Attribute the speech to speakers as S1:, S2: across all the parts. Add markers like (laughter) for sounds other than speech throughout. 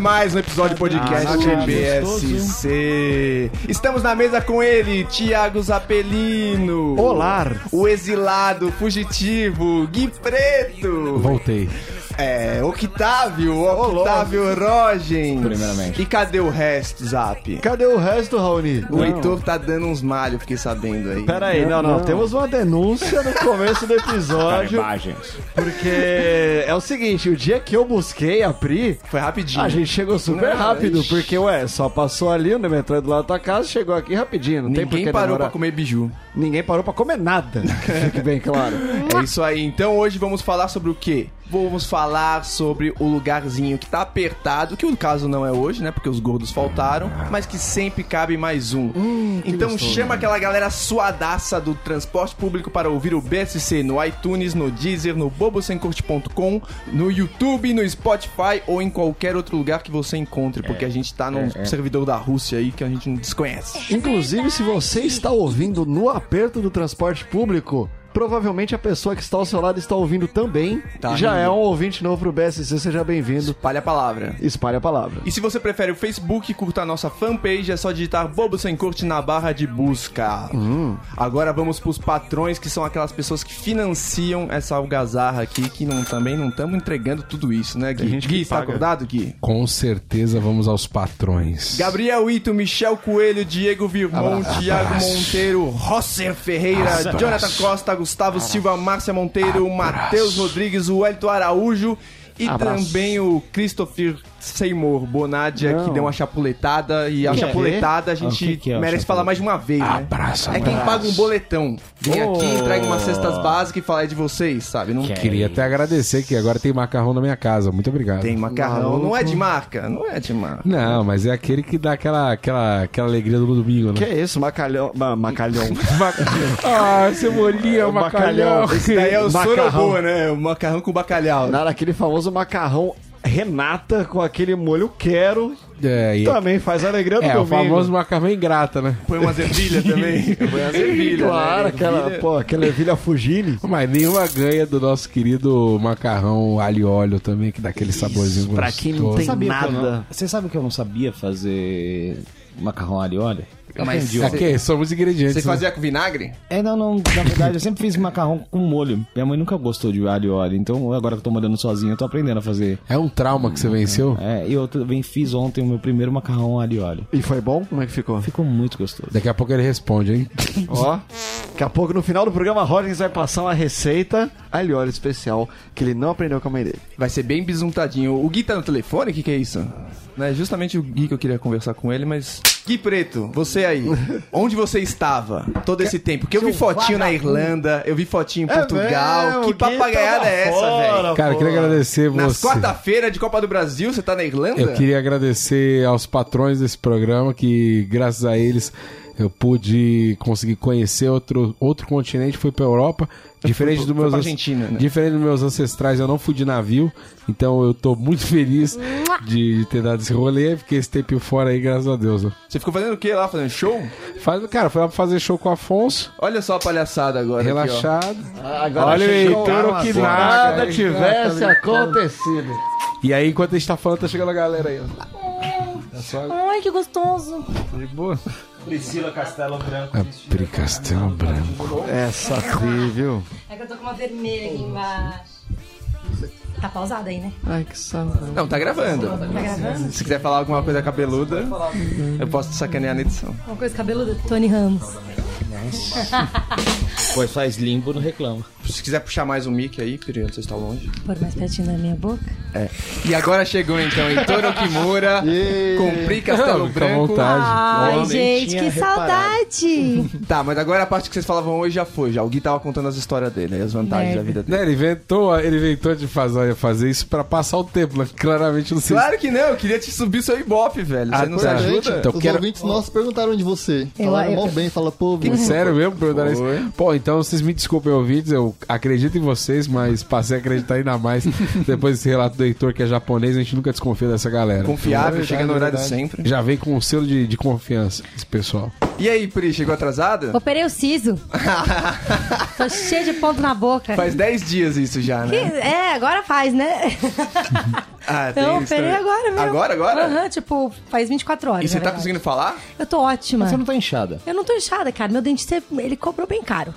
S1: mais um episódio de podcast
S2: Ah, tá
S1: BSC. Estamos na mesa com ele, Tiago Zapelino.
S2: Olá.
S1: O exilado, fugitivo, Gui Preto.
S2: Voltei.
S1: É, Octávio, Octávio Rogens.
S3: Primeiramente.
S1: E cadê o resto, Zap?
S2: Cadê o resto, Raoni?
S1: O Heitor tá dando uns malhos, fiquei sabendo aí.
S2: Pera aí, não, não, Temos uma denúncia no começo do episódio,
S1: Tá
S3: Imagens.
S2: porque é o seguinte, o dia que eu busquei a Pri,
S1: Foi rapidinho.
S2: a Ah, gente chegou super
S1: Não,
S2: rápido,
S1: ixi.
S2: porque, ué, só passou ali no metrô do lado da tua casa, chegou aqui rapidinho, não tem por
S1: Ninguém
S2: que
S1: parou
S2: demorar.
S1: pra comer biju.
S2: Ninguém parou pra comer nada, que fique bem claro.
S1: É isso aí. Então hoje vamos falar sobre o quê? Vamos falar sobre o lugarzinho que tá apertado, que o caso não é hoje, né? Porque os gordos faltaram, mas que sempre cabe mais um. então chama aquela galera suadaça do transporte público para ouvir o BSC no iTunes, no Deezer, no bobosemcorte.com, no YouTube, no Spotify ou em qualquer outro lugar que você encontre, porque a gente tá num servidor da Rússia aí que a gente não desconhece.
S2: Inclusive, se você está ouvindo no aperto do transporte público, provavelmente a pessoa que está ao seu lado está ouvindo também.
S1: Tá
S2: Já
S1: rindo.
S2: é um ouvinte novo pro BSC, seja bem-vindo.
S1: Espalha a palavra.
S2: Espalhe a palavra.
S1: E se você prefere o Facebook, curta a nossa fanpage, é só digitar Bobo Sem Corte na barra de busca. Agora vamos pros patrões, que são aquelas pessoas que financiam essa algazarra aqui, que não, também não estamos entregando tudo isso, né, Gui? Gui, está acordado, Gui?
S4: Com certeza vamos aos patrões.
S1: Gabriel Ito, Michel Coelho, Diego Virmão, Thiago Monteiro, Rosser Ferreira, Jonathan Costa, Gustavo Silva, Márcia Monteiro, Matheus Rodrigues, o Elton Araújo e
S2: Abraço.
S1: também o Christopher Seymour Bonadia, que deu uma chapuletada. E a
S2: Que é?
S1: chapuletada a gente
S5: Ah, o que que é a
S1: merece
S5: chapuleta?
S1: falar mais de uma vez, né?
S4: Abraço,
S1: É quem
S4: abraço.
S1: paga um boletão. Vem
S5: Oh.
S1: aqui, entrega umas cestas básicas e fala é de vocês, sabe? Não
S5: Que
S4: Queria até agradecer que agora tem macarrão na minha casa. Muito obrigado.
S1: tem macarrão. Não é de marca? Não é de
S5: (laughs)
S1: marca.
S4: Não, mas é aquele que dá aquela, aquela, aquela alegria do domingo,
S2: Que
S4: né?
S2: é isso, macalhão. Ma- (laughs) macalhão.
S4: Ah, cebolinha,
S2: Bacalhau.
S4: macalhão.
S1: Esse daí é o
S2: Macarrão.
S1: sorobô, né? O macarrão com bacalhau. né?
S2: Nada, aquele famoso macarrão Renata com aquele molho quero.
S4: É, e-
S2: Também faz alegria do
S4: é, o
S2: Tá domingo.
S4: famoso macarrão ingrata, né?
S1: Põe umas ervilhas (laughs) também. Põe umas ervilhas.
S2: Claro,
S1: né?
S2: aquela,
S1: Ervilha.
S2: pô, aquela ervilha fugile.
S4: Mas nenhuma ganha do nosso querido macarrão alho e óleo também, que dá aquele saborzinho gostoso.
S2: pra quem não tem-
S5: Sabia que eu
S2: Nada.
S5: não- Você sabe que eu não sabia fazer macarrão alho e óleo?
S1: Ah, Mas
S4: É
S1: você,
S4: que somos ingredientes.
S1: você
S4: né?
S1: fazia com vinagre?
S5: É, não, não. Na verdade, eu sempre fiz macarrão com molho. Minha mãe nunca gostou de alho e óleo. Então, agora que eu tô morando sozinho, eu tô aprendendo a fazer.
S4: É um trauma que você venceu?
S5: É, e eu também fiz ontem o meu primeiro macarrão alho e óleo.
S2: E foi bom? Como é que ficou?
S5: Ficou muito gostoso.
S4: Daqui a pouco ele responde, hein?
S2: Ó, daqui a pouco no final do programa, Rollins vai passar uma receita alho e óleo especial que ele não aprendeu com a mãe dele.
S1: Vai ser bem bisuntadinho. O Gui tá no telefone? O que, que é isso? Não é justamente o Gui que eu queria conversar com ele, mas. Gui Preto, você (laughs) aí. onde você estava todo esse tempo? Porque eu vi fotinho na Irlanda, eu vi fotinho em Portugal.
S2: mesmo,
S1: que
S2: o Gui tava
S1: papagaiada é essa,
S2: fora,
S1: velho?
S4: Cara, eu queria agradecer
S1: Nas
S4: você.
S1: quarta-feira de Copa do Brasil, você tá na Irlanda?
S4: Eu queria agradecer aos patrões desse programa, que graças a eles eu pude conseguir conhecer outro, outro continente, fui pra Europa. Diferente,
S1: fui
S4: dos
S1: pra-
S4: meus
S1: fui pra
S4: ans-
S1: Argentina, né?
S4: diferente dos meus ancestrais, eu não fui de navio, então eu tô muito feliz de, de ter dado esse rolê, porque esse tempinho fora aí, graças a Deus. né?
S1: Você ficou fazendo o quê lá? Fazendo show?
S4: Faz, cara, foi lá pra fazer show com o Afonso,
S1: Olha só a palhaçada agora. aqui, ó.
S4: relaxado.
S2: Agora
S4: Olha Ah, o
S2: chegou
S4: Heitor,
S2: uma
S4: que
S2: boa.
S4: nada,
S2: nada
S4: hein?
S2: tivesse acontecido.
S4: E aí, enquanto a gente tá falando, tá chegando a galera aí, ó. Tá só
S6: Ai, que gostoso.
S4: de boa. Priscila Castelo Branco.
S2: Essa trilha.
S6: É que eu tô com uma vermelha aqui embaixo. Tá pausado aí, né?
S2: Ai, que saudade.
S1: Não, tá gravando.
S6: Tá gravando?
S1: Se quiser falar alguma coisa cabeluda, eu posso te sacanear na edição.
S6: Uma coisa cabeluda, Tony Ramos.
S5: Pois faz limbo, não reclama.
S1: Se quiser puxar mais um mic aí, querido, você está longe.
S6: Por mais pertinho da minha boca.
S1: E agora chegou então em Toro Kimura,
S6: (laughs)
S1: Compri Castelo
S4: Não, fica à
S1: Branco.
S4: vontade.
S6: Ai,
S1: Olha,
S6: gente, que (laughs) saudade.
S1: Tá, mas agora a parte que vocês falavam hoje já foi, já. O Gui tava contando as histórias dele, as vantagens
S6: Merda.
S1: da vida dele.
S4: Né, ele inventou, ele inventou de fazer, fazer isso pra passar o tempo, mas claramente não sei.
S1: Claro que não, eu queria te subir seu ibope, velho. Você
S4: Ah,
S1: não se
S4: tá.
S1: ajuda?
S4: Então
S7: Os
S4: quero-
S7: ouvintes nossos perguntaram de você.
S6: Eu-
S7: Falaram
S6: eu-
S7: mal bem, fala, pô,
S4: se- Sério mesmo, perguntaram isso?
S1: Foi.
S4: Pô, então vocês me desculpem, ouvintes, eu acredito em vocês, mas passei a acreditar ainda (laughs) mais depois desse relato do Heitor, que é japonês, a gente nunca desconfia dessa galera.
S1: Confiável,
S7: Verdade,
S1: chega no horário
S7: verdade.
S1: sempre.
S4: Já vem com um selo de, de confiança, esse pessoal.
S1: E aí, Pri, chegou atrasada?
S6: Operei o (laughs) siso. tô cheio de ponto na boca.
S1: Faz 10 dias isso já,
S6: Que-
S1: né?
S6: É, agora faz, né?
S1: Ah, tem
S6: eu
S1: isso
S6: operei
S1: também.
S6: agora mesmo.
S1: Agora, agora?
S6: Aham, tipo, faz 24 horas.
S1: E você
S6: na
S1: tá
S6: verdade.
S1: conseguindo falar?
S6: Eu tô ótima.
S5: Você não tá inchada.
S6: Eu não tô inchada, cara. Meu dentista, ele cobrou bem caro.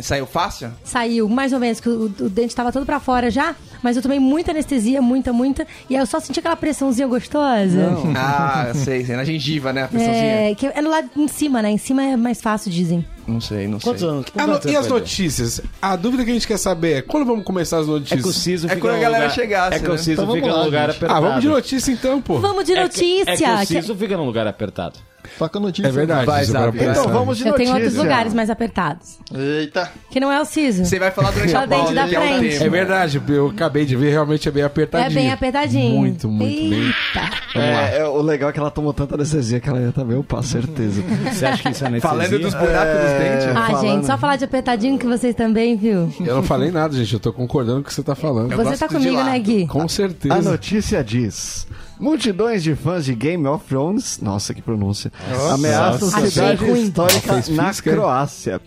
S1: Saiu fácil?
S6: Saiu, mais ou menos, que o, o dente tava todo pra fora já, mas eu tomei muita anestesia, muita, muita, e aí eu só senti aquela pressãozinha gostosa.
S1: (laughs) Ah, sei, sei. Na gengiva, né? A pressãozinha.
S6: É, que é no lado em cima, né? Em cima é mais fácil, dizem.
S1: Não sei, não
S5: Quantos
S1: sei.
S5: anos?
S4: Ah,
S5: Quantos
S4: não,
S5: anos
S4: e
S5: você
S4: as
S5: perdeu?
S4: notícias? A dúvida que a gente quer saber é quando vamos começar as
S5: É que o
S4: notícias?
S5: siso
S1: É
S5: fica
S1: quando a
S5: no
S1: galera
S5: lugar-
S1: chegasse,
S5: É que
S1: né?
S5: o siso
S7: Então
S5: fica
S7: vamos
S5: num
S7: lá,
S5: lugar
S7: gente.
S4: Ah,
S5: apertado.
S4: vamos de notícia então, pô.
S6: Vamos de
S5: É que-
S6: notícia!
S5: É que o
S6: que-
S5: siso fica num lugar apertado.
S7: Toca notícia.
S4: É verdade.
S1: Vai,
S4: isso é pra
S1: Zap.
S4: pensar.
S2: Então vamos de
S6: Eu tenho
S2: notícia.
S6: outros lugares mais apertados.
S7: Eita.
S6: Que não é o siso.
S1: Você vai falar durante
S6: Só
S1: a
S6: o dente
S1: pausa,
S6: da
S1: que é o
S6: frente.
S1: tema.
S4: É verdade, eu acabei de ver, realmente é bem apertadinho.
S6: É bem apertadinho.
S4: Muito, muito bem.
S6: Eita.
S2: É, é, o legal é que ela tomou tanta anestesia que ela ia também upar, certeza.
S5: Você acha que isso é anestesia?
S1: Falando dos buracos
S4: É,
S1: dos dentes.
S6: Ah,
S2: falando.
S6: gente, só falar de apertadinho que vocês também, viu?
S4: Eu não falei nada, gente. Eu tô concordando com o que você tá falando.
S6: Você
S1: gosto
S6: tá
S1: de
S6: comigo,
S1: lado.
S6: né, Gui?
S4: Com
S2: A
S4: certeza.
S2: notícia diz: multidões de fãs de Game of Thrones, nossa que pronúncia, ameaçam
S6: Achei
S2: cidade
S6: ruim.
S2: histórica
S4: Ela fez
S2: na
S4: física, hein?
S2: Croácia.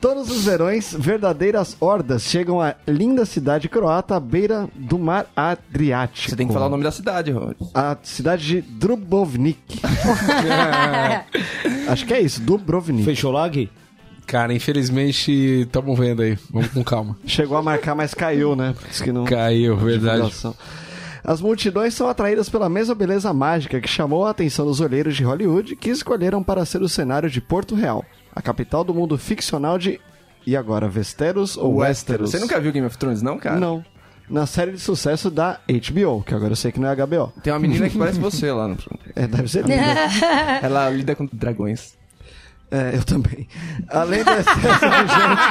S2: Todos os verões, verdadeiras hordas chegam à linda cidade croata à beira do mar Adriático.
S1: Você tem que falar o nome da cidade, Rod.
S2: A cidade de
S6: (laughs)
S2: Dubrovnik. Acho que é isso, Dubrovnik.
S5: Fechou lá, Gui?
S4: Cara, infelizmente, tamo vendo aí. Vamos
S2: (laughs)
S4: com calma.
S2: Chegou a marcar, mas caiu, né? Diz que não.
S4: Caiu, verdade.
S2: divulgação. As multidões são atraídas pela mesma beleza mágica que chamou a atenção dos olheiros de Hollywood, que escolheram para ser o cenário de Porto Real, a capital do mundo ficcional de. E agora, Westeros ou Westeros?
S1: Você nunca viu Game of Thrones, não, cara?
S2: Não. Na série de sucesso da HBO, que agora eu sei que não é HBO.
S1: Tem uma menina que (laughs) parece você lá no...
S2: É, deve ser linda.
S6: É.
S1: Ela lida com dragões.
S2: É, eu também. Além do excesso de gente,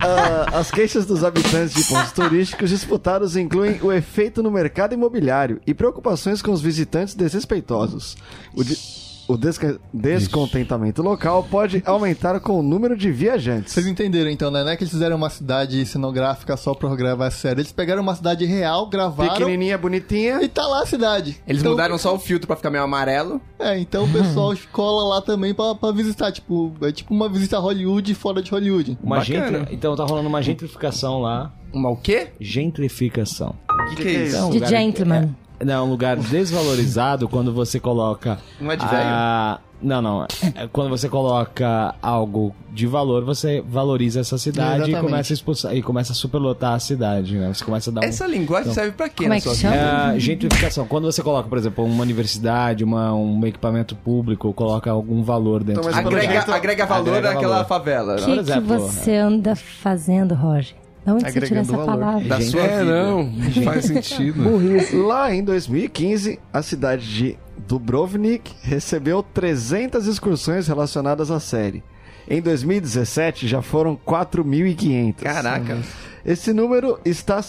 S2: ah, as queixas dos habitantes de pontos turísticos disputados incluem o efeito no mercado imobiliário e preocupações com os visitantes desrespeitosos. O, de- o desca- descontentamento local pode aumentar com o número de viajantes.
S7: Vocês entenderam então, né? Não é que eles fizeram uma cidade cenográfica só pra gravar a série. Eles pegaram uma cidade real, gravaram
S2: Pequenininha, bonitinha.
S7: e tá lá a cidade.
S1: Eles
S7: Então-
S1: mudaram só o filtro pra ficar meio amarelo.
S7: É, então o pessoal (laughs) cola lá também pra, pra visitar. Tipo, é tipo uma visita a Hollywood fora de Hollywood.
S5: Uma
S1: Bacana.
S5: gentri- Então tá rolando uma gentrificação lá.
S1: Uma Um o quê?
S5: Gentrificação.
S1: O que, que é isso?
S5: É um
S6: De
S5: lugar-
S6: gentleman.
S5: É, não, é um lugar desvalorizado quando você coloca.
S1: Não é de
S5: a- Não, não. É quando você coloca algo de valor, você valoriza essa cidade e
S7: Exatamente.
S5: começa a expulsar e começa a superlotar a cidade, né? Você começa a dar um...
S1: Essa linguagem serve pra quê
S6: Como
S1: na
S6: é que
S1: sua
S6: chama?
S5: É, gentrificação. Quando você coloca, por exemplo, uma universidade, uma, um equipamento público, coloca algum valor dentro.
S2: Então,
S5: um
S2: mas
S5: daquilo.
S2: pelo
S1: Agrega,
S2: jeito-
S1: agrega valor
S5: Agrega
S1: àquela
S5: valor.
S1: favela.
S6: O
S1: né?
S5: por
S6: que, que
S5: exemplo,
S6: você anda fazendo, Roger? De onde você tirou
S7: Agregando
S6: essa
S7: valor.
S6: palavra?
S1: Da
S5: Gente,
S1: sua
S4: é,
S1: vida.
S4: não. Não
S2: (laughs)
S4: faz sentido.
S2: Lá em 2015, a cidade de Dubrovnik recebeu 300 excursões relacionadas à série. Em 2017, já foram 4.500.
S1: Caraca.
S2: Esse número está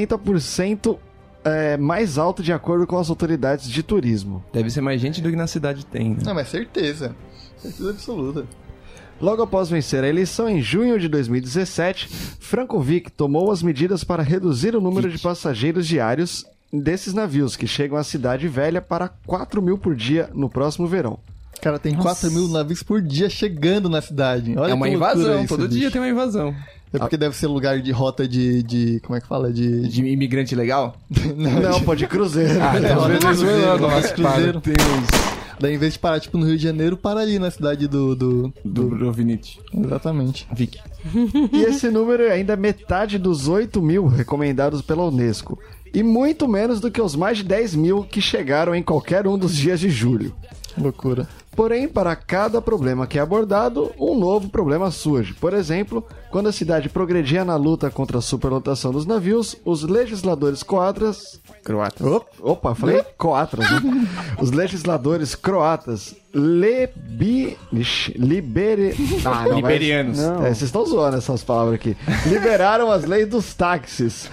S2: 180% é, mais alto de acordo com as autoridades de turismo.
S1: Deve ser mais gente do que na cidade tem. né?
S7: Não, mas certeza. Certeza absoluta.
S2: Logo após vencer a eleição em junho de 2017, Frankovic tomou as medidas para reduzir o número de passageiros diários desses navios que chegam à cidade velha para 4 mil por dia no próximo verão.
S7: Cara, tem 4 mil navios por dia chegando na cidade. Olha
S1: É uma
S7: que loucura
S1: invasão,
S7: isso,
S1: todo
S7: bicho.
S1: dia tem um- uma invasão.
S7: É porque deve ser lugar de rota de. de como é que fala? De. de-
S1: De imigrante legal?
S2: Não,
S7: tipo,
S2: pode cruzeiro.
S7: É,
S4: Então,
S7: rota de
S4: venezuelano,
S7: cruzeiro, rota de
S4: mas para.
S7: cruzeiro. Daí, em vez de parar, tipo, no Rio de Janeiro, para ali na cidade do. do...
S1: Do Rovinit.
S7: Exatamente.
S1: Vic.
S2: E esse número é ainda metade dos 8 mil recomendados pela Unesco. E muito menos do que os mais de 10 mil que chegaram em qualquer um dos dias de julho.
S7: Loucura.
S2: Porém, para cada problema que é abordado, um novo problema surge. Por exemplo, quando a cidade progredia na luta contra a superlotação dos navios, os legisladores coatras. Croatas. opa, falei coatras. né? Os legisladores croatas. Lebi. Ixi, Libere. Ah, não, vai-
S1: Liberianos.
S2: Não. É, vocês estão zoando essas palavras aqui. Liberaram as leis dos táxis.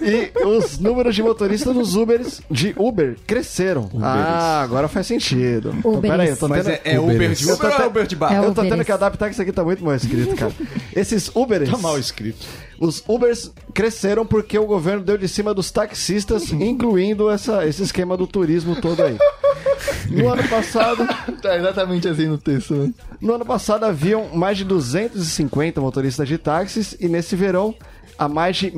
S2: E os números de motoristas nos Ubers de Uber cresceram. Ah, agora faz sentido. Então,
S6: Uberes.
S2: peraí, eu tô
S1: Mas
S2: tendo.
S1: é, é Uber de
S2: Eu tô
S1: Uber ou é
S2: até-
S1: Uber de bar?
S6: É
S2: eu tô tendo
S6: Uberes.
S2: que adaptar que isso aqui tá muito mal escrito, cara. Esses Uberes.
S1: Tá
S5: escrito.
S2: Os Ubers cresceram porque o governo deu de cima dos taxistas, incluindo essa, esse esquema do turismo todo aí. No ano passado.
S7: Tá exatamente assim no texto, né?
S2: No ano passado haviam mais de 250 motoristas de táxis e nesse verão a mais de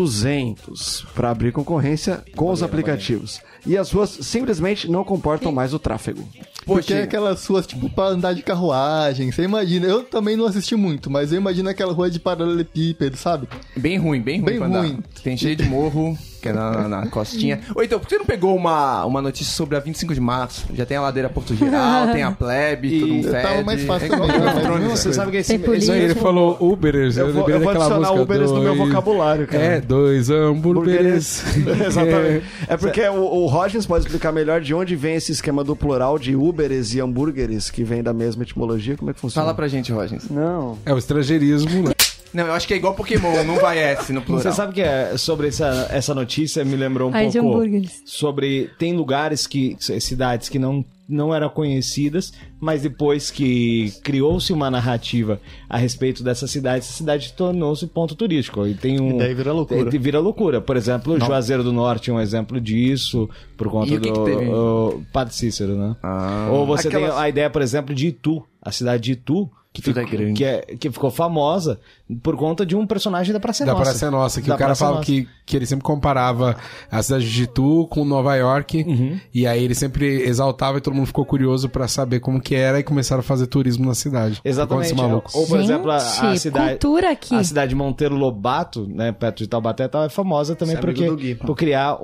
S2: 1.200 para abrir concorrência com os aplicativos. E as ruas simplesmente não comportam mais o tráfego.
S7: Porque é aquelas ruas, tipo, pra andar de carruagem. Você imagina, eu também não assisti muito, mas eu imagino aquela rua de paralelepípedo, sabe?
S1: Bem ruim, bem ruim
S7: Bem
S1: pra andar.
S7: ruim.
S1: Tem cheio de morro, que é na, na- na (laughs) costinha. Ou então, por que você não pegou uma, uma notícia sobre a 25 de março? Já tem a ladeira Porto Geral, tem a (laughs) plebe, todo mundo
S7: tava
S1: fede.
S7: mais fácil
S1: É igual
S7: também,
S1: Game of
S7: né?
S1: Thrones,
S7: Nossa,
S1: né?
S5: sabe que
S6: Tem polícia.
S4: Não, ele falou Uberers.
S2: Eu vou-
S4: lembrei
S2: eu vou
S4: daquela
S2: adicionar
S4: música,
S2: Uberers no meu vocabulário, cara.
S4: É, dois hambúrgueres.
S2: (laughs) Exatamente. É porque o, o Rogers pode explicar melhor de onde vem esse esquema do plural de Uberes e hambúrgueres, que vem da mesma etimologia. Como é que funciona?
S1: Fala pra gente, Rogens.
S2: Não.
S4: (laughs) É o estrangeirismo, né?
S1: Não, eu acho que é igual Pokémon, não vai S no plural.
S5: Você sabe que é sobre essa, essa notícia me lembrou um
S6: Ai, de
S5: pouco
S6: hambúrgueres.
S5: sobre tem lugares que cidades que não não eram conhecidas, mas depois que criou-se uma narrativa a respeito dessa cidade, essa cidade tornou-se ponto turístico. E tem um
S7: E daí vira loucura.
S5: e vira loucura. Por exemplo, Juazeiro do Norte é um exemplo disso por conta
S1: E o que
S5: do
S1: que teve?
S5: o Padre Cícero, né?
S1: Ah.
S4: Ah.
S5: Ou você
S2: Aquelas-
S5: tem a ideia, por exemplo, de Itu, a cidade de Itu. Que,
S1: tudo é grande.
S5: que, é- que ficou famosa por conta de um personagem da Praça é
S4: Da
S5: Nossa.
S4: Praça é Nossa, que
S5: Da
S4: o cara
S5: Praça é
S4: falava
S5: Nossa.
S4: que, que ele sempre comparava a cidade de Itu com Nova York,
S5: Uhum.
S4: e aí ele sempre exaltava e todo mundo ficou curioso pra saber como que era e começaram a fazer turismo na cidade.
S5: Exatamente.
S4: Esse maluco. (laughs)
S5: Ou, por exemplo, a, a
S6: Gente,
S5: cidade.
S6: cultura aqui.
S5: A cidade de Monteiro Lobato, né, perto de Taubaté, tal, é famosa também
S2: Esse
S5: por,
S2: amigo
S5: quê?
S2: do Gui.
S5: por criar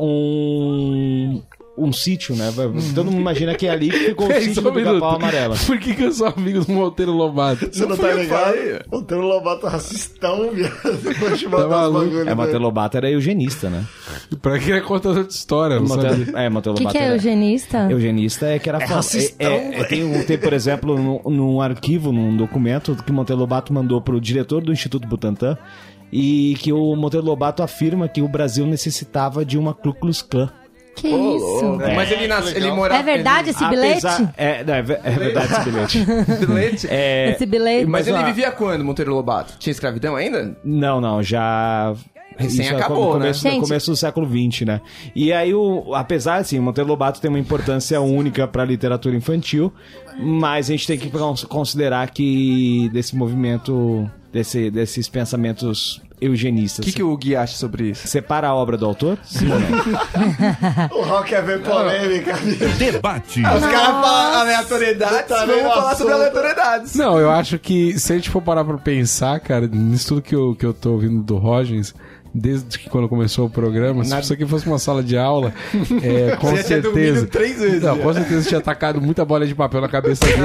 S5: um. Um sítio, né? Todo mundo imagina que é ali que ficou o
S4: Ei,
S5: sítio
S4: só
S5: do
S4: um minuto.
S5: pica-pau amarela.
S4: (laughs) Por que, que eu sou amigo do Monteiro Lobato?
S2: Você não, tá
S1: fui eu que falei.
S2: Monteiro Lobato é racistão, viado. Vou te
S4: Tá maluco?
S5: É, Monteiro Lobato era eugenista, né?
S4: pra que ele é contador de história, não sabe?
S5: Monteiro- é, Monteiro
S6: O que,
S5: Lobato
S6: que é
S5: era-
S6: eugenista?
S5: Eugenista é que era fa-
S2: racistão,
S5: é- é- tem, um- tem, por exemplo, num, num arquivo, num documento que Monteiro Lobato mandou pro diretor do Instituto Butantan e que o Monteiro Lobato afirma que o Brasil necessitava de uma Ku Klux Klan.
S6: Que isso?
S1: Mas ele nasceu, ele morava.
S6: É verdade esse bilhete?
S5: Apesar- É, não, é, ve- é verdade esse bilhete.
S6: (laughs)
S1: (laughs) Bilhete?
S5: É,
S6: Esse bilhete?
S1: Mas, ele
S5: ó,
S1: vivia quando, Monteiro Lobato? Tinha escravidão ainda?
S5: Não, não, já.
S1: Recém
S5: Isso é
S1: acabou,
S5: no
S1: né?
S5: começo, no
S6: Gente.
S5: começo do século XX, né? E aí, o, apesar, assim, o Monteiro Lobato tem uma importância única pra literatura infantil, mas a gente tem que cons- considerar que desse movimento, desse, desses pensamentos
S1: O
S5: eugenistas.
S1: que, que o Gui acha sobre isso?
S5: Separa a obra do autor? Sim.
S2: O Rock é bem polêmica.
S3: Debate.
S1: Os caras falam aleatoriedades,
S2: Tá
S1: vamos
S2: meio
S1: falar sobre
S2: assunto.
S1: aleatoriedades.
S4: Não, eu acho que se a gente for parar pra pensar, cara, nisso tudo que eu, que eu tô ouvindo do Rogens, desde que quando começou o programa, se isso aqui fosse uma sala de aula,
S1: (laughs)
S4: é, com
S1: Você já tinha
S4: certeza.
S1: dormido três vezes,
S4: Não,
S1: já.
S4: com certeza tinha atacado muita bola de papel na cabeça dele.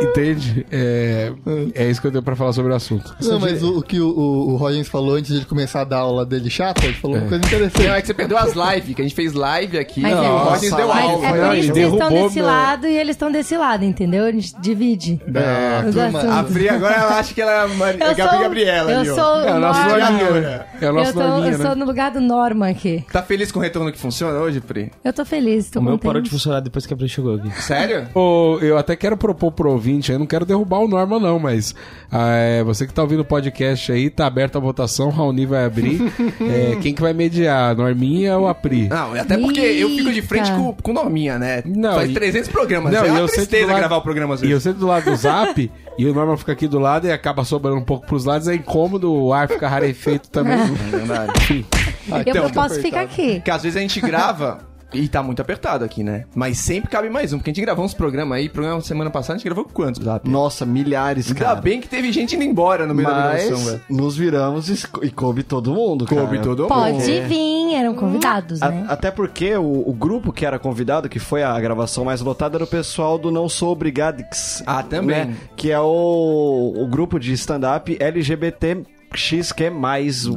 S1: (laughs)
S4: entende? É, é isso que eu tenho pra falar sobre o assunto.
S7: Não, mas o, o que o, o, o Rogens falou antes de ele começar a dar aula dele chata, ele falou uma coisa interessante.
S1: Não, é que você perdeu as lives, que a gente fez live aqui.
S6: Mas
S1: e o
S6: é-
S1: Rogens deu
S6: Mas
S1: aula.
S6: é por
S4: Não,
S6: isso
S4: ele
S6: que vocês estão
S4: derrubou
S6: desse
S4: meu-
S6: lado e eles estão desse lado, entendeu? A gente divide. Os
S7: turma,
S6: assuntos.
S1: É, A Pri agora ela acha que ela é Mari...
S6: Eu
S1: Gabi
S6: sou- um-
S1: Gabriela.
S6: Eu
S1: ali, ó.
S6: sou
S4: É a nossa
S6: Norma.
S4: Norminha. É a nossa
S6: eu tô,
S4: Norminha,
S6: eu
S4: né?
S6: sou no lugar do Norma aqui.
S1: Tá feliz com o retorno que funciona hoje, Pri?
S6: Eu tô feliz, tô
S5: O meu
S6: contente.
S5: parou de funcionar depois que a Pri chegou aqui.
S1: Sério?
S4: Ô, eu até quero propor pro ouvinte, eu não quero derrubar o Norma não, mas ah, é, você que tá ouvindo o podcast aí, tá aberta a votação, o Raoni vai abrir. É, quem que vai mediar, a Norminha ou a Pri?
S1: Não, até porque eu fico de frente
S6: Eita.
S1: com, com Norminha, né?
S4: Não,
S1: Faz
S4: e-
S1: 300 programas.
S4: Não,
S1: é
S4: e
S1: uma
S4: eu sento do
S1: tristeza
S4: lado-
S1: gravar o programa às
S4: E eu
S1: vezes.
S4: sento do lado do zap e o Norma fica aqui do lado e acaba sobrando um pouco pros lados, é incômodo, o ar fica rarefeito também.
S5: (laughs)
S1: É
S4: Enfim.
S6: Eu,
S1: Então,
S6: eu posso ficar aqui.
S1: Porque às vezes a gente grava e tá muito apertado aqui, né? Mas sempre cabe mais um, porque a gente gravou uns programas aí. Programa semana passada, a gente gravou quantos? Zap?
S2: Nossa, milhares,
S1: Ainda
S2: cara.
S1: bem que teve gente indo embora no meio da gravação,
S2: Mas
S1: velho.
S2: nos viramos e, e coube todo mundo, cara.
S1: Coube todo mundo.
S6: Pode vir, eram convidados,
S2: A-
S6: né?
S2: até porque o, o grupo que era convidado, que foi a gravação mais lotada, era o pessoal do Não Sou Obrigadix.
S1: Ah, também.
S2: Que é o, o grupo de stand-up LGBT XQ,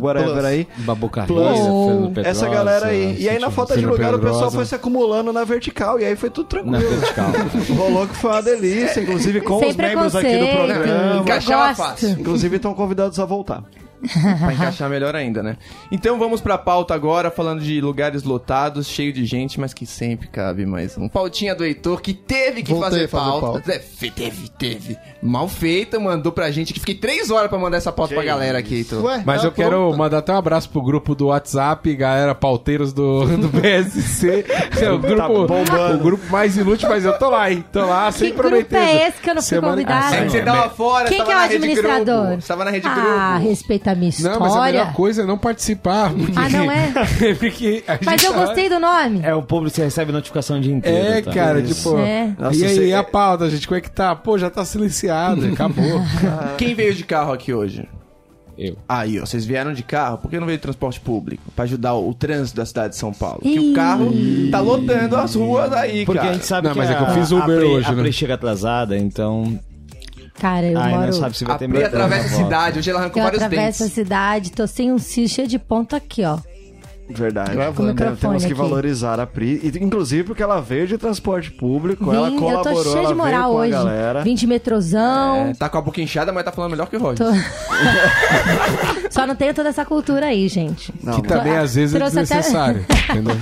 S2: whatever
S7: Plus.
S2: aí.
S5: Babu
S2: Plus,
S5: Fernando
S2: Essa galera aí. E aí na falta de
S4: Pedrosa.
S2: lugar o pessoal foi se acumulando na vertical e aí foi tudo
S5: Na
S2: tranquilo.
S5: vertical.
S2: Rolou que foi uma delícia, inclusive com
S6: Sem
S2: os membros aqui do
S6: preconceito.
S2: programa.
S1: Encaixava
S6: eu gosto.
S1: fácil.
S2: Inclusive estão convidados a voltar.
S1: Pra encaixar melhor ainda, né? Então vamos pra pauta agora, falando de lugares lotados, cheio de gente, mas que sempre cabe mais um. Pautinha do Heitor, que teve que
S7: Voltei
S1: fazer,
S7: a fazer
S1: pauta.
S7: pauta.
S1: É, fe- Teve, teve. Mal feita, mandou pra gente, que fiquei três horas pra mandar essa pauta pra galera aqui, Heitor.
S6: É,
S7: Ué,
S4: Mas
S7: tá
S4: eu quero
S7: pronta.
S4: mandar até um abraço pro grupo do WhatsApp, galera pauteiros do, (laughs)
S2: (laughs)
S4: do BSC. É o grupo,
S2: Tá bombando.
S4: o grupo mais inútil, mas eu tô lá, hein? Tô lá sem
S6: grupo
S4: prometer.
S6: é esse que eu não fui
S4: Semana-
S6: convidada?
S1: É que você
S4: sim.
S1: tava fora,
S6: Quem
S1: tava
S6: que é o
S1: na Rede
S6: administrador?
S1: Globo. Você tava na Rede
S6: ah,
S1: Globo.
S6: respeita a da minha
S4: Não,
S6: história.
S4: mas a melhor coisa é não participar. Porque...
S6: Ah, não
S4: (laughs)
S6: é?
S4: porque a
S6: Mas
S4: gente tá-
S6: eu gostei do nome.
S5: É, o público você recebe notificação de inteiro.
S4: É,
S5: tá?
S4: cara, tipo.
S6: É.
S2: Nossa,
S4: e aí,
S2: você-
S4: e a pauta, gente? Como é que tá? Pô, já
S2: (laughs)
S4: tá silenciado, acabou.
S1: Quem veio de carro aqui hoje?
S5: Eu.
S1: Aí, ó, vocês vieram de carro, por que não veio de transporte público? Pra ajudar o, o trânsito da cidade de São Paulo. Que
S6: Ih.
S1: o carro tá lotando as ruas aí,
S5: Porque
S1: cara.
S5: a gente sabe
S4: Não,
S5: que
S4: mas é
S5: a,
S4: que eu fiz
S5: a
S4: Uber
S5: Pri-
S4: hoje,
S5: a
S4: né?
S5: Pri chega atrasada, então...
S6: Cara, eu
S5: Ai,
S6: moro.
S5: não sabe se vai
S1: A
S5: ter
S1: Pri
S5: metrô né? na
S1: atravessa a
S5: volta.
S1: cidade, hoje ela arrancou
S6: Eu
S1: vários
S6: atravesso a
S1: dentes.
S6: cidade, tô sem um cio cheio de ponto aqui, ó.
S2: Verdade.
S6: Com o microfone
S2: né? Temos que
S6: aqui.
S2: valorizar a Pri, e, inclusive porque ela veio de transporte público, ela
S6: Vim- eu
S2: colaborou,
S6: tô cheia
S2: ela
S6: de moral
S2: veio com
S6: hoje.
S2: a galera.
S6: Vim de metrozão.
S1: É, tá com a boca inchada, mas tá falando melhor que o Roger.
S6: tô- Só não tenho toda essa cultura aí, gente.
S2: Não,
S4: que também, às vezes, é
S6: Trouxe até-
S4: desnecessário.
S6: (laughs)
S4: entendeu?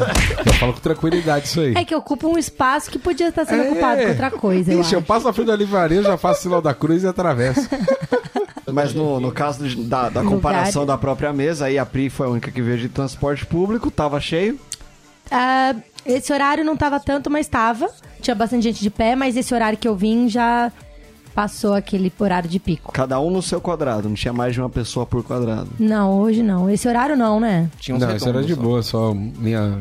S4: Eu falo com tranquilidade isso aí.
S6: É que ocupa um espaço que podia estar sendo ocupado com outra coisa. eu
S4: Ixi, eu,
S6: acho.
S4: passo na frente da livraria, eu já faço sinal da cruz e atravesso.
S2: Mas no, no caso de- da, da comparação da própria mesa, aí a Pri foi a única que veio de transporte público, tava cheio.
S6: Ah, esse horário não tava tanto, mas tava. Tinha bastante gente de pé, mas esse horário que eu vim já passou aquele horário de pico.
S2: Cada um no seu quadrado, não tinha mais de uma pessoa por quadrado.
S6: Não, hoje não. Esse horário não, né?
S1: Tinha uns
S4: Não, isso era
S1: redondos
S4: de
S1: só.
S4: boa, só minha.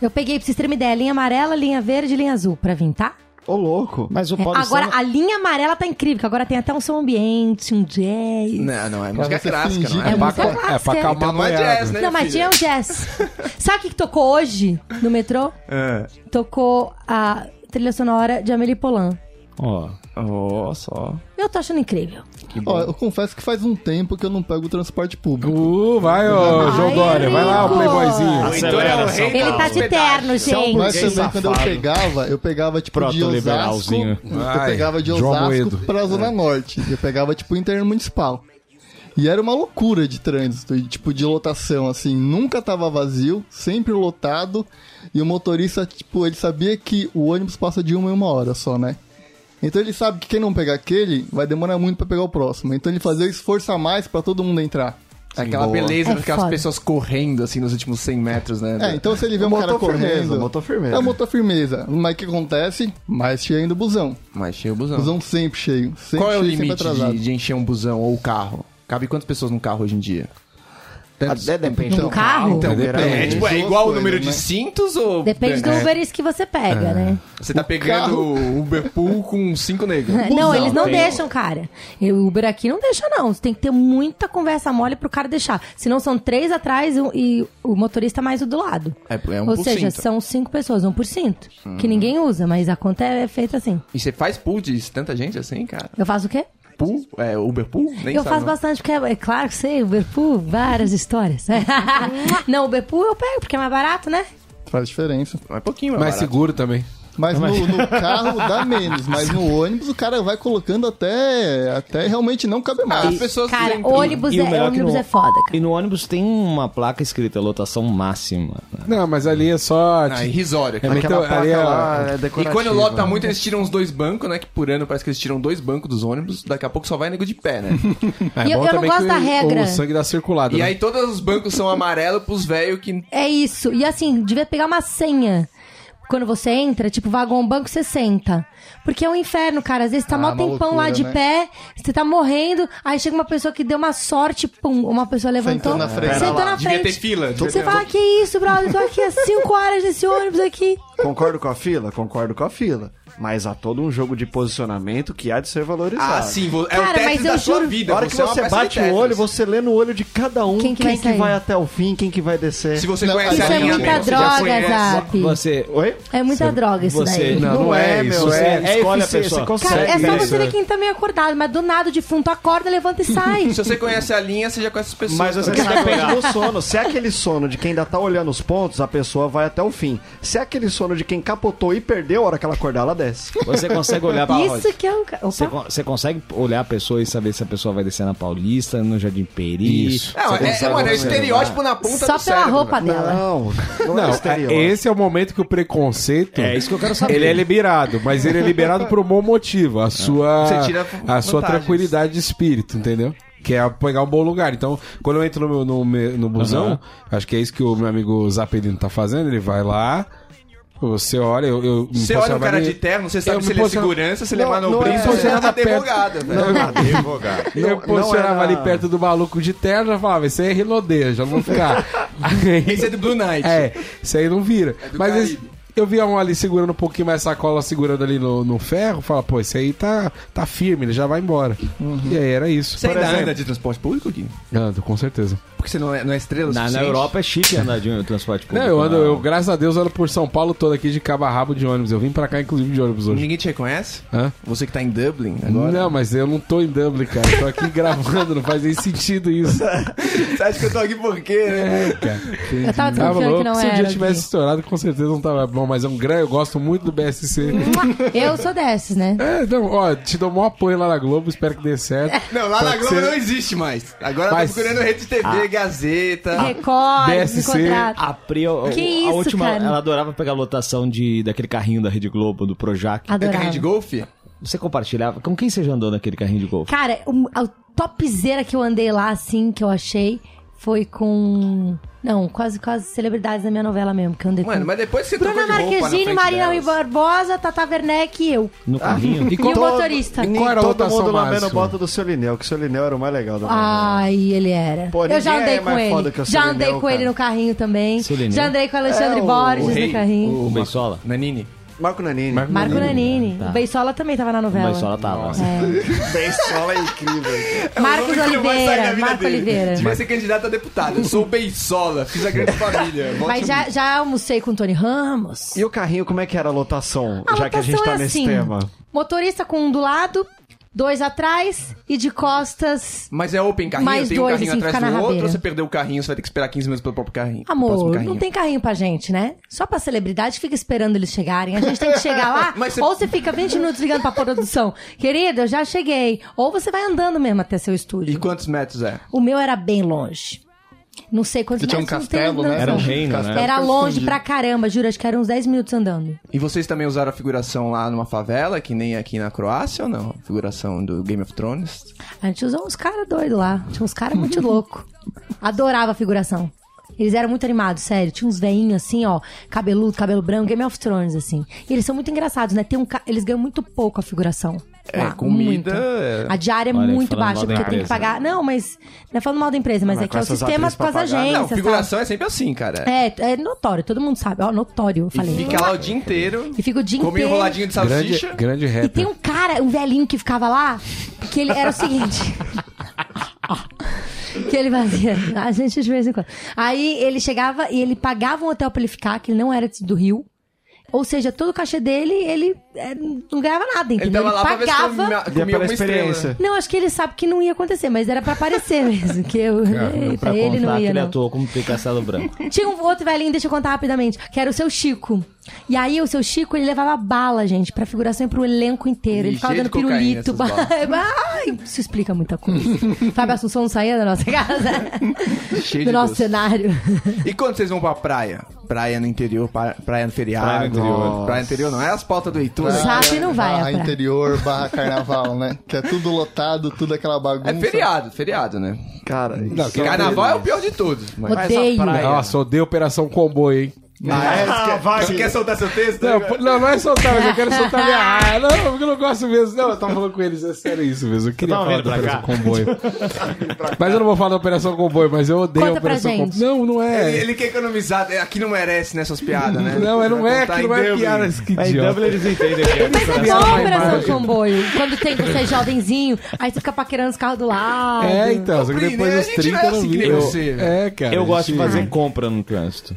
S6: Eu peguei, pra vocês terem uma ideia, linha amarela, linha verde e linha azul pra vir, tá?
S2: Ô, louco!
S5: Mas o
S6: É,
S5: Paulo
S6: agora, a linha amarela tá incrível, que agora tem até um som ambiente, um jazz.
S1: Não, não, é música
S7: você
S1: clássica,
S7: fingir
S1: não
S6: É
S1: é?
S4: É pra,
S6: música
S4: ca- é pra
S6: clássica.
S4: acalmar
S1: Então não é
S4: a boiada.
S1: jazz, né?
S6: Não, mas
S1: filha?
S6: tinha um jazz.
S1: (laughs)
S6: Sabe o que, que tocou hoje no metrô?
S1: É.
S6: Tocou a trilha sonora de Amélie Polan.
S5: Ó,
S1: Ó, só.
S6: Eu tô achando incrível.
S7: Ó, eu confesso que faz um tempo que eu não pego o transporte público.
S4: Uh, vai, ô,
S6: Ai,
S4: João Dória, vai lá, o
S6: Rico.
S4: playboyzinho.
S1: O Heitor é o rei
S6: Ele
S1: da
S6: tá de
S1: hospedagem.
S6: terno,
S7: Mas
S6: gente.
S7: também quando eu
S5: safado.
S7: pegava, eu pegava tipo de Osasco.
S5: Proto-liberalzinho.
S4: Ai,
S7: eu pegava de
S4: João
S7: Osasco
S4: Moedo. É.
S7: pra Zona Norte. Eu pegava tipo intermunicipal. E era uma loucura de trânsito, e, tipo de lotação, assim. Nunca tava vazio, sempre lotado. E o motorista, tipo, ele sabia que o ônibus passa de uma em uma hora só, né? Então ele sabe que quem não pegar aquele vai demorar muito pra pegar o próximo. Então ele fazia esforço a mais pra todo mundo entrar.
S1: Aquela beleza
S6: É
S1: de ficar as
S6: foda.
S1: pessoas correndo, assim, nos últimos 100 metros, né?
S7: É, então se ele vê um
S2: Botou
S7: cara
S2: firmeza,
S7: correndo.
S2: botou firmeza.
S7: É, botou firmeza. Mas o que acontece? Mais cheio ainda o busão.
S1: Mas cheio o busão.
S7: Busão sempre cheio. Sempre
S1: Ah. Qual é o
S7: cheio, sempre
S1: limite
S7: atrasado.
S1: de, de encher um busão ou o carro? Cabe quantas pessoas num carro hoje em dia?
S2: Até depende
S6: Do um carro?
S2: Então,
S1: É,
S2: depende.
S1: tipo, é
S7: Duas
S1: igual o
S7: coisas,
S1: número de
S7: né?
S1: cintos ou...
S6: Depende do
S1: É.
S6: Uber que você pega, né?
S1: Você tá pegando o Uber Pool com cinco negros.
S6: (laughs) É, Não, eles não
S5: tem-
S6: deixam, cara. E O Uber aqui não deixa, não. Você tem que ter muita conversa mole pro cara deixar. Senão são três atrás e um- e o motorista mais o do lado.
S1: É- é um
S6: Ou
S1: por
S6: seja,
S1: cinto.
S6: são cinco pessoas, um por cento. Que ninguém usa, mas a conta é feita assim.
S1: E você faz pool de tanta gente assim, cara?
S6: Eu faço o quê?
S1: Pool? É, Uber Pool? Nem
S6: eu
S1: sabe,
S6: faço
S1: não.
S6: bastante, porque é, é claro que sei, Uber Pool, várias histórias. (laughs) não, Uber Pool eu pego, porque é mais barato, né?
S7: Faz diferença.
S1: Mas pouquinho, é
S4: Mais
S1: barato.
S4: seguro também.
S7: Mas no, no carro dá menos, mas no ônibus o cara vai colocando até, até realmente não cabe
S1: As
S7: mais.
S1: pessoas...
S6: Cara,
S1: entram-
S6: ônibus,
S5: E o
S6: é,
S5: melhor que
S6: ônibus
S5: no-
S6: é foda, cara.
S5: E no ônibus tem uma placa escrita lotação máxima.
S4: Não, mas ali é só.
S1: Ah, irrisório.
S4: É
S1: cara.
S4: meio- Então, ali é-
S2: é
S1: E
S2: decorativa.
S1: quando lota muito, eles tiram uns dois bancos, né? Que por ano parece que eles tiram dois bancos dos ônibus. Daqui a pouco só vai nego de (laughs) pé, né?
S4: É
S6: E eu-
S4: bom
S6: eu não
S4: também
S6: gosto
S4: que
S6: da
S4: o-
S6: regra.
S4: O sangue dá circulado.
S1: e
S4: né?
S1: aí todos os bancos são amarelos pros velhos que...
S6: É isso. E assim, devia pegar uma senha. Quando você entra, tipo, vagão banco, você senta. Porque é um inferno, cara. Às vezes você tá
S7: Ah,
S6: mó
S7: uma
S6: tempão lá
S7: loucura,
S6: de
S7: né?
S6: pé, você tá morrendo, aí chega uma pessoa que deu uma sorte, pum, uma pessoa levantou.
S7: Sentou na frente.
S6: sentou
S7: Pera
S6: na
S1: Devia ter
S6: frente.
S1: fila. devia
S6: Você
S1: ter-
S6: fala, que isso, brother? Tô aqui há cinco horas nesse ônibus aqui.
S2: Concordo com a fila? Concordo com a fila. Mas há todo um jogo de posicionamento que há de ser valorizado.
S1: Ah, sim. vo- É
S6: Cara, mas
S1: o Tetris
S6: eu
S1: da sua
S6: juro-
S1: vida.
S2: Na hora que
S1: é uma
S2: você
S1: peça de
S2: bate o
S1: Tetris.
S2: olho, você lê no olho de cada um
S6: Quem
S2: quem
S6: que
S2: que,
S6: vai sair?
S2: vai até o fim, quem que vai descer.
S1: Se você
S7: Não,
S1: conhece
S7: isso
S1: a
S6: Isso é
S1: linha,
S6: muita
S1: né, você já
S6: droga,
S1: conhece.
S6: Zap.
S5: Você.
S2: Oi?
S6: É muita droga isso
S5: Você.
S6: daí.
S4: Não, não é, isso
S5: você
S4: é-
S5: escolhe a
S2: eficiente,
S5: pessoa.
S2: você consegue.
S6: Cara, é só
S5: Sério,
S6: você ver quem tá meio acordado, mas do nada o defunto acorda, levanta e sai.
S1: Se você conhece a linha, você já conhece as pessoas.
S2: Mas assim,
S1: também.
S2: isso depende do sono. Se é aquele sono de quem ainda tá olhando os pontos, a pessoa vai até o fim. Se é aquele sono de quem capotou e perdeu, a hora que ela acordar, ela desce.
S5: Você consegue olhar pra
S6: Isso que é um. ca-
S5: Você,
S6: Opa.
S5: con- você consegue olhar a pessoa e saber se a pessoa vai descer na Paulista, no Jardim Peri.
S4: Isso.
S1: Não, é, é, mano, é o estereótipo na ponta do
S6: Só pela
S1: cérebro,
S6: roupa
S1: velho.
S6: dela.
S2: (laughs) Não, não, é
S4: Não,
S2: exterior.
S4: esse é o momento que o preconceito.
S5: É isso que eu quero saber.
S4: Ele é liberado, mas ele é liberado por um bom motivo, a sua
S1: Você tira
S4: a sua
S1: vantagens.
S4: tranquilidade de espírito, entendeu? Que é pegar um bom lugar. Então, quando eu entro no, no, me- no busão,
S5: Aham.
S4: acho que é isso que o meu amigo Zapelino tá fazendo, ele vai lá, Você olha, eu. eu me
S1: Você olha um
S4: posicionava
S1: cara
S4: nem-
S1: de terno, você
S4: eu
S1: sabe
S4: me
S1: se ele é
S4: posiciona-
S1: segurança, se ele é
S2: Não, não é-
S1: manobrista, ou se ele é
S4: nada perto.
S1: advogado, velho. Tá
S3: Advogado.
S4: Eu
S2: Não- não
S4: posicionava
S2: era-
S4: ali perto do maluco de terno já falava, esse aí é rilodeia, já não vou ficar. Aí-
S1: (laughs) Esse é do Blue Knight.
S4: É, isso aí não vira.
S1: É do
S4: Mas esse-
S1: Caribe.
S4: eu via um ali segurando um pouquinho mais a sacola, segurando ali no, no ferro, fala, pô, esse aí tá, tá firme, ele já vai embora.
S1: Uhum.
S4: E aí era isso.
S1: Você ainda
S4: Por exemplo-
S1: anda de transporte público, Gui?
S4: Ando, com certeza.
S1: Porque você não é, não é estrela
S5: Na, na
S1: suficiente?
S5: Europa é chique andar de transporte
S4: Não,
S5: público. né?
S4: eu ando,
S5: na-
S4: eu, graças a Deus, ando por São Paulo todo aqui de cabo a rabo de ônibus. Eu vim pra cá, inclusive, de ônibus hoje.
S1: Ninguém te reconhece?
S4: Hã?
S1: Você que tá em Dublin agora?
S4: Não, mas eu não tô em Dublin, cara. Eu tô aqui gravando, não faz nem sentido isso.
S1: (laughs) Você acha que eu tô aqui por quê, né?
S4: É, cara.
S6: Eu tava
S4: Tava
S6: desconfiando que
S4: louco.
S6: não
S4: Se um
S6: era.
S4: dia tivesse
S6: Gui.
S4: estourado, com certeza não tava bom. Mas é um grande, eu gosto muito do
S6: (laughs)
S4: BSC.
S6: Uhum. Eu sou desses, né?
S4: É, não, ó, te dou maior apoio lá na Globo, espero que dê certo.
S6: É.
S1: Não, lá na
S4: Pode
S1: Globo
S4: ser.
S1: não existe mais. Agora
S4: Mas-
S1: tá procurando Rede TV, Gazeta. É
S6: Record,
S4: BSC.
S6: me contrata.
S5: A Pri, o-
S6: Que
S5: a
S6: isso,
S5: última,
S6: cara?
S5: ela adorava pegar a lotação de, daquele carrinho da Rede Globo, do Projac.
S1: É
S6: Adorava.
S1: carrinho de golfe?
S5: Você compartilhava? Com quem você já andou naquele carrinho de golfe?
S6: Cara, o, a topzera que eu andei lá, assim, que eu achei, foi com... Não, quase, quase celebridades da minha novela mesmo, que eu andei
S1: Mano,
S6: com...
S1: mas depois que você
S6: Bruna
S1: trocou de roupa na
S6: Marquezine,
S1: frente
S6: Marina Rui
S1: delas.
S6: Barbosa, Tata Werneck e eu.
S5: No carrinho?
S4: E
S6: E o motorista.
S4: E qual
S2: Nem
S4: era a
S2: todo
S4: rotação
S2: mundo lambendo
S4: máxima?
S2: bota do seu Linel, que o seu Linel era o mais legal da novela.
S6: Ai, ele era.
S2: Pô,
S6: eu já
S2: ninguém
S6: andei
S2: é
S6: com
S2: mais
S6: ele.
S2: foda que o
S6: já andei
S2: Selineu,
S6: com ele
S2: cara.
S6: no carrinho também.
S5: Selineu.
S6: Já andei com o Alexandre
S2: É, o-
S1: O
S6: Borges
S1: rei,
S6: no carrinho.
S5: O
S1: o
S5: Beisola?
S1: Nanini.
S2: Marco Nanini. (laughs) Marco
S6: Marco Nanini.
S5: Tá.
S6: O Beisola também tava na
S5: O
S6: novela.
S5: Beisola tava.
S6: É.
S2: Bensola é incrível.
S6: Marcos Oliveira. Marco Oliveira.
S1: Devia ser candidato a deputado. Eu sou Beisola, fiz a grande família. um Vote em
S6: Mas já,
S1: mim.
S6: já almocei com o Tony Ramos.
S2: E o carrinho, como é que era a lotação?
S6: A
S2: já que a gente
S6: lotação
S2: tá
S6: é
S2: nesse
S6: assim,
S2: tema.
S6: Motorista com um do lado, dois atrás e de costas.
S1: Mas é open carrinho?
S6: Mais
S1: tem um
S6: dois,
S1: carrinho
S6: assim,
S1: atrás
S6: fica na
S1: do outro
S6: rabeira.
S1: ou você perdeu o carrinho, você vai ter que esperar 15 minutos pelo próprio carrinho? pro próximo
S6: Amor,
S1: um carrinho?
S6: não tem carrinho pra gente, né? Só pra celebridade fica esperando eles chegarem. A gente tem que chegar lá,
S1: Mas você-
S6: ou você fica 20 minutos ligando pra produção. Querido, eu já cheguei. Ou você vai andando mesmo até seu
S1: E
S6: estúdio.
S1: quantos metros é?
S6: O meu era bem longe. Não sei quantos
S7: Você tinha um
S6: metros, não
S7: castelo,
S6: tenho
S7: né?
S5: Era um
S6: noção.
S5: reino, né?
S6: Era
S7: Castelo
S6: longe
S7: escondido.
S6: pra caramba, juro, acho que eram uns 10 minutos andando.
S1: E vocês também usaram a figuração lá numa favela, que nem aqui na Croácia ou não? A figuração do Game of Thrones?
S6: A gente usou uns caras doidos lá. Tinha uns caras
S7: (laughs)
S6: muito loucos. Adorava a figuração. Eles eram muito animados, sério. Tinha uns veinhos assim, ó, cabeludo, cabelo branco, Game of Thrones, assim. E eles são muito engraçados, né? Tem um ca- Eles ganham muito pouco a figuração.
S1: É,
S6: lá,
S1: comida,
S6: muito.
S1: é.
S6: A diária é
S5: Olha,
S6: muito
S5: falando mal
S6: baixa,
S5: da
S6: porque tem que
S5: empresa.
S6: pagar. Não, mas. Não é falando mal da empresa, mas
S2: mas
S6: é que
S2: com
S6: é o
S2: essas
S6: sistema
S2: atrizes
S6: com as
S2: pra pagar, não,
S6: agências.
S1: não,
S6: sabe?
S1: figuração é sempre assim, cara.
S6: É, é notório, todo mundo sabe. Ó, notório, eu
S1: E
S6: falei.
S1: fica lá o dia inteiro.
S6: E fica o dia
S1: Come um
S6: inteiro.
S1: enroladinho de salsicha.
S4: Grande, grande
S6: E tem
S4: rapper.
S6: um cara, um velhinho que ficava lá, que ele era o
S1: (laughs)
S6: seguinte. que ele fazia. A gente de vez em quando. Aí ele chegava e ele pagava um hotel pra ele ficar, que ele não era do Rio. Ou seja, todo o cachê dele, ele eh, não ganhava nada,
S1: Ele
S6: entendeu?
S1: tava lá pra ver se
S6: pagava.
S1: comia,
S2: Ia
S1: comia
S2: pela
S1: uma
S2: experiência.
S1: estrela.
S6: Não, acho que ele sabe que não ia acontecer, mas era pra aparecer mesmo. Que eu, pra ele não ia,
S5: ele
S6: não.
S5: atuou como Pica Castelo Branco.
S6: Tinha um outro velhinho, deixa eu contar rapidamente, que era o seu Chico. E aí o seu Chico, ele levava bala, gente, pra figuração e pro elenco inteiro.
S1: Ih,
S6: Ele ficava
S1: cheio
S6: dando
S1: de cocaína
S6: pirulito.
S1: essas balas.
S6: (laughs) Ai, isso explica muita coisa. Fábio Assunção não saía da nossa casa,
S1: Cheio
S6: do
S1: de
S6: nosso
S1: doce.
S6: cenário.
S1: E quando vocês vão pra praia? Praia no interior, pra- praia no feriado.
S5: Praia no interior.
S1: Nossa. Praia no interior não, é as pautas do Heitor.
S6: O Zap não vai,
S7: barra
S6: à praia.
S7: interior, barra carnaval, né? Que é tudo lotado, tudo aquela bagunça.
S1: É feriado, feriado, né?
S2: Cara, um
S4: Não, que-
S1: Carnaval é o pior de todos. Mas...
S6: Odeio.
S4: Nossa, odeio Operação Comboio, hein?
S1: Ah, vai, você quer soltar seu texto?
S4: Não, pô- não, não é soltar, mas eu quero
S6: (laughs)
S4: soltar minha. Ah, não, porque eu não gosto mesmo. Não, eu tava falando com eles, é sério isso mesmo. Eu queria
S5: tava
S4: falar
S5: vindo
S4: da
S5: pra
S4: Operação Comboio.
S5: (laughs)
S4: mas eu não vou falar da Operação Comboio, mas eu odeio
S6: Conta
S4: a
S6: pra
S4: Operação
S6: gente.
S4: Comboio. Não, não
S1: Ele,
S4: é.
S1: ele quer economizar. é, Aqui não merece, né, suas piadas, né?
S4: Não, é- não é,
S1: Vai contar
S4: aqui não
S1: em
S4: é
S1: Dublin.
S4: piada. Que
S5: Mas em
S4: idiota.
S5: Dublin eles entendem que é
S6: Mas é
S4: Essa
S6: bom
S4: má
S6: a Operação
S4: imagem.
S6: Comboio. Quando tem você é jovenzinho, aí você fica paquerando os carros do lado.
S4: É, então, só que
S1: Pri,
S4: depois
S1: né,
S4: dos
S1: a gente não é
S4: 30 eu não
S1: assim que
S4: vi.
S1: nem
S4: Eu-
S1: você.
S4: É, cara.
S5: Eu gosto de
S4: gente-
S5: fazer compra no trânsito.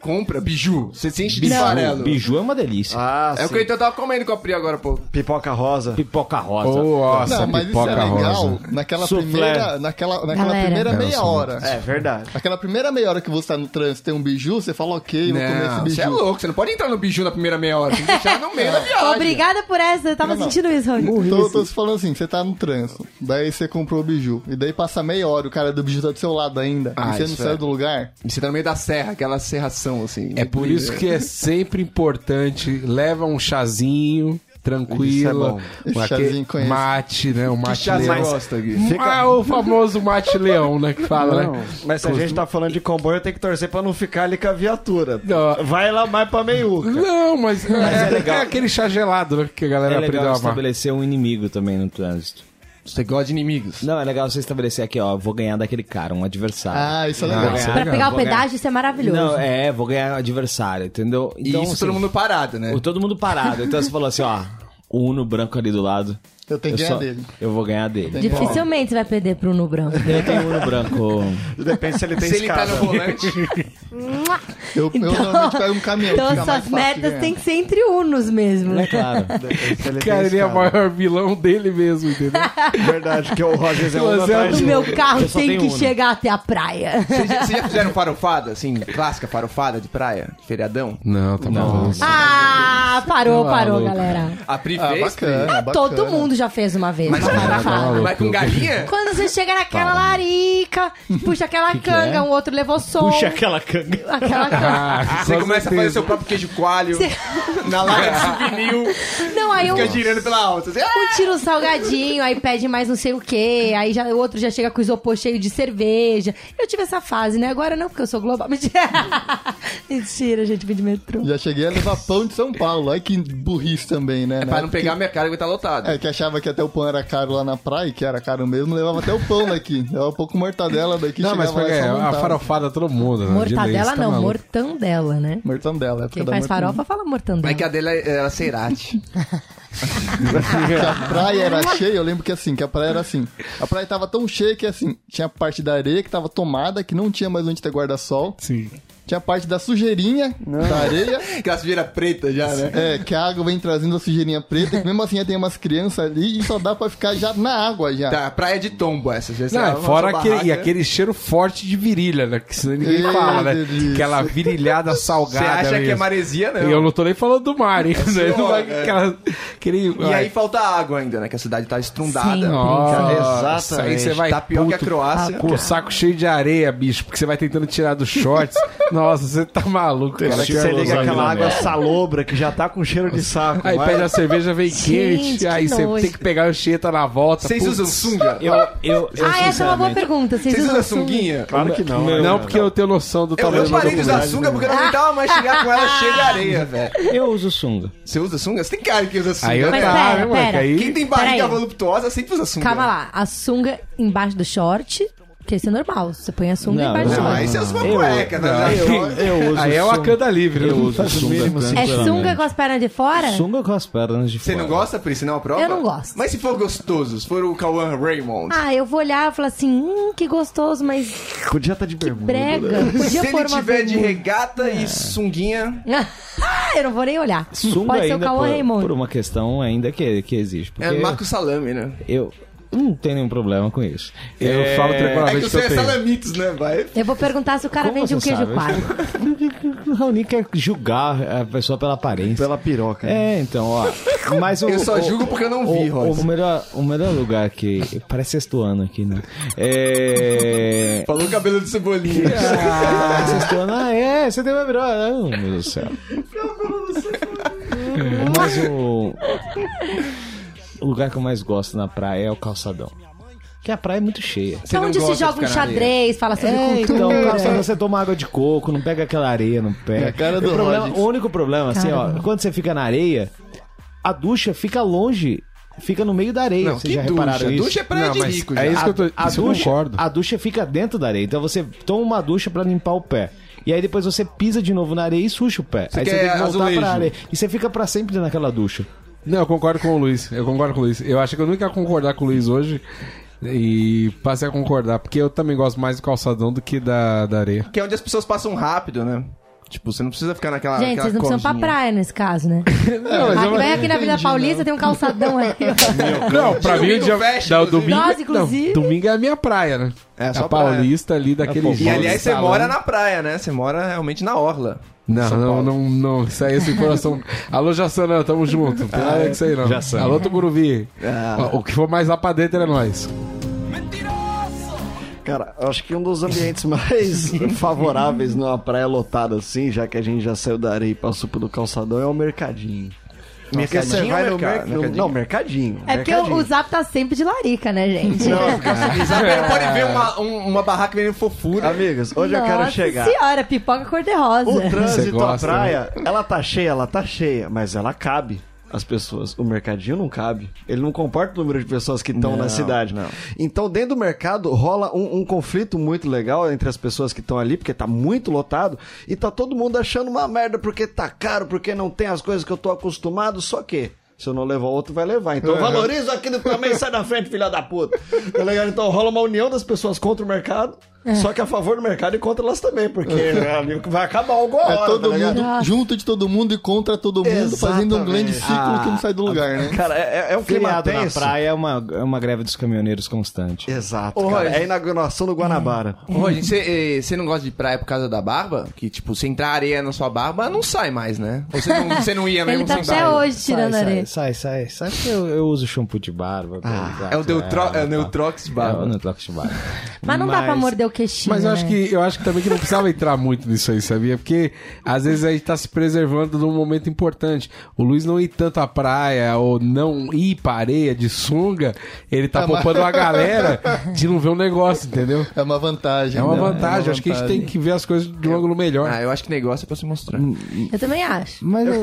S1: Compra, biju. Você se enche de
S5: Biju,
S1: farelo.
S5: Biju é uma delícia.
S2: ah,
S1: É o
S2: sim.
S1: que eu então tava comendo com a Pri agora, pô.
S2: pipoca rosa.
S5: Pipoca rosa.
S4: Oh, nossa,
S7: Não, mas isso
S4: pipoca
S7: é legal
S4: rosa.
S7: naquela
S5: Soufflé.
S7: primeira, naquela, naquela
S6: Galera.
S7: primeira
S4: Era
S7: meia
S4: só-
S7: hora.
S2: É verdade.
S7: Aquela primeira meia hora que você tá no trânsito tem um biju, você fala, ok, vou comer esse
S1: Não, você
S7: biju.
S1: é louco. Você não pode entrar no biju na primeira meia hora. Tem que deixar no meio da viagem.
S6: Obrigada por essa, eu tava
S7: Não, não.
S6: sentindo isso, Raul.
S7: Então eu tô te falando assim, você tá no trânsito, daí você comprou o biju, e daí passa meia hora, o cara do biju tá do seu lado ainda,
S1: Ah,
S7: e você não
S1: isso
S7: saiu
S1: é.
S7: do lugar.
S1: E você tá no meio da serra, aquela serração, assim.
S4: É por isso que é sempre importante, leva um chazinho, tranquila.
S7: é bom.
S4: com
S7: Chazinho
S4: aquele
S7: conheço.
S4: mate, né? O mate
S1: chazinho
S4: leão.
S1: você
S4: Gosta,
S1: gosta, Gui?
S4: Ah, o famoso mate leão, né? Que fala, né?
S2: Mas se a gente tá falando de comboio, eu tenho que torcer pra não ficar ali com a viatura.
S4: Não.
S2: Vai lá mais pra meiuca.
S4: Não, mas, é, é aquele chá gelado, né? Que a galera
S5: É
S4: aprendeu
S5: legal
S4: a amar.
S5: estabelecer um inimigo também no trânsito.
S1: Você gosta de inimigos.
S5: Não, é legal você estabelecer aqui, ó, vou ganhar daquele cara, um adversário.
S7: Ah, isso é
S4: Ah,
S7: legal.
S4: isso é
S6: Pra
S4: legal.
S6: pegar o
S5: vou ganhar.
S6: pedágio, isso é maravilhoso.
S5: Não, é, vou ganhar adversário, entendeu?
S1: E isso
S5: assim,
S1: todo mundo parado, né?
S5: o- todo mundo parado. Então você falou assim, ó, o Uno branco ali do lado.
S7: Eu tenho que ganhar
S5: só-
S7: dele.
S5: Eu vou ganhar dele.
S6: Dificilmente você vai perder pro Uno Branco.
S5: Eu tenho Uno branco.
S2: (laughs) Depende se ele tem
S1: Se ele tá
S2: escada.
S1: no volante,
S7: Eu, eu normalmente pego um caminhão.
S6: Então
S7: fica mais
S6: suas
S7: fácil de
S6: metas
S7: ganhar.
S6: têm que ser entre Unos mesmo.
S5: É claro.
S2: Depende se ele tem
S4: Cara, ele é o
S2: escada.
S4: maior vilão dele mesmo, entendeu?
S2: Verdade, que o Rogers é
S4: Mas
S2: um
S4: é
S2: atrás
S4: do
S6: O
S2: do
S6: meu
S2: outro.
S6: carro
S5: só
S6: tem
S5: tenho
S6: que
S5: Uno.
S6: chegar até a praia. (laughs)
S1: vocês já, vocês já fizeram farofada, assim, clássica farofada de praia, de feriadão?
S4: Não, tá bom.
S6: Ah, parou,
S5: Tá
S6: parou, galera.
S1: A Pri
S7: Ah,
S1: fez, Pri.
S7: bacana, bacana.
S6: Todo mundo já fez uma vez.
S1: Mas,
S6: uma
S5: tá
S6: farofada.
S4: maluco.
S1: mas com galinha?
S6: Quando você chega naquela larica, puxa aquela canga, um outro levou som.
S5: é? Puxa aquela canga.
S6: aquela canga.
S1: Você começa a fazer seu próprio queijo coalho na laga de souvenir,
S6: Não, aí
S1: fica
S6: um,
S1: girando pela alta. assim, ah!
S6: um tira um salgadinho, aí pede mais não sei o quê, aí já, o outro já chega com o isopor cheio de cerveja. Eu tive essa fase, né? Agora não, porque eu sou global. (laughs) Mentira, Mentira gente, vim de metrô.
S7: Já cheguei a levar pão de São Paulo. Olha que burrice também, né?
S1: É pra não pegar a minha cara que tá lotado.
S7: É, que achava que até o pão era caro lá na praia, que era caro mesmo, levava até o pão daqui. Levava um pouco mortadela daqui,
S4: Não, mas
S7: chegava lá
S4: pega
S7: e só
S4: a
S7: montava.
S4: farofada todo mundo. né? De leite,
S6: Mortadela
S4: tá
S6: não,
S4: maluco.
S6: mortandela, né?
S7: Mortandela, é época
S6: Quem
S7: da
S6: faz
S7: mortandela.
S6: farofa fala
S1: Mas
S6: mortandela.
S1: É que a dele era
S4: (laughs)
S1: cerate.
S7: Que a
S5: (laughs)
S7: praia era cheia, eu lembro que assim, que a praia era assim. A praia tava tão cheia que assim, tinha a parte da areia que tava tomada, que não tinha mais onde ter guarda-sol.
S4: Sim.
S7: Tinha a parte da sujeirinha da areia.
S1: Aquela sujeira preta já, né?
S7: É, que a água vem trazendo a sujeirinha preta, que mesmo assim tem umas crianças ali e só dá pra ficar já na água já.
S1: Tá, praia de tombo essa. Já
S4: É. Não,
S1: sabe,
S4: é
S1: uma
S4: fora
S1: só
S4: aquele, e
S1: barraca. né?
S4: aquele cheiro forte de virilha, né? Que senão ninguém fala, né?
S7: Ei, delícia.
S4: Aquela virilhada
S1: Você
S4: salgada.
S1: acha que é
S4: né, mesmo.
S1: maresia, não.
S4: E eu não tô nem falando do mar, hein?
S1: (laughs)
S4: Né?
S1: senhora,
S4: Mas
S1: é.
S4: aquela- aquele-
S1: E
S4: ai,
S1: aí falta água ainda, né? Que a cidade tá estrundada.
S6: Sim.
S4: nossa,
S2: Exatamente.
S4: Aí você vai
S1: Tá pior que a
S4: puto, Ah,
S1: Croácia.
S4: Com o saco cheio de areia, bicho, porque você vai tentando tirar
S1: (laughs)
S4: dos shorts. Nossa, você tá maluco, cara.
S2: Cara, que você liga aquela água salobra que já tá com cheiro de saco.
S4: Aí
S2: vai.
S4: pede a cerveja, vem quente,
S6: que
S4: aí você
S6: nojo.
S4: tem que pegar a anchieta na volta.
S1: Vocês
S4: putz.
S1: usam sunga?
S5: Eu, eu, eu
S6: Ah, essa é uma boa
S5: sinceramente,
S6: pergunta. Vocês,
S1: Vocês usam
S6: usam
S1: sunguinha?
S2: Claro que não. né?
S4: Não, porque eu tenho noção do
S1: Eu,
S4: tamanho
S1: eu parei de usar
S4: né?
S1: sunga porque eu não aguentava mais chegar com ela cheia de
S4: (laughs)
S1: areia, velho.
S5: Eu uso sunga.
S1: Você usa sunga? Você tem cara que usa sunga,
S4: Aí eu
S1: né?
S6: Mas
S4: tava,
S6: pera,
S4: moleque,
S6: pera.
S4: aí-
S1: Quem tem barriga um
S6: Peraí.
S1: voluptuosa sempre usa sunga. né?
S6: Calma lá, a sunga embaixo do short, que isso é normal. Você põe a sunga
S5: Não,
S6: embaixo do
S5: não,
S1: Não,
S6: short.
S1: aí você usa uma
S5: Eu-
S1: cueca, né?
S5: Eu, eu uso
S4: Aí é uma
S5: sunga.
S4: canda livre, né?
S5: Eu uso
S2: o mínimo
S5: sunga.
S6: É sunga com
S5: sinceramente.
S6: as pernas de fora?
S5: Sunga com as pernas de
S1: Você não
S5: fora.
S1: gosta, Pri? Você não aprova?
S6: Eu não gosto.
S1: Mas se for gostoso, se for o Cauã Raymond,
S6: Ah, eu vou olhar e falar assim, hum, que gostoso, mas
S2: Podia estar de bermuda.
S6: brega.
S1: se
S6: Podia
S1: ele
S6: pôr uma
S1: tiver de
S6: bermuda.
S1: regata
S4: É.
S1: e sunguinha,
S6: (laughs) eu não vou nem olhar.
S5: Sunga
S6: Pode ser o
S5: ainda
S6: Cauã
S5: por,
S6: Raymond.
S5: por um- uma questão ainda que, que existe. Porque
S1: é Marco Salame, né?
S5: eu não tenho nenhum problema com isso.
S4: Eu
S5: É,
S4: falo
S1: É que
S4: tranquilamente
S1: o
S4: que
S1: seu é
S4: eu tenho.
S1: salamitos, né? Vai.
S6: Eu vou perguntar se o cara
S5: Como
S6: vende um
S5: você
S6: queijo
S5: sabe?
S6: coalho.
S5: O (laughs) Raoni quer julgar a pessoa pela aparência.
S2: Pela piroca.
S5: É, então, ó. Mas o,
S1: Eu só
S5: o-
S1: julgo porque eu não vi,
S5: o,
S1: Royce.
S5: o, melhor, o melhor lugar que. Parece sexto ano aqui, né? É.
S1: Falou o cabelo de cebolinha.
S5: Ah, sexto ano, ah, é, você tem uma piroca. Ah, meu Deus do céu. Mas o. O lugar que eu mais gosto na praia é o calçadão. Porque a praia é muito cheia.
S1: Você não
S6: onde se
S1: gosta de
S6: joga um
S1: ficar na
S6: xadrez, fala sobre
S5: É,
S6: cultura.
S5: então, calçadão, você toma água de coco, não pega aquela areia no pé.
S7: É a cara do
S5: o, problema-
S7: Rhodes.
S5: o único problema, assim, ó, quando você fica na areia, a ducha fica longe, fica no meio da areia.
S4: Não,
S5: Vocês
S4: que
S5: já repararam isso?
S1: Ducha é praia
S4: Não,
S1: de
S4: mas
S1: rico,
S4: é
S1: já.
S4: isso que eu tô-
S5: a,
S4: isso eu
S5: ducha,
S4: concordo.
S5: a ducha fica dentro da areia, então você toma uma ducha pra limpar o pé. E aí depois você pisa de novo na areia e suja o pé. aí
S1: quer
S5: você tem que voltar
S1: azulejo.
S5: pra areia. E você fica pra sempre naquela ducha.
S4: Não, eu concordo com o Luiz. Eu concordo com o Luiz. Eu acho que eu nunca ia concordar com o Luiz hoje. E passei a concordar, porque eu também gosto mais do calçadão do que da, da areia.
S1: Que é onde as pessoas passam rápido, né? Tipo, você não precisa ficar naquela.
S6: Gente,
S1: naquela
S6: vocês não precisam pra
S1: corzinha.
S6: praia nesse caso, né?
S7: Não,
S6: aqui, vem aqui na Vila
S7: entendi,
S6: Paulista,
S7: não.
S6: tem um calçadão aí.
S3: (laughs) É
S6: ó.
S4: Não, pra mim
S1: Domingo
S4: o dia.
S1: fecha,
S4: não,
S1: inclusive.
S4: domingo,
S6: Nós, inclusive.
S4: não, domingo é a minha praia, né?
S1: É, só
S4: a
S1: praia.
S4: paulista ali daquele
S1: E aliás, você
S4: salão.
S1: mora na praia, né? Você mora realmente
S6: (laughs)
S1: na orla.
S4: Não, não, não, não. Isso aí é essa informação. Alô, Jassanã, tamo junto. Não tem nada com isso aí, não.
S5: Jaçanã.
S4: Alô, Tucuruvi.
S1: Ah.
S4: O que for mais lá pra dentro é nós.
S2: Cara, eu acho que um dos ambientes (laughs) mais favoráveis numa praia lotada assim, já que a gente já saiu da areia e passou pelo calçadão, é o mercadinho. Porque você
S1: Mercadinho
S2: vai
S1: ou
S2: no
S1: mercado?
S2: mercado.
S1: Mercadinho.
S2: Não, mercadinho.
S3: É porque o,
S2: mercadinho.
S3: o Zap tá sempre de larica, né, gente?
S1: E Isabela
S4: É.
S1: pode ver uma, um- uma barraca vendendo fofura.
S2: Amigos, hoje eu quero
S3: Nossa
S2: chegar.
S3: senhora, pipoca cor-de-rosa.
S2: O trânsito,
S4: gosta,
S2: a praia, ela tá cheia, ela tá cheia, mas ela cabe. As pessoas. O mercadinho não cabe. Ele não comporta o número de pessoas que estão na cidade. Então, dentro do mercado, rola um, um conflito muito legal entre as pessoas que estão ali, porque tá muito lotado, e tá todo mundo achando uma merda porque tá caro, porque não tem as coisas que eu tô acostumado, só que. Se eu não levar, o outro vai levar. Então eu valorizo aquilo que também sai da frente, filha da puta. Tá legal? Então rola uma união das pessoas contra o mercado, só que a favor do mercado e contra elas também,
S7: (laughs)
S2: porque ali vai acabar alguma hora.
S7: É todo
S2: tá ligado?
S7: mundo, junto de todo mundo e contra todo mundo, fazendo um grande
S2: Exatamente.
S7: ciclo que não sai do lugar, né?
S2: Cara, é, é um clima
S5: Feriado na
S2: tenso.
S5: praia é uma, é uma greve dos caminhoneiros constante.
S2: Exato,
S1: Ô,
S2: cara.
S1: Roger.
S2: É a inauguração do Guanabara.
S1: Roger, você eh, você não gosta de praia por causa da barba? Que, tipo, se entrar areia na sua barba, não sai mais, né? Ou Você não, você não ia
S3: Ele
S1: mesmo
S3: tá
S1: sem
S3: até
S1: barba?
S3: hoje tirando areia.
S5: sai, sai, sai, sai, que eu, eu uso shampoo de barba.
S1: É o, Deutro, é, o Neutrox
S5: barba.
S1: barba.
S5: É o Neutrox de barba.
S3: Mas não dá pra morder o queixinho,
S4: Mas eu acho,
S3: né?
S4: que, eu acho que também que não precisava entrar muito nisso aí, sabia? Porque às vezes a gente tá se preservando num momento importante. O Luiz não ir tanto à praia ou não ir pra areia de sunga, ele tá poupando uma (laughs) galera de não ver um negócio, entendeu?
S7: É uma vantagem.
S4: É uma
S7: né?
S4: vantagem. Acho que a gente tem que ver as coisas de um ângulo melhor.
S1: Ah, eu acho que negócio é pra se mostrar.
S3: Eu também acho.
S5: Mas eu,
S2: Eu,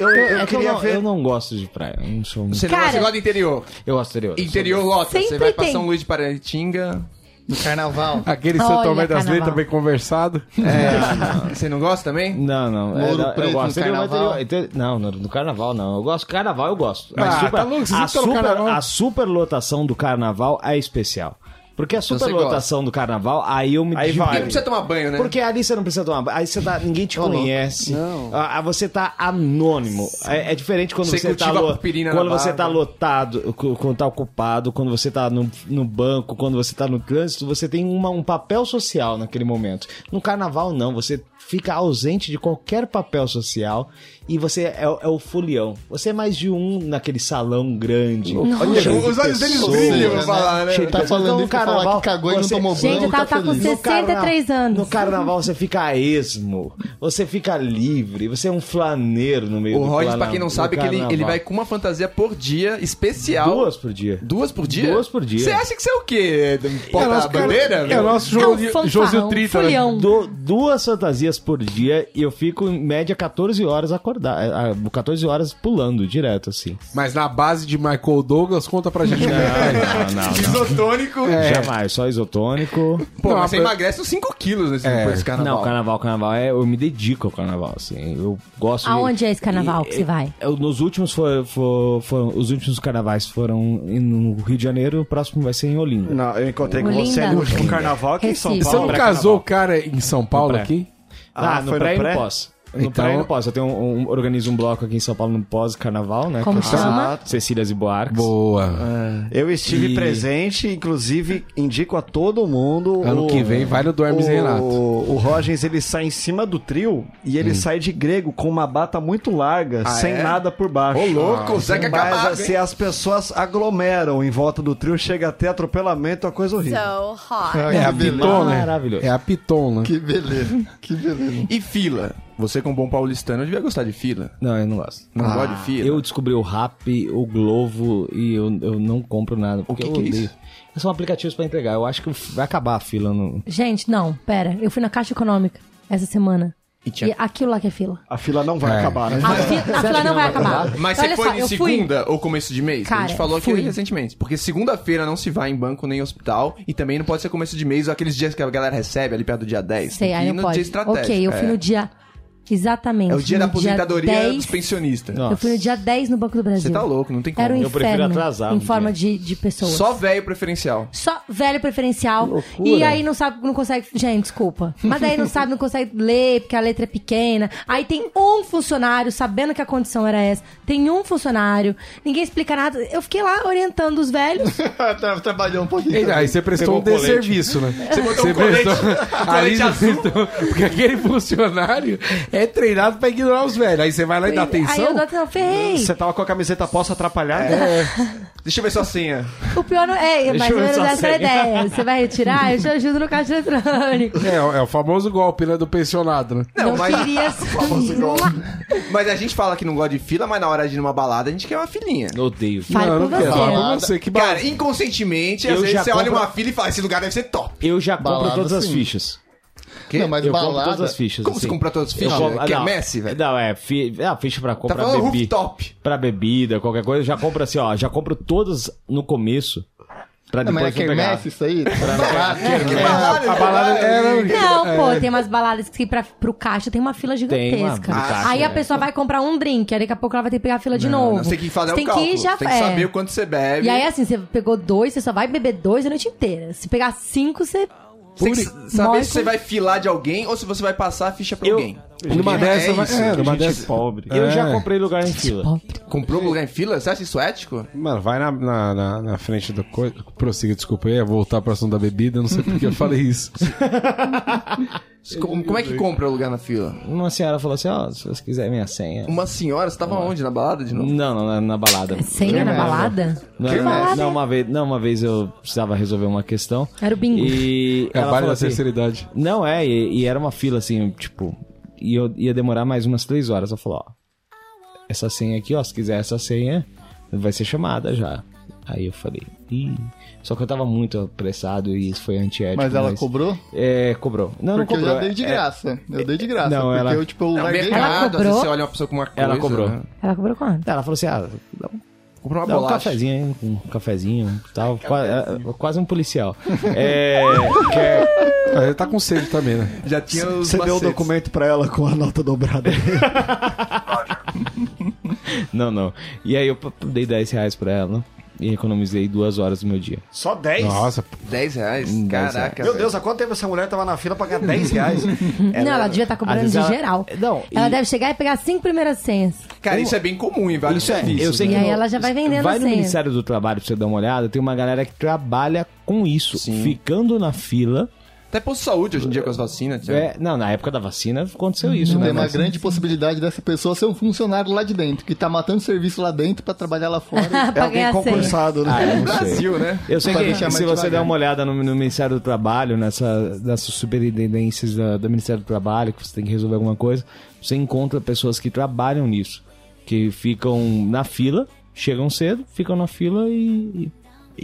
S2: eu, eu
S5: é que eu
S2: queria
S5: não,
S2: ver.
S5: eu não gosto de praia. eu Não sou muito...
S1: Você, não gosta-
S3: Cara-
S1: você gosta do interior.
S5: Eu gosto de exterior.
S1: Interior lota. Você
S3: Sempre
S1: vai pra
S3: tem.
S1: São Luís de Paranatinga.
S7: No carnaval.
S4: Aquele São
S3: Olha,
S4: Tomé das
S3: carnaval.
S4: Letras bem conversado.
S3: (laughs)
S1: É, você não gosta também?
S5: Não, É, não.
S7: Ouro
S5: eu
S7: Preto
S5: gosto
S7: no
S5: de exterior, mas
S7: carnaval.
S5: interior- inter- então, Não, no, no carnaval não. Eu gosto. Carnaval eu gosto.
S4: Ah, tá louco, você
S5: a,
S4: tá no
S5: super,
S4: carnaval?
S5: a superlotação do carnaval é especial. Porque a
S1: você
S5: superlotação do carnaval, aí eu me
S2: Aí
S5: divirto.
S1: Porque
S2: vai.
S1: não precisa tomar banho, né?
S5: Porque ali você não precisa tomar banho. Aí você tá. Ninguém te conhece. Ah, ah, você tá anônimo. É, é diferente quando
S1: Você
S5: você, tá.
S1: cultiva a
S5: lo-
S1: purpurina
S5: Quando
S1: na
S5: você
S1: barba.
S5: tá lotado, cu- quando tá ocupado, quando você tá no, no banco, quando você tá no trânsito, você tem uma- um papel social naquele momento. No carnaval, não. Você fica ausente de qualquer papel social e você é, o- é o folião. Você é mais de um naquele salão grande.
S7: Olha,
S5: cheio de
S1: os olhos deles
S5: pessoas.
S1: brilham, eu vou falar, né?
S5: Cheio de
S7: Tá
S5: pessoas. Então,
S7: falando
S5: no
S7: isso pra falar
S5: carnaval,
S7: que cagou e não
S5: você-
S7: tomou banho.
S3: Gente, eu tava
S7: tá
S3: com
S7: feliz.
S3: você- 63 anos.
S5: no carnaval você fica a esmo, você fica livre, você é um flaneiro no meio
S1: O
S5: do
S1: Rogers, pra
S5: carna-
S1: quem não
S5: do
S1: sabe, é que ele,
S5: carnaval.
S1: ele vai com uma fantasia por dia especial.
S5: duas por dia.
S1: Duas por dia?
S5: Duas por dia.
S1: Você acha que você é o quê?
S4: É o nosso cara-
S1: Porta-bandeira?
S4: É o nosso
S3: É um
S4: Josi-
S3: fanfarrão,
S4: Josil Trita. né?
S3: folião.
S5: Du- duas fantasias por dia e eu fico em média 14 horas acordar, ah, ah, 14 horas pulando direto assim.
S4: Mas na base de Michael Douglas, conta pra gente.
S1: É.
S5: Não, não,
S1: Isotônico.
S5: Jamais, só isotônico.
S1: Pô,
S4: Não,
S1: mas você
S4: mas-
S1: emagrece uns 5 quilos nesse
S4: É.
S1: depois desse carnaval.
S5: Não, carnaval, carnaval é. Eu me dedico ao carnaval, assim. Eu gosto. de-
S3: Aonde é esse carnaval que você vai?
S5: Eu- nos últimos foi, foi- foram- os últimos carnavais foram em- no Rio de Janeiro, o próximo vai ser em Olinda.
S2: Não, eu encontrei com
S3: Olinda.
S2: você no último carnaval aqui em São
S3: Recife.
S4: Você
S2: Paulo.
S4: não
S5: Pra
S4: casou o cara em São Paulo
S5: Pra-
S4: aqui?
S5: Ah,
S2: Ah,
S5: no
S2: foi no
S5: pré e no
S2: pré?
S5: pós. No
S4: Então-
S5: pré e no pós. Eu tenho um, um- organizo um bloco aqui em São Paulo no pós-carnaval, né?
S3: Como
S5: que
S3: chama?
S5: É Cecílias e Boarques.
S4: Boa.
S2: Eu estive
S5: E-
S2: presente, inclusive indico a todo mundo.
S4: Ano que vem vai no do Hermes
S2: o,
S4: e Renato.
S2: O Rogens ele sai em cima do trio e ele sai de grego com uma bata muito larga,
S1: Ah,
S2: sem
S1: é?
S2: nada por baixo.
S1: Ô, louco, é o Zeca
S2: Mas
S1: Camargo,
S2: assim, as pessoas aglomeram em volta do trio, chega até atropelamento, é uma coisa horrível.
S3: So hot.
S7: Ah,
S4: É a
S7: que beleza.
S4: Piton, né?
S5: Maravilhoso.
S4: É a Piton, né?
S7: Que beleza, que beleza.
S1: E fila? Você, como bom paulistano, devia gostar de fila.
S5: Não, eu não gosto.
S1: Não gosta de fila?
S5: Ah. Eu descobri o Rap, o Glovo e eu, eu não compro nada. Porque
S1: que
S5: eu
S1: que é
S5: odeio.
S1: isso?
S5: São aplicativos pra entregar. Eu acho que vai acabar a fila no.
S3: Gente, não, pera. Eu fui na Caixa Econômica essa semana.
S1: E tinha-
S3: E aquilo lá que é fila.
S2: A fila não vai
S4: É.
S2: acabar, né?
S3: A fila, a fila não vai acabar. Então,
S1: Mas
S3: Olha
S1: você foi
S3: só,
S1: de
S3: eu fui-
S1: segunda ou começo de mês? a gente
S3: Cara,
S1: falou aqui
S3: fui.
S1: recentemente. Porque segunda-feira não se vai em banco nem em hospital. E também não pode ser começo de mês ou aqueles dias que a galera recebe ali perto do dia 10.
S3: Sei,
S1: Tem que
S3: aí
S1: ir
S3: não
S1: no
S3: pode.
S1: dia estratégico.
S3: ok, eu fui
S1: é.
S3: no dia. Exatamente.
S1: É o dia da
S3: no
S1: aposentadoria
S3: 10,
S1: dos pensionistas.
S5: Não.
S3: Eu fui no dia 10 no Banco do Brasil.
S1: Você tá louco, não tem como.
S3: Era um
S5: Eu prefiro
S3: inferno
S5: atrasar um
S3: em forma de,
S5: dia.
S3: de pessoas.
S1: Só velho preferencial.
S3: Só velho preferencial. E aí não sabe, não consegue. Gente, desculpa. Mas daí não sabe, não consegue ler, porque a letra é pequena. Aí tem um funcionário, sabendo que a condição era essa. Tem um funcionário, ninguém explica nada. Eu fiquei lá orientando os velhos.
S7: (laughs)
S1: (laughs)
S7: Tra- Trabalhou um pouquinho.
S4: Ei, aí você prestou um
S7: Pegou o colete.
S4: desserviço, né? Você
S1: botou um colete- um colete
S4: (laughs) Ali,
S1: azul.
S4: Porque aquele funcionário, é treinado pra ignorar os velhos. Aí você vai lá e dá
S3: Aí eu
S4: atenção.
S3: dou atenção, ferrei.
S5: Você tava com a camiseta posso atrapalhar? É.
S1: Deixa eu ver sua senha.
S3: O pior não é, mais
S5: eu
S3: ou
S5: ver
S3: menos
S5: sua
S3: essa é a
S5: senha.
S3: ideia. Você vai retirar, eu te ajudo no caixa eletrônico.
S4: É, é o famoso golpe, né? Do pensionado, né?
S1: Não,
S3: Não
S1: mas,
S3: queria (laughs)
S7: Famoso igual.
S1: mas a gente fala que não gosta de fila, mas na hora de ir numa balada a gente quer uma filinha.
S5: Odeio.
S3: Fale
S4: não,
S3: por você. né?
S4: eu não quero. Fala pra
S7: Balada.
S4: você, que
S1: Cara,
S4: barato.
S1: inconscientemente, às
S5: Eu
S1: vezes
S5: já
S1: você olha
S5: compro-
S1: uma fila e fala, esse lugar deve ser top.
S5: Eu já compro
S7: Balada,
S5: todas as
S7: sim.
S5: fichas.
S7: Não, mas
S5: eu compro
S7: balada.
S5: todas as fichas.
S1: Como
S5: assim.
S1: você compra todas as
S5: Eu
S1: fichas?
S5: compro- ah,
S1: Que é
S5: não.
S1: Messi, velho?
S5: Não, é, fi, é a ficha pra
S1: Tá
S5: comprar
S1: falando
S5: bebida.
S1: rooftop.
S5: Pra bebida, qualquer coisa, eu já compro assim, ó. Já compro todas no começo. Pra
S7: Não,
S5: depois
S7: mas é
S5: eu pegar. é
S7: quermesse isso
S5: (laughs)
S7: aí? Balada,
S1: Que
S7: quermesse.
S1: balada,
S4: A balada
S1: então,
S4: era.
S3: Não, pô, tem umas baladas que pra, pro caixa tem uma fila
S5: Tem uma
S3: gigantesca.
S5: caixa,
S3: aí a
S5: é.
S3: pessoa vai comprar um drink, aí daqui a pouco ela vai ter que pegar a fila de novo.
S1: Não, Você tem que fazer
S3: é Você
S1: o
S3: tem
S1: cálculo.
S3: Que ir já,
S1: tem que
S3: é.
S1: saber o quanto você bebe.
S3: E aí, assim, você pegou dois, você só vai beber dois a noite inteira. Se pegar cinco, você.
S1: Você tem que
S3: Puri-
S1: saber
S3: morre
S1: se você
S3: com-
S1: vai filar de alguém ou se você vai passar a ficha pra
S5: Eu-
S1: alguém.
S4: um- Numa
S1: É
S4: dessa, vai-
S1: isso.
S4: é, numa
S5: Gente
S4: dessa.
S5: pobre. Eu
S4: É.
S5: já comprei lugar em fila.
S1: Comprou um lugar em fila? Você acha isso ético?
S4: Mano, vai na, na, na, na frente do coisa. Prossiga, desculpa, eu ia voltar pra assunto da bebida, eu não sei porque eu falei isso.
S1: Como, como é que compra lugar na fila?
S5: Uma senhora falou assim, ó, se você quiser minha senha.
S1: Uma senhora, você
S5: é.
S1: tava onde? Na balada de novo?
S5: Não, não, na, na balada.
S3: Senha na
S7: merda.
S3: balada?
S5: Não, é
S7: Que
S5: não,
S7: merda.
S5: não, uma vez, não, uma vez eu precisava resolver uma questão.
S3: Era o bingo.
S5: E
S4: É a
S5: ela
S4: barra
S5: falou
S4: da
S5: assim,
S4: terceira idade.
S5: Não, é, e, e era uma fila assim, tipo, e eu ia demorar mais umas três horas. Ela falou, ó, essa senha aqui, ó, se quiser essa senha, vai ser chamada já. Aí eu falei, Ih. só que eu tava muito apressado e isso foi antiético.
S7: Mas ela cobrou?
S5: É, cobrou. Não,
S7: Porque
S5: não
S7: eu
S5: cobrou.
S7: já dei de
S5: é-
S7: graça. Eu dei de graça.
S5: Não,
S7: porque
S5: ela-
S7: eu, tipo,
S1: É o
S7: larguei de
S3: Ela
S1: mercado, às vezes
S3: cobrou?
S1: você olha uma pessoa com uma coisa.
S5: Ela cobrou.
S1: né?
S3: Ela cobrou quanto?
S5: Ela falou assim, ah, dá um
S1: Comprou
S7: Tá
S1: uma
S5: Dá um
S1: bolacha.
S5: cafezinho, hein? Um cafezinho tal. Qua- é, quase
S7: (laughs)
S5: um policial. É, que é-
S4: Ah, ele tá com sede também, né?
S1: Já tinha os
S2: Você deu o
S1: macetes.
S2: documento pra ela com a nota dobrada.
S5: Não, não. E aí eu p- dei 10 reais pra ela e economizei duas horas do meu dia.
S2: (laughs) Só 10?
S4: Nossa,
S1: 10 reais?
S5: Hum, 10
S1: Caraca,
S2: Meu
S1: velho.
S2: Deus, há quanto tempo essa mulher tava na fila pra ganhar 10 reais?
S3: não, ela devia estar
S5: às
S3: cobrando
S5: vezes
S3: de
S5: ela-
S3: geral.
S5: Não,
S3: ela
S5: e-
S3: deve chegar e pegar as cinco primeiras senhas.
S1: Cara, isso é bem comum em vários serviços.
S5: eu sei
S3: né?
S5: que
S3: E aí
S5: no-
S3: ela já vai vendendo
S5: Vai
S3: a
S5: no
S3: senha.
S5: Ministério do Trabalho pra você dar uma olhada, tem uma galera que trabalha com isso, ficando na fila.
S1: Até posto de saúde hoje em dia com as vacinas. Thiago.
S5: É, não, na época da vacina aconteceu isso, né?
S7: Tem uma
S5: Mas-
S7: grande possibilidade dessa pessoa ser um funcionário lá de dentro, que tá matando serviço lá dentro pra trabalhar lá
S6: (laughs)
S5: (laughs)
S7: fora.
S2: É alguém
S3: ganhar senha.
S2: concursado, né? (laughs)
S5: Ah, eu não sei.
S1: Brasil, né?
S5: Eu sei
S7: Pra
S5: que
S7: deixar mais
S5: se você
S7: devagar.
S5: der uma olhada no, no Ministério do Trabalho, nessa, nessas superintendências da- do Ministério do Trabalho, que você tem que resolver alguma coisa, você encontra pessoas que trabalham nisso, que ficam na fila, chegam cedo, ficam na fila e, e,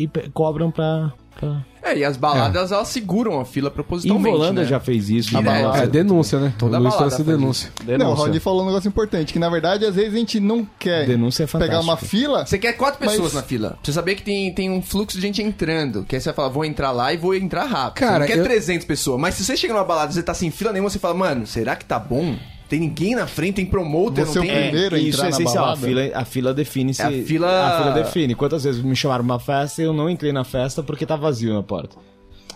S5: e pe- cobram pra... pra...
S1: É, e as baladas, elas seguram a fila
S5: Em
S1: propositalmente,
S5: Volanda
S1: né?
S5: já fez isso.
S1: Direto.
S5: na balada.
S4: é denúncia, né?
S1: Toda
S4: Luiz
S1: balada
S4: trouxe
S1: faz
S4: denúncia.
S7: Não, o
S5: Denúncia.
S7: Rodney falou um negócio importante, que na verdade, às vezes a gente não quer
S5: Denúncia é
S7: pegar
S5: fantástica.
S7: uma fila.
S1: Você quer quatro
S7: Mas-
S1: pessoas na fila. Pra você saber que tem, tem um fluxo de gente entrando. Que aí você vai falar, vou entrar lá e vou entrar rápido.
S4: Cara,
S1: você não quer
S4: eu-
S1: 300 pessoas. Mas se você chega numa balada e você tá sem fila nenhuma, você fala, mano, será que tá bom? Tem ninguém na frente, tem promoter,
S7: Você
S1: não
S7: é o
S4: um
S1: tem...
S7: primeiro. a
S5: Isso
S7: entrar
S5: é
S7: na
S5: essencial. A
S7: balada.
S5: fila, a fila define se.
S1: É, a fila-
S5: a fila define. Quantas vezes me chamaram pra uma festa e eu não entrei na festa porque tá vazio na porta.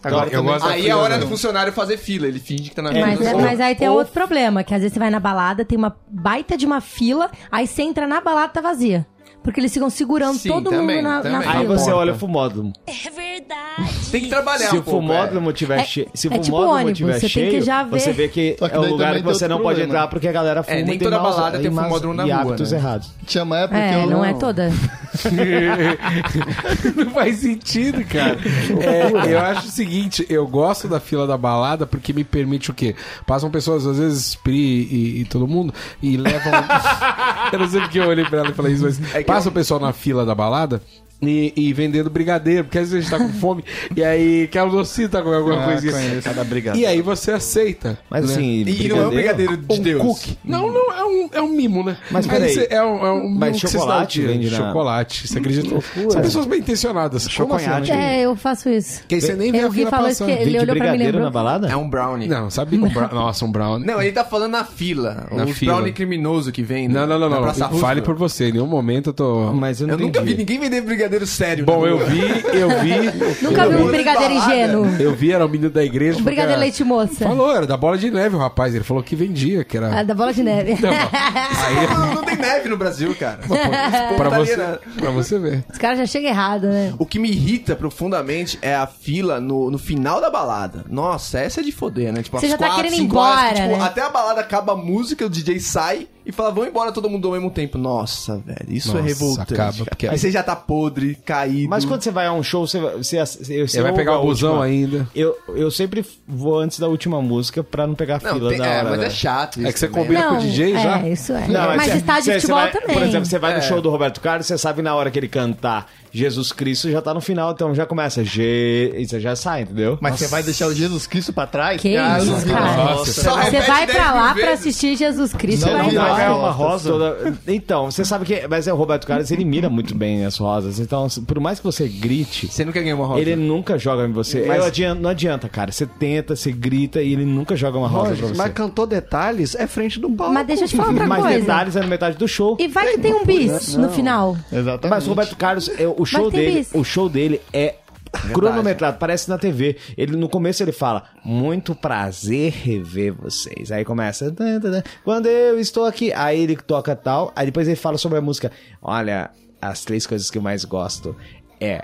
S1: Agora,
S4: Eu gosto da
S1: aí é
S4: fila,
S1: a hora
S4: né?
S1: do funcionário fazer fila. Ele finge que tá na fila.
S3: Mas,
S1: do
S3: é-
S1: outro.
S3: mas aí tem
S5: ou-
S3: outro problema, que às vezes você vai na balada, tem uma baita de uma fila, aí você entra na balada, tá vazia. Porque eles ficam segurando
S1: Sim,
S3: todo
S1: também,
S3: mundo na, na
S1: também.
S3: fila.
S5: Aí
S1: Na
S5: você
S1: porta.
S5: olha pro módulo.
S1: Tem que trabalhar
S5: Se
S1: um
S5: o
S1: pouco.
S5: fumódromo tiver
S3: É-
S5: cheio, se o
S3: é tipo
S5: fumódromo
S3: ônibus,
S5: tiver
S3: você tem
S5: cheio,
S3: que já ver-
S5: você vê que,
S7: Só que
S5: é o
S7: daí
S5: lugar
S7: também
S5: que
S7: tem
S5: você não
S7: outro
S5: pode
S7: problema.
S5: entrar porque a galera fuma
S1: nem
S5: e tem
S1: toda
S5: maus-
S1: balada tem
S5: e maus-
S1: fumódromo na
S5: e
S1: rua,
S5: hábitos
S1: né?
S5: errados.
S7: Tinha uma época que
S3: É,
S7: eu
S3: não é toda.
S4: (laughs) não faz sentido, cara. É, eu acho o seguinte, eu gosto da fila da balada porque me permite o quê? Passam pessoas, às vezes, Pri e, e todo mundo, e levam... (laughs) eu não sei porque eu olhei pra ela e falei isso, mas... passa o pessoal na fila da balada... E, e vendendo brigadeiro, porque às vezes a gente tá com fome e aí quer um docinho, tá com alguma
S7: Ah,
S4: coisinha.
S7: conheço.
S4: E aí você aceita.
S5: assim, Mas
S4: né?
S5: assim,
S1: E não é um brigadeiro de
S4: um
S1: Deus.
S4: cookie. Não, não, é um, é um mimo, né?
S5: Mas
S4: Aí
S5: peraí.
S4: você- É um, é um
S5: Mas
S4: mimo que você
S5: chocolate
S4: dá o dia.
S5: vende na-
S4: Chocolate, você acredita? São pessoas bem intencionadas. assim?
S2: Choconhate.
S3: É, eu faço isso.
S4: Que aí você nem vê
S3: Eu
S4: a
S3: vi
S4: fila
S3: falou isso
S4: passando.
S3: que ele
S5: Vende
S3: olhou pra mim e
S5: brigadeiro na
S3: lembrou.
S5: balada?
S1: É um brownie. Não.
S4: Não, sabe? Um
S6: (laughs)
S4: bra- Nossa, um brown. Não,
S1: ele tá falando na fila.
S4: Na
S1: o
S4: fila.
S1: brownie criminoso que vem.
S4: não, não, não.
S1: na
S4: não.
S1: Praça Roosevelt.
S4: Fale por você. Em nenhum momento eu tô...
S5: Mas eu não
S1: Eu nunca vi
S5: entendi.
S1: ninguém vender brigadeiro brigadeiro sério.
S4: Bom,
S1: né?
S4: eu vi, eu
S6: (laughs)
S4: vi.
S6: Nunca vi um brigadeiro
S1: Barada.
S6: ingênuo.
S4: Eu vi, era o menino da igreja.
S6: Um brigadeiro
S4: porque-
S6: leite moça.
S4: Falou, era da bola de neve o rapaz. Ele falou que vendia, que
S6: Ah, (laughs)
S4: era.
S6: da bola de neve.
S1: Não, não tem neve no Brasil, (laughs) cara.
S4: Pra
S1: tá
S4: você,
S1: virado.
S4: pra você ver.
S6: Os caras já chegam errado, né?
S1: O que me irrita profundamente é a fila no, no final da balada. Nossa, essa é de foder, né? Tipo,
S6: Você
S1: às
S6: já tá
S1: quatro,
S6: querendo ir
S1: cinco horas, que,
S6: embora,
S1: tipo,
S6: né?
S1: Até a balada acaba a música, o DJ sai e fala, vão embora todo mundo ao mesmo tempo. Nossa, velho, isso é
S4: Nossa,
S1: revoltante.
S4: acaba,
S1: cara.
S4: porque-
S1: Aí você já tá podre, caído.
S5: Mas quando você vai a um show, você, vai- você, você,
S4: Você vai pegar o busão ainda.
S5: Eu, eu sempre vou antes da última música pra não pegar a
S1: Não,
S5: fila
S1: tem-
S5: da
S1: é,
S5: hora. né?
S1: mas é
S5: velho.
S1: chato isso
S4: É que você
S1: também. né?
S4: combina com o DJ
S6: é,
S4: já?
S6: isso é.
S5: Não,
S6: mas
S5: você-
S6: estádio
S5: você-
S6: de
S5: você
S6: futebol
S5: vai-
S6: também.
S5: Por exemplo, você vai
S1: É.
S5: no show do Roberto Carlos, você sabe na hora que ele cantar Jesus Cristo, já tá no final, então já começa G... E você já sai, entendeu?
S7: Mas você vai deixar o Jesus Cristo pra trás?
S6: Que
S7: Ah, eu não
S6: isso,
S7: vi,
S6: cara.
S1: Nossa, só
S6: Você
S1: repete
S6: vai
S1: 10
S6: pra
S1: mil
S6: lá
S1: vezes.
S6: pra assistir Jesus Cristo.
S7: Não,
S6: vai
S1: é
S7: não,
S5: Ele
S6: embora.
S5: vai
S7: Nossa.
S5: ganhar é uma rosa. toda- Então, você sabe que. Mas é o Roberto Carlos, ele mira muito bem as rosas. Então, por mais que você grite,
S1: Você não quer ganhar uma roda.
S5: ele nunca joga em você.
S2: Mas-
S5: Eu adian- não adianta, cara. Você tenta, você grita e ele nunca joga uma rosa
S2: Lógico,
S5: pra
S2: mas
S5: você.
S2: cantou detalhes, é frente do palco.
S6: Mas deixa eu te falar outra
S5: Mas
S6: coisa.
S5: detalhes é na metade do show.
S6: E vai que tem um bis no final.
S7: Exatamente.
S5: Mas o Roberto Carlos, é, o show
S6: tem
S5: dele,
S6: isso.
S5: o show dele é cronometrado, parece na TV. Ele no começo ele fala: "Muito prazer rever vocês". Aí começa: "Tã, tã, tã, "Quando eu estou aqui". Aí ele toca tal, aí depois ele fala sobre a música. Olha, as três coisas que eu mais gosto é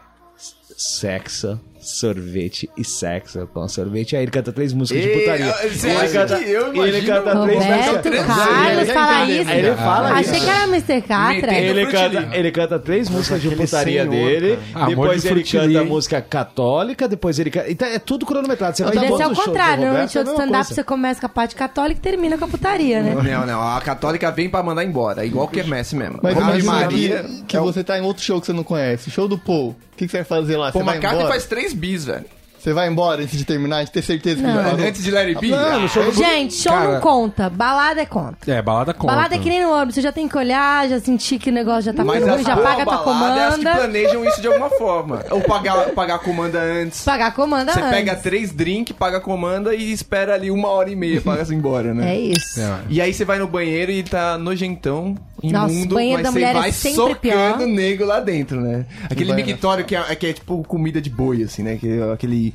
S5: sexo, sorvete e sexo com sorvete. Aí ele canta três músicas de
S1: Ei,
S5: putaria.
S1: você
S5: Ele
S1: acha
S5: canta-
S1: que eu
S5: ele
S1: imagino
S5: canta três
S6: Roberto
S5: músicas.
S6: Carlos
S7: Ele-
S6: fala
S7: ele-
S6: isso.
S5: ele fala
S6: Achei
S5: isso.
S6: que era Mr. Catra.
S1: Metendo-
S5: Ele
S1: Fruit
S5: canta,
S1: Loops.
S5: ele canta três músicas de
S2: aquele
S5: putaria
S2: senhor,
S5: dele,
S4: cara. Amor
S5: depois
S4: de
S5: ele
S4: Fruit Loops,
S5: canta
S4: hein?
S5: música católica, depois ele canta. Então é tudo cronometrado. Você vai em
S6: Deve ser
S5: todos
S6: ao
S5: os shows do
S6: é contrário.
S5: Roberto,
S6: Normalmente,
S5: é
S6: show
S5: a
S6: de
S5: mesma
S6: stand-up,
S5: coisa.
S6: você começa com a parte católica e termina com a putaria, né?
S1: Não, não, a católica vem pra mandar embora, igual quermesse mesmo.
S7: Mas
S1: Ave
S7: imagina
S1: Maria,
S7: que, que você tá em outro show que você não conhece. Show do Paul. O que, que você vai fazer lá?
S1: pô,
S7: você, vai
S1: McCartney
S7: embora?
S1: faz três bis, velho.
S7: você vai embora antes de terminar, de ter certeza que não. parou?
S1: Antes de Larry B.
S7: Não, no show do
S6: Gente, show
S4: Cara-
S6: não conta. Balada é conta.
S4: É, balada conta.
S6: Balada é que nem no ônibus. Você já tem que olhar, já sentir que o negócio já tá
S1: Mas
S6: ficando ruim,
S1: as
S6: já
S1: boas
S6: paga a tua
S1: baladas é as que
S6: comanda.
S1: planejam isso de alguma forma. Ou pagar, pagar a comanda antes.
S6: Pagar a comanda
S1: Você
S6: antes.
S1: pega três drinks, paga a comanda e espera ali uma hora e meia pra se embora, né?
S6: É isso.
S4: É.
S1: E aí você vai no banheiro e tá nojentão,
S6: Nossa,
S1: imundo,
S6: o banheiro
S1: mas
S6: da
S1: você
S6: mulher é
S1: vai
S6: sempre
S1: socando
S6: pior.
S1: o nego lá dentro, né? Aquele
S7: banheiro.
S1: mictório que é, que é tipo comida de boi, assim, né? Que, é aquele...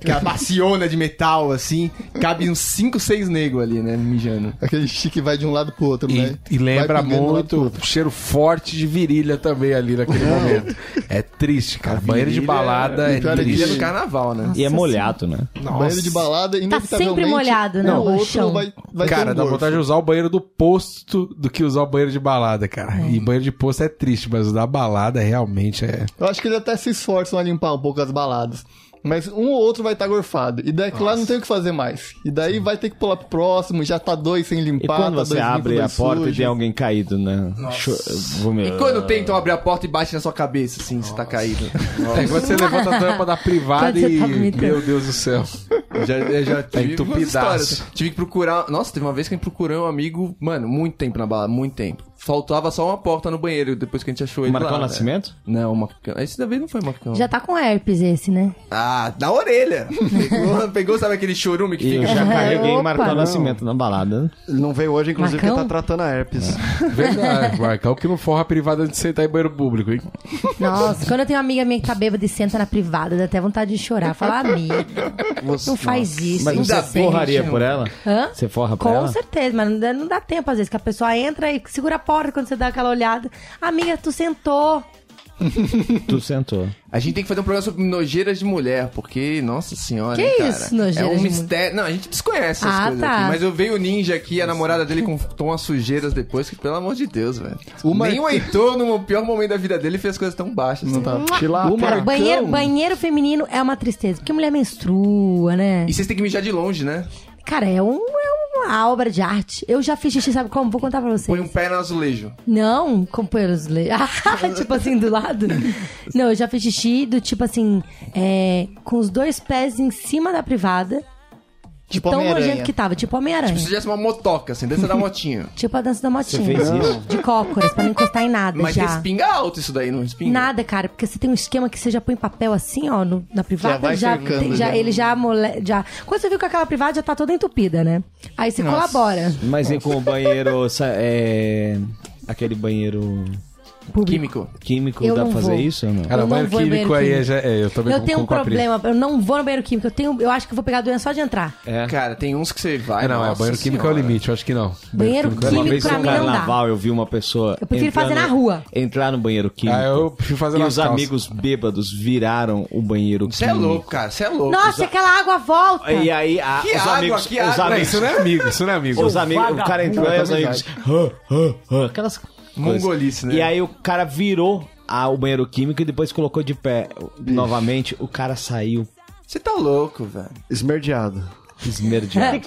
S1: Aquela baciona de metal, assim, cabe uns 5, 6 negros ali, né, mijando.
S7: Aquele chique vai de um lado pro outro, né?
S4: E, e
S7: Vai
S4: lembra
S7: pingando lá pro
S4: muito
S7: outro.
S4: o cheiro forte de virilha também ali naquele momento. É triste, cara. Banheiro de
S1: Virilha-
S4: balada é
S7: Virilha
S1: Virilha
S4: triste.
S1: do carnaval, né?
S6: assim.
S5: E é molhado, né?
S7: Banheiro de balada, inevitavelmente...
S6: Tá sempre molhado, né,
S7: um
S6: o
S7: ou outro
S6: chão.
S7: vai, vai ter
S4: Cara,
S7: um
S4: dá
S7: gorfo.
S4: vontade de usar o banheiro do posto do que usar o banheiro de balada, cara. E banheiro de posto é triste, mas o da balada realmente é.
S7: Eu acho que eles até se esforçam a limpar um pouco as baladas. Mas um ou outro vai estar gorfado. E daí lá não tem o que fazer mais. E daí vai ter que pular pro próximo, já tá dois sem
S5: E
S7: limpar.
S5: quando
S7: tá
S5: você
S7: dois limpo,
S5: abre a
S7: dois
S5: porta e
S7: sujo.
S5: tem alguém caído, né? Cho- vou-
S1: E quando tentam abrir a porta e bate na sua cabeça, assim, você tá caído.
S4: É quando você levanta a tampa da privada
S6: Quando você
S4: e.
S6: tá vomitando.
S4: Meu Deus do céu. Tá
S1: Já, eu já tive
S4: entupidaço.
S1: umas histórias. Tive que procurar. Nossa, teve uma vez que a gente procurou um amigo, mano, muito tempo na balada, muito tempo. Faltava só uma porta no banheiro depois que a gente achou ele.
S5: Marcão
S1: lá,
S5: Nascimento?
S1: velho. Não, Marcão. Esse da vez não foi Marcão.
S6: Já tá com herpes esse, né?
S1: Ah,
S6: (laughs)
S1: na orelha. Pegou, pegou, sabe aquele chorume que
S5: E eu
S1: fica.
S5: já carreguei
S6: Opa,
S5: Marcão
S6: não.
S5: Nascimento na balada.
S2: (laughs) Ele não veio hoje, inclusive,
S6: Marcão?
S2: porque tá tratando a herpes.
S4: (laughs) Verdade, Marcão, que não forra a privada antes de sentar em banheiro público, hein?
S6: Nossa, quando eu tenho uma amiga minha que tá bêbada e senta na privada, dá até vontade de chorar. Fala, "Ah, amiga, não faz isso.
S5: Mas
S6: não
S5: você
S4: é
S1: Ainda bem,
S5: forraria
S1: gente.
S5: por ela?
S6: Hã?
S5: Você forra por
S6: Com
S5: ela?
S6: certeza, mas não dá, não dá tempo às vezes, que a pessoa entra e segura a porta quando você dá aquela olhada. Amiga, tu sentou.
S5: Tu sentou.
S1: A gente tem que fazer um programa sobre nojeiras de mulher, porque, nossa senhora.
S6: Que
S1: hein, cara.
S6: isso, nojeiras
S1: É um
S6: de
S1: mistério. Não, a gente desconhece essas
S6: Ah,
S1: coisas
S6: tá.
S1: aqui. Mas eu veio o ninja aqui, a namorada dele contou umas sujeiras depois, que, pelo amor de Deus, velho. Nem o Heitor, no pior momento da vida dele, fez coisas tão baixas.
S7: Não
S1: assim.
S7: tá.
S5: Tilápia.
S6: Cara, banheiro, banheiro feminino é uma tristeza, porque mulher menstrua, né?
S1: E vocês têm que mijar de longe, né?
S6: Cara, é, um, é uma obra de arte. Eu já fiz xixi, sabe como? Vou contar pra vocês.
S1: Põe um pé no azulejo.
S6: Não, companheiros. le- (laughs) Ah, tipo assim, do lado. Não, eu já fiz xixi do tipo assim, é, com os dois pés em cima da privada.
S7: Tipo
S6: tão
S7: Homem-Aranha.
S6: nojento que tava, tipo Homem-Aranha.
S1: Se
S6: Tipo,
S1: fizesse uma motoca, assim, dança
S6: (laughs)
S1: da motinha.
S6: a dança da motinha.
S5: Você fez isso?
S6: De cócoras, pra não encostar em nada
S1: Mas
S6: já.
S1: respinga alto isso daí, não respinga?
S6: Nada, cara, porque você tem um esquema que você já põe papel assim, ó, no- na privada,
S7: Já vai
S6: já,
S7: cercando,
S6: tem- já-
S7: já.
S6: ele já, mole, já. Quando você viu que aquela privada já tá toda entupida, né? Aí você colabora.
S5: Mas e com o banheiro. sa- é, Aquele banheiro.
S1: Químico.
S5: Químico
S3: Eu
S5: dá pra
S3: não
S5: fazer
S3: vou.
S5: isso ou não?
S4: Cara,
S3: Eu não
S4: o banheiro
S3: vou em
S4: químico aí
S3: banheiro
S4: é, já- é, eu também
S3: Eu tenho um
S4: concordo com a Pri.
S3: problema, eu não vou no banheiro químico, eu, tenho, eu acho que eu vou pegar doença só de entrar.
S5: É.
S1: Cara, tem uns que você vai.
S4: Ah, não, é,
S1: nossa
S4: banheiro químico é o
S1: senhora.
S4: limite, eu acho que não.
S3: Banheiro
S4: é o
S5: Uma
S3: químico
S5: vez
S3: pra
S5: no
S3: mim não dá.
S5: carnaval eu vi uma pessoa.
S3: Eu prefiro
S5: entrar
S3: fazer na
S5: no-
S3: rua.
S5: Entrar no banheiro químico.
S4: Ah, eu prefiro fazer
S5: E
S4: nas
S5: os
S4: calças.
S5: amigos bêbados viraram o banheiro
S1: Você é
S5: químico.
S1: louco, cara. Você é louco.
S3: Nossa, aquela água volta.
S5: E aí, é, a,
S1: Que
S5: os
S1: água,
S5: amigos.
S1: que
S5: os
S1: água.
S4: Não,
S5: amigos,
S4: isso não é amigo, (laughs) isso não é amigo.
S5: os amigos o cara entrou e os amigos. "Ah, ah, ah", aquelas coisas.
S1: Mongolice, né?
S5: E aí o cara virou a- o banheiro químico e depois colocou de pé novamente. O cara saiu
S1: Você tá louco, velho.
S2: Esmerdeado.
S3: (laughs)
S5: esmerdeado.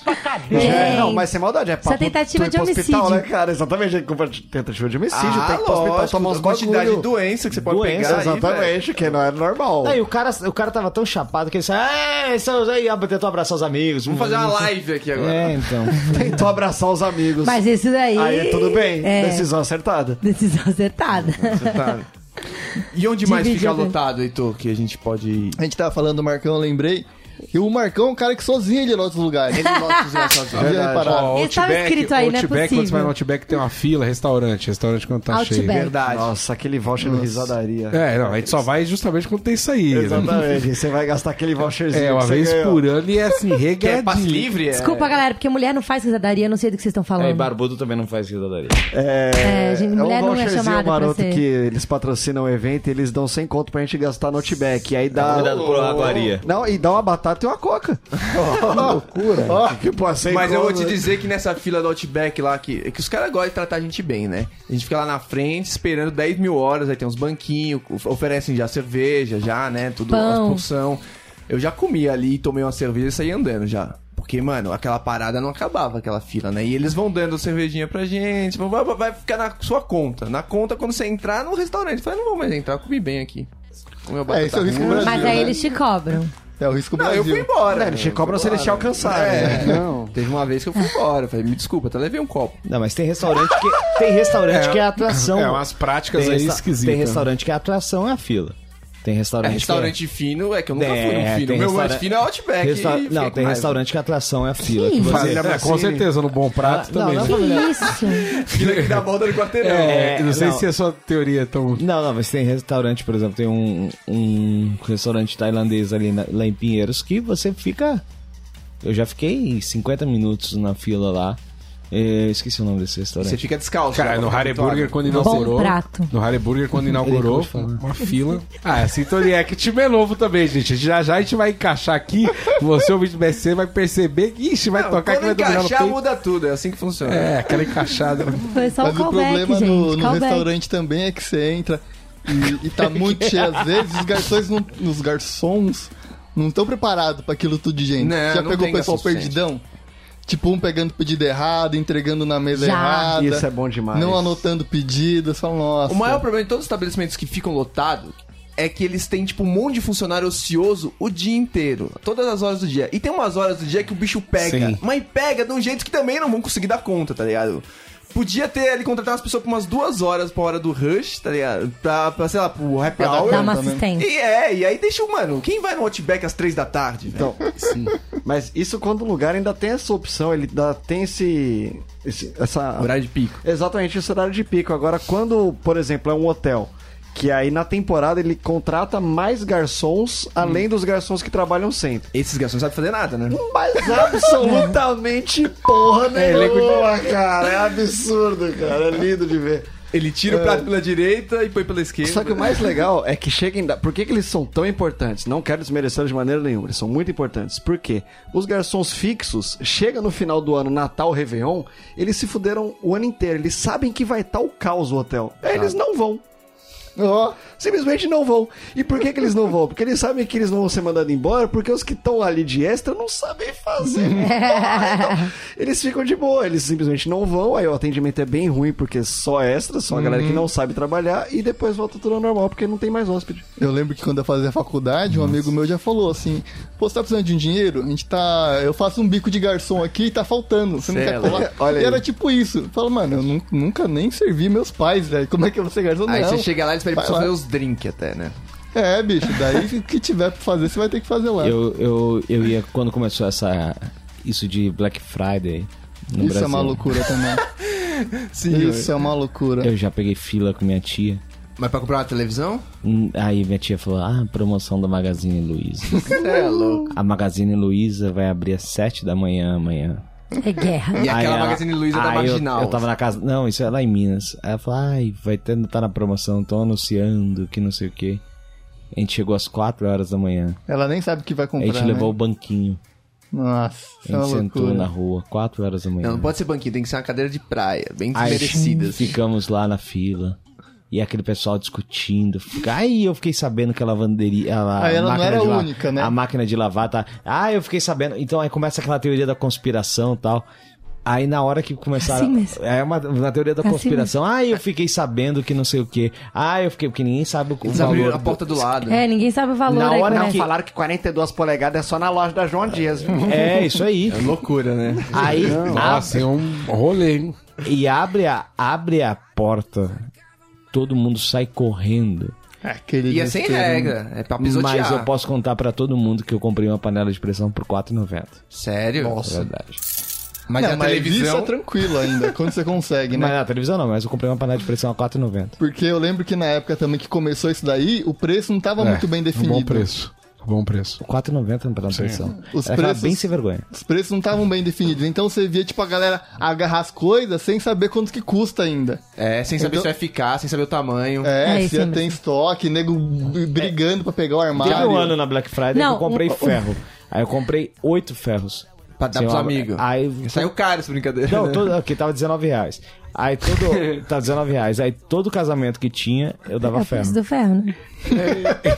S2: É,
S3: Gente,
S2: não, mas sem maldade, é papo.
S3: é tentativa
S2: tu ir
S3: de
S2: pro hospital,
S3: homicídio.
S2: né, cara? Exatamente, é culpa de- tentativa de homicídio,
S1: Ah,
S2: tem que ir pro hospital
S1: lógico,
S2: tomar uns
S1: da quantidade
S2: bagulho.
S1: de doença que você pode
S5: Doença,
S1: pegar. aí, velho.
S2: Exatamente, que não era normal.
S5: Não, e o cara, o cara tava tão chapado que ele saiu. "Ah, seus aí, ah, tentou abraçar os amigos.
S1: Vamos fazer uma live aqui agora.
S5: É, então.
S2: Tentou abraçar os amigos.
S3: mas esse daí.
S2: Aí tudo bem,
S3: É,
S2: decisão acertada.
S3: decisão acertada.
S1: Tá. E onde mais
S3: Divide
S1: fica
S3: a-
S1: lotado, Heitor, que a gente pode ir?
S7: A gente tava falando do Marcão, eu lembrei. E o Marcão é um cara que sozinho ele nota os lugares. Ele nota os lugares sozinho. Já repararam?
S4: Ó,
S3: Esse tava escrito aí, não é
S4: Outback, quando você
S3: possível.
S4: vai no Outback, tem uma fila, restaurante. Restaurante quando tá
S3: Outback.
S4: cheio.
S1: Verdade.
S2: Nossa, aquele voucher no risadaria.
S4: É, não, a gente só vai justamente quando tem isso aí. Né?
S2: Exatamente, (laughs) você vai gastar aquele voucherzinho.
S4: É, uma
S2: que você
S4: vez
S2: ganhou.
S4: por ano e é (laughs) assim,
S1: Que é passe
S4: regadinho.
S1: livre? É...
S3: Desculpa, galera, porque mulher não faz risadaria, eu não sei do que vocês estão falando.
S5: É, e barbudo também não faz risadaria.
S3: É, gente, mulher não é
S2: um voucherzinho
S3: chamada pra
S2: maroto
S3: ser.
S2: que eles patrocinam o evento e eles dão 100 conto pra gente gastar no Outback. E aí dá. um-
S5: Cuidado por barbaria.
S2: Não, e dá uma batata e uma coca. Ó, que loucura. Ó, que pô, sem
S1: Mas eu vou
S2: conto,
S1: te
S2: né?
S1: dizer que nessa fila do Outback lá, que, é que os caras gostam de tratar a gente bem, né? A gente fica lá na frente esperando 10 mil horas, aí tem uns banquinhos, of- oferecem já cerveja, já, né? Tudo,
S3: Pão.
S1: as porção. Eu já comi ali, tomei uma cerveja e saí andando já. Porque, mano, aquela parada não acabava, aquela fila, né? E eles vão dando cervejinha pra gente, vão- vai, vai- vai ficar na sua conta. Na conta quando você entrar no restaurante. Eu Falei, não vou mais entrar, eu comi bem aqui. Comi uma batata
S7: esse é o risco
S1: ruim.
S7: Brasil,
S3: Mas aí
S7: né?
S3: eles te cobram.
S7: É o risco
S1: Não,
S7: Brasil.
S1: eu fui embora.
S2: É, eles te cobram se eles te alcançarem.
S1: É.
S2: né? Não.
S1: (laughs) Teve uma vez que eu fui embora, eu falei, me desculpa, até levei um copo.
S5: Não, mas tem restaurante que tem restaurante que é atração.
S4: É, umas práticas
S5: tem
S4: aí
S5: resta-
S4: esquisitas.
S5: Tem restaurante que é atração é a fila. Tem
S1: É,
S5: restaurante
S1: restaurante fino é que eu nunca fui
S5: É,
S1: num fino.
S5: tem
S1: Meu
S5: restaura-
S1: lanche fino é
S5: que
S1: Outback.
S5: é resta-
S1: e
S5: Não,
S1: fica
S5: tem
S1: com raiva.
S5: restaurante que a atração é a fila.
S3: Que
S5: que você-
S4: Família
S2: Família
S4: com
S2: Mazzini.
S4: certeza, no bom prato
S3: Ah,
S5: Não,
S4: também.
S5: não,
S3: Que isso?
S1: Fila que dá a volta no quarteirão.
S4: É,
S5: É,
S4: não sei
S5: não.
S4: se a sua teoria é tão.
S5: Não, não, mas tem restaurante, por exemplo, tem um, um restaurante tailandês ali na- lá em Pinheiros que você fica. Eu já fiquei 50 minutos na fila lá. Eh, Eu esqueci o nome desse
S1: Você
S5: restaurante.
S1: fica descalço.
S4: Cara,
S1: né,
S4: no
S1: pra
S4: Harry
S1: vitória.
S4: Burger quando
S3: Bom
S4: inaugurou.
S3: prato.
S4: No Harry Burger quando inaugurou, foi uma fila. Ah, a sintonia é que time é novo também, gente. Já já a gente vai encaixar aqui. Você, ouvinte do BC, vai perceber é que ixi, vai
S1: Não,
S4: tocar que
S1: quando
S4: vai dobrar no
S1: encaixar,
S4: peito.
S1: muda tudo. É assim que funciona.
S4: É, aquela encaixada.
S3: Foi só um
S7: Mas o
S3: callback,
S7: problema
S3: gente.
S7: no, no
S3: callback.
S7: restaurante também é que você entra e, e tá muito cheio às vezes, os garçons não, os garçons não estão preparados pra aquilo tudo de gente.
S1: Não,
S7: Já
S1: não
S7: pegou
S1: tem
S7: o pessoal
S1: garçom suficiente.
S7: perdidão? Tipo, um pegando pedido errado, entregando na mesa
S3: Já.
S7: errada.
S2: Isso é bom demais.
S7: Não anotando pedidos, só nossa.
S1: O maior problema de todos os estabelecimentos que ficam lotados é que eles têm, tipo, um monte de funcionário ocioso o dia inteiro. Todas as horas do dia. E tem umas horas do dia que o bicho pega.
S4: Sim.
S1: Mas pega de um jeito que também não vão conseguir dar conta, tá ligado? Podia ter ali contratar umas pessoas por umas duas horas pra hora do rush, tá ligado? Pra, pra sei lá, pro happy
S7: Pra dar
S1: hour.
S3: Dá uma
S7: é Também.
S3: assistência.
S1: E é, e aí deixa o mano. Quem vai no Outback às três da tarde? velho?
S2: Então, mas isso quando o lugar ainda tem essa opção, ele ainda tem esse, esse- essa
S1: Horário de pico.
S2: exatamente esse horário de pico. Agora, quando, por exemplo, é um hotel que aí na temporada ele contrata mais garçons além dos garçons que trabalham sempre.
S1: Esses garçons não sabem fazer nada, né?
S2: Mas absolutamente porra nenhuma, cara. É absurdo, cara. É lindo de ver.
S1: Ele tira o prato pela direita e põe pela esquerda.
S2: Só que o mais legal é que cheguem. Da... Por que, que eles são tão importantes? Não quero desmerecer de maneira nenhuma, eles são muito importantes. Por quê? Os garçons fixos chegam no final do ano, Natal, Réveillon, eles se fuderam o ano inteiro. Eles sabem que vai estar o caos no hotel. Aí Eles não vão. Ó, simplesmente não vão. E por que, que eles não vão? Porque eles sabem que eles não vão ser mandados embora, porque os que estão ali de extra não sabem fazer. porra. Então, eles ficam de boa, eles simplesmente não vão. Aí o atendimento é bem ruim, porque só extra, só a galera que não sabe trabalhar, e depois volta tudo ao normal, porque não tem mais hóspede.
S7: Eu lembro que quando eu fazia faculdade, um amigo meu já falou assim: Pô, você tá precisando de um dinheiro? A gente tá. Eu faço um bico de garçom aqui e tá faltando. Você não
S1: Cê é
S7: quer colar?
S2: Olha
S7: e
S2: aí.
S7: era tipo isso. Eu falo, mano, eu nu- nunca nem servi meus pais, velho. Como é que eu vou ser garçom?
S1: Aí
S7: não.
S1: você chega lá e eles pedem pra
S7: Vai
S1: você
S7: lá.
S1: fazer os drinks até, né?
S7: É, bicho, daí o que tiver pra fazer, você vai ter que fazer lá.
S5: Eu, eu, eu ia quando começou essa isso de Black Friday no
S7: Isso
S5: Brasil. (laughs)
S7: é uma loucura também. Sim, isso é uma loucura.
S5: Eu já peguei fila com minha tia.
S1: Mas pra comprar uma televisão?
S5: Hum, Aí minha tia falou: Ah, promoção da Magazine
S1: (laughs)
S5: Luiza.
S1: É louco.
S5: A Magazine Luiza vai abrir às 7 da manhã amanhã.
S6: É guerra.
S1: E aquela
S5: ela-
S1: Magazine Luiza da
S5: aí eu-
S1: Marginal.
S5: Eu, tava na casa. Não, isso é lá em Minas. Aí ela falou: Ai, vai ter, tá na promoção, tão anunciando que não sei o quê. A gente chegou às 4 horas da manhã.
S7: Ela nem sabe o que vai
S5: a
S7: comprar.
S5: gente levou o
S7: né?
S5: banquinho.
S7: Nossa,
S5: A
S7: é uma
S5: gente sentou
S7: loucura.
S5: na rua, 4 horas da manhã.
S1: Não, não pode ser banquinho, tem que ser uma cadeira de praia, bem
S5: Aí
S1: desmerecida. assim.
S5: Ficamos lá na fila. E aquele pessoal discutindo. Fica- Aí eu fiquei sabendo que a lavanderia. A,
S7: Aí ela não
S5: máquina
S7: era
S5: de la-
S7: única, né?
S5: A máquina de lavar tá. Ah, eu fiquei sabendo. Então aí começa aquela teoria da conspiração e tal. Aí na hora que começaram.
S6: Assim mesmo.
S5: É uma, na teoria da
S6: Assim
S5: conspiração. ah, eu fiquei sabendo que não sei o quê. Ah, eu fiquei. Porque ninguém sabe o, o
S1: Eles abriram
S5: valor.
S1: a porta do lado.
S6: É, ninguém sabe o valor
S8: Na
S6: aí,
S8: hora
S6: né?
S8: que falaram que 42 polegadas é só na loja da João Dias. viu?
S5: É, isso aí.
S1: Loucura, né?
S5: Aí. a-
S4: Nossa, é um rolê, hein?
S5: e abre a, abre a porta. Todo mundo sai correndo.
S7: Aquele
S1: E é sem
S7: desespero, né?
S1: regra, é pra pisotear.
S5: Mas eu posso contar pra todo mundo que eu comprei uma panela de pressão por 4,90.
S1: Sério?
S5: É verdade.
S1: Mas
S7: Não,
S1: a
S7: mas isso é
S1: televisão...
S7: tranquilo ainda, quando
S1: (laughs)
S7: você consegue,
S5: Mas
S7: né?
S5: na televisão não, mas eu comprei uma panela de pressão a 4,90.
S7: Porque eu lembro que na época também que começou isso daí, o preço não tava Tá muito bem definido.
S4: Um bom preço. Um bom preço.
S5: 4,90 na panela de pressão.
S7: Os
S5: Ela preços...
S7: preços-
S5: bem sem vergonha.
S7: Os preços não estavam bem definidos. Então você via, tipo, a galera agarrar as coisas sem saber quanto que custa ainda.
S1: É, sem saber
S7: Então-
S1: se vai ficar, sem saber o tamanho.
S7: É,
S6: É,
S7: se
S6: isso
S7: ia
S6: mesmo.
S7: ter em estoque, nego b- brigando pra pegar o armário.
S5: Teve um ano na Black Friday
S6: Não,
S5: que eu comprei
S6: um-
S5: ferro. Aí eu comprei 8 ferros.
S1: Pra dar
S5: Sem
S1: pros
S5: uma-
S1: amigos.
S7: É.
S5: Aí
S1: Saiu caro essa brincadeira. (laughs)
S5: Não,
S1: né?
S5: todo, aqui tava 19 reais. Aí todo. tá 19 reais. Aí todo casamento que tinha, eu
S6: É
S5: dava
S6: o preço
S5: ferro.
S6: do ferro, né?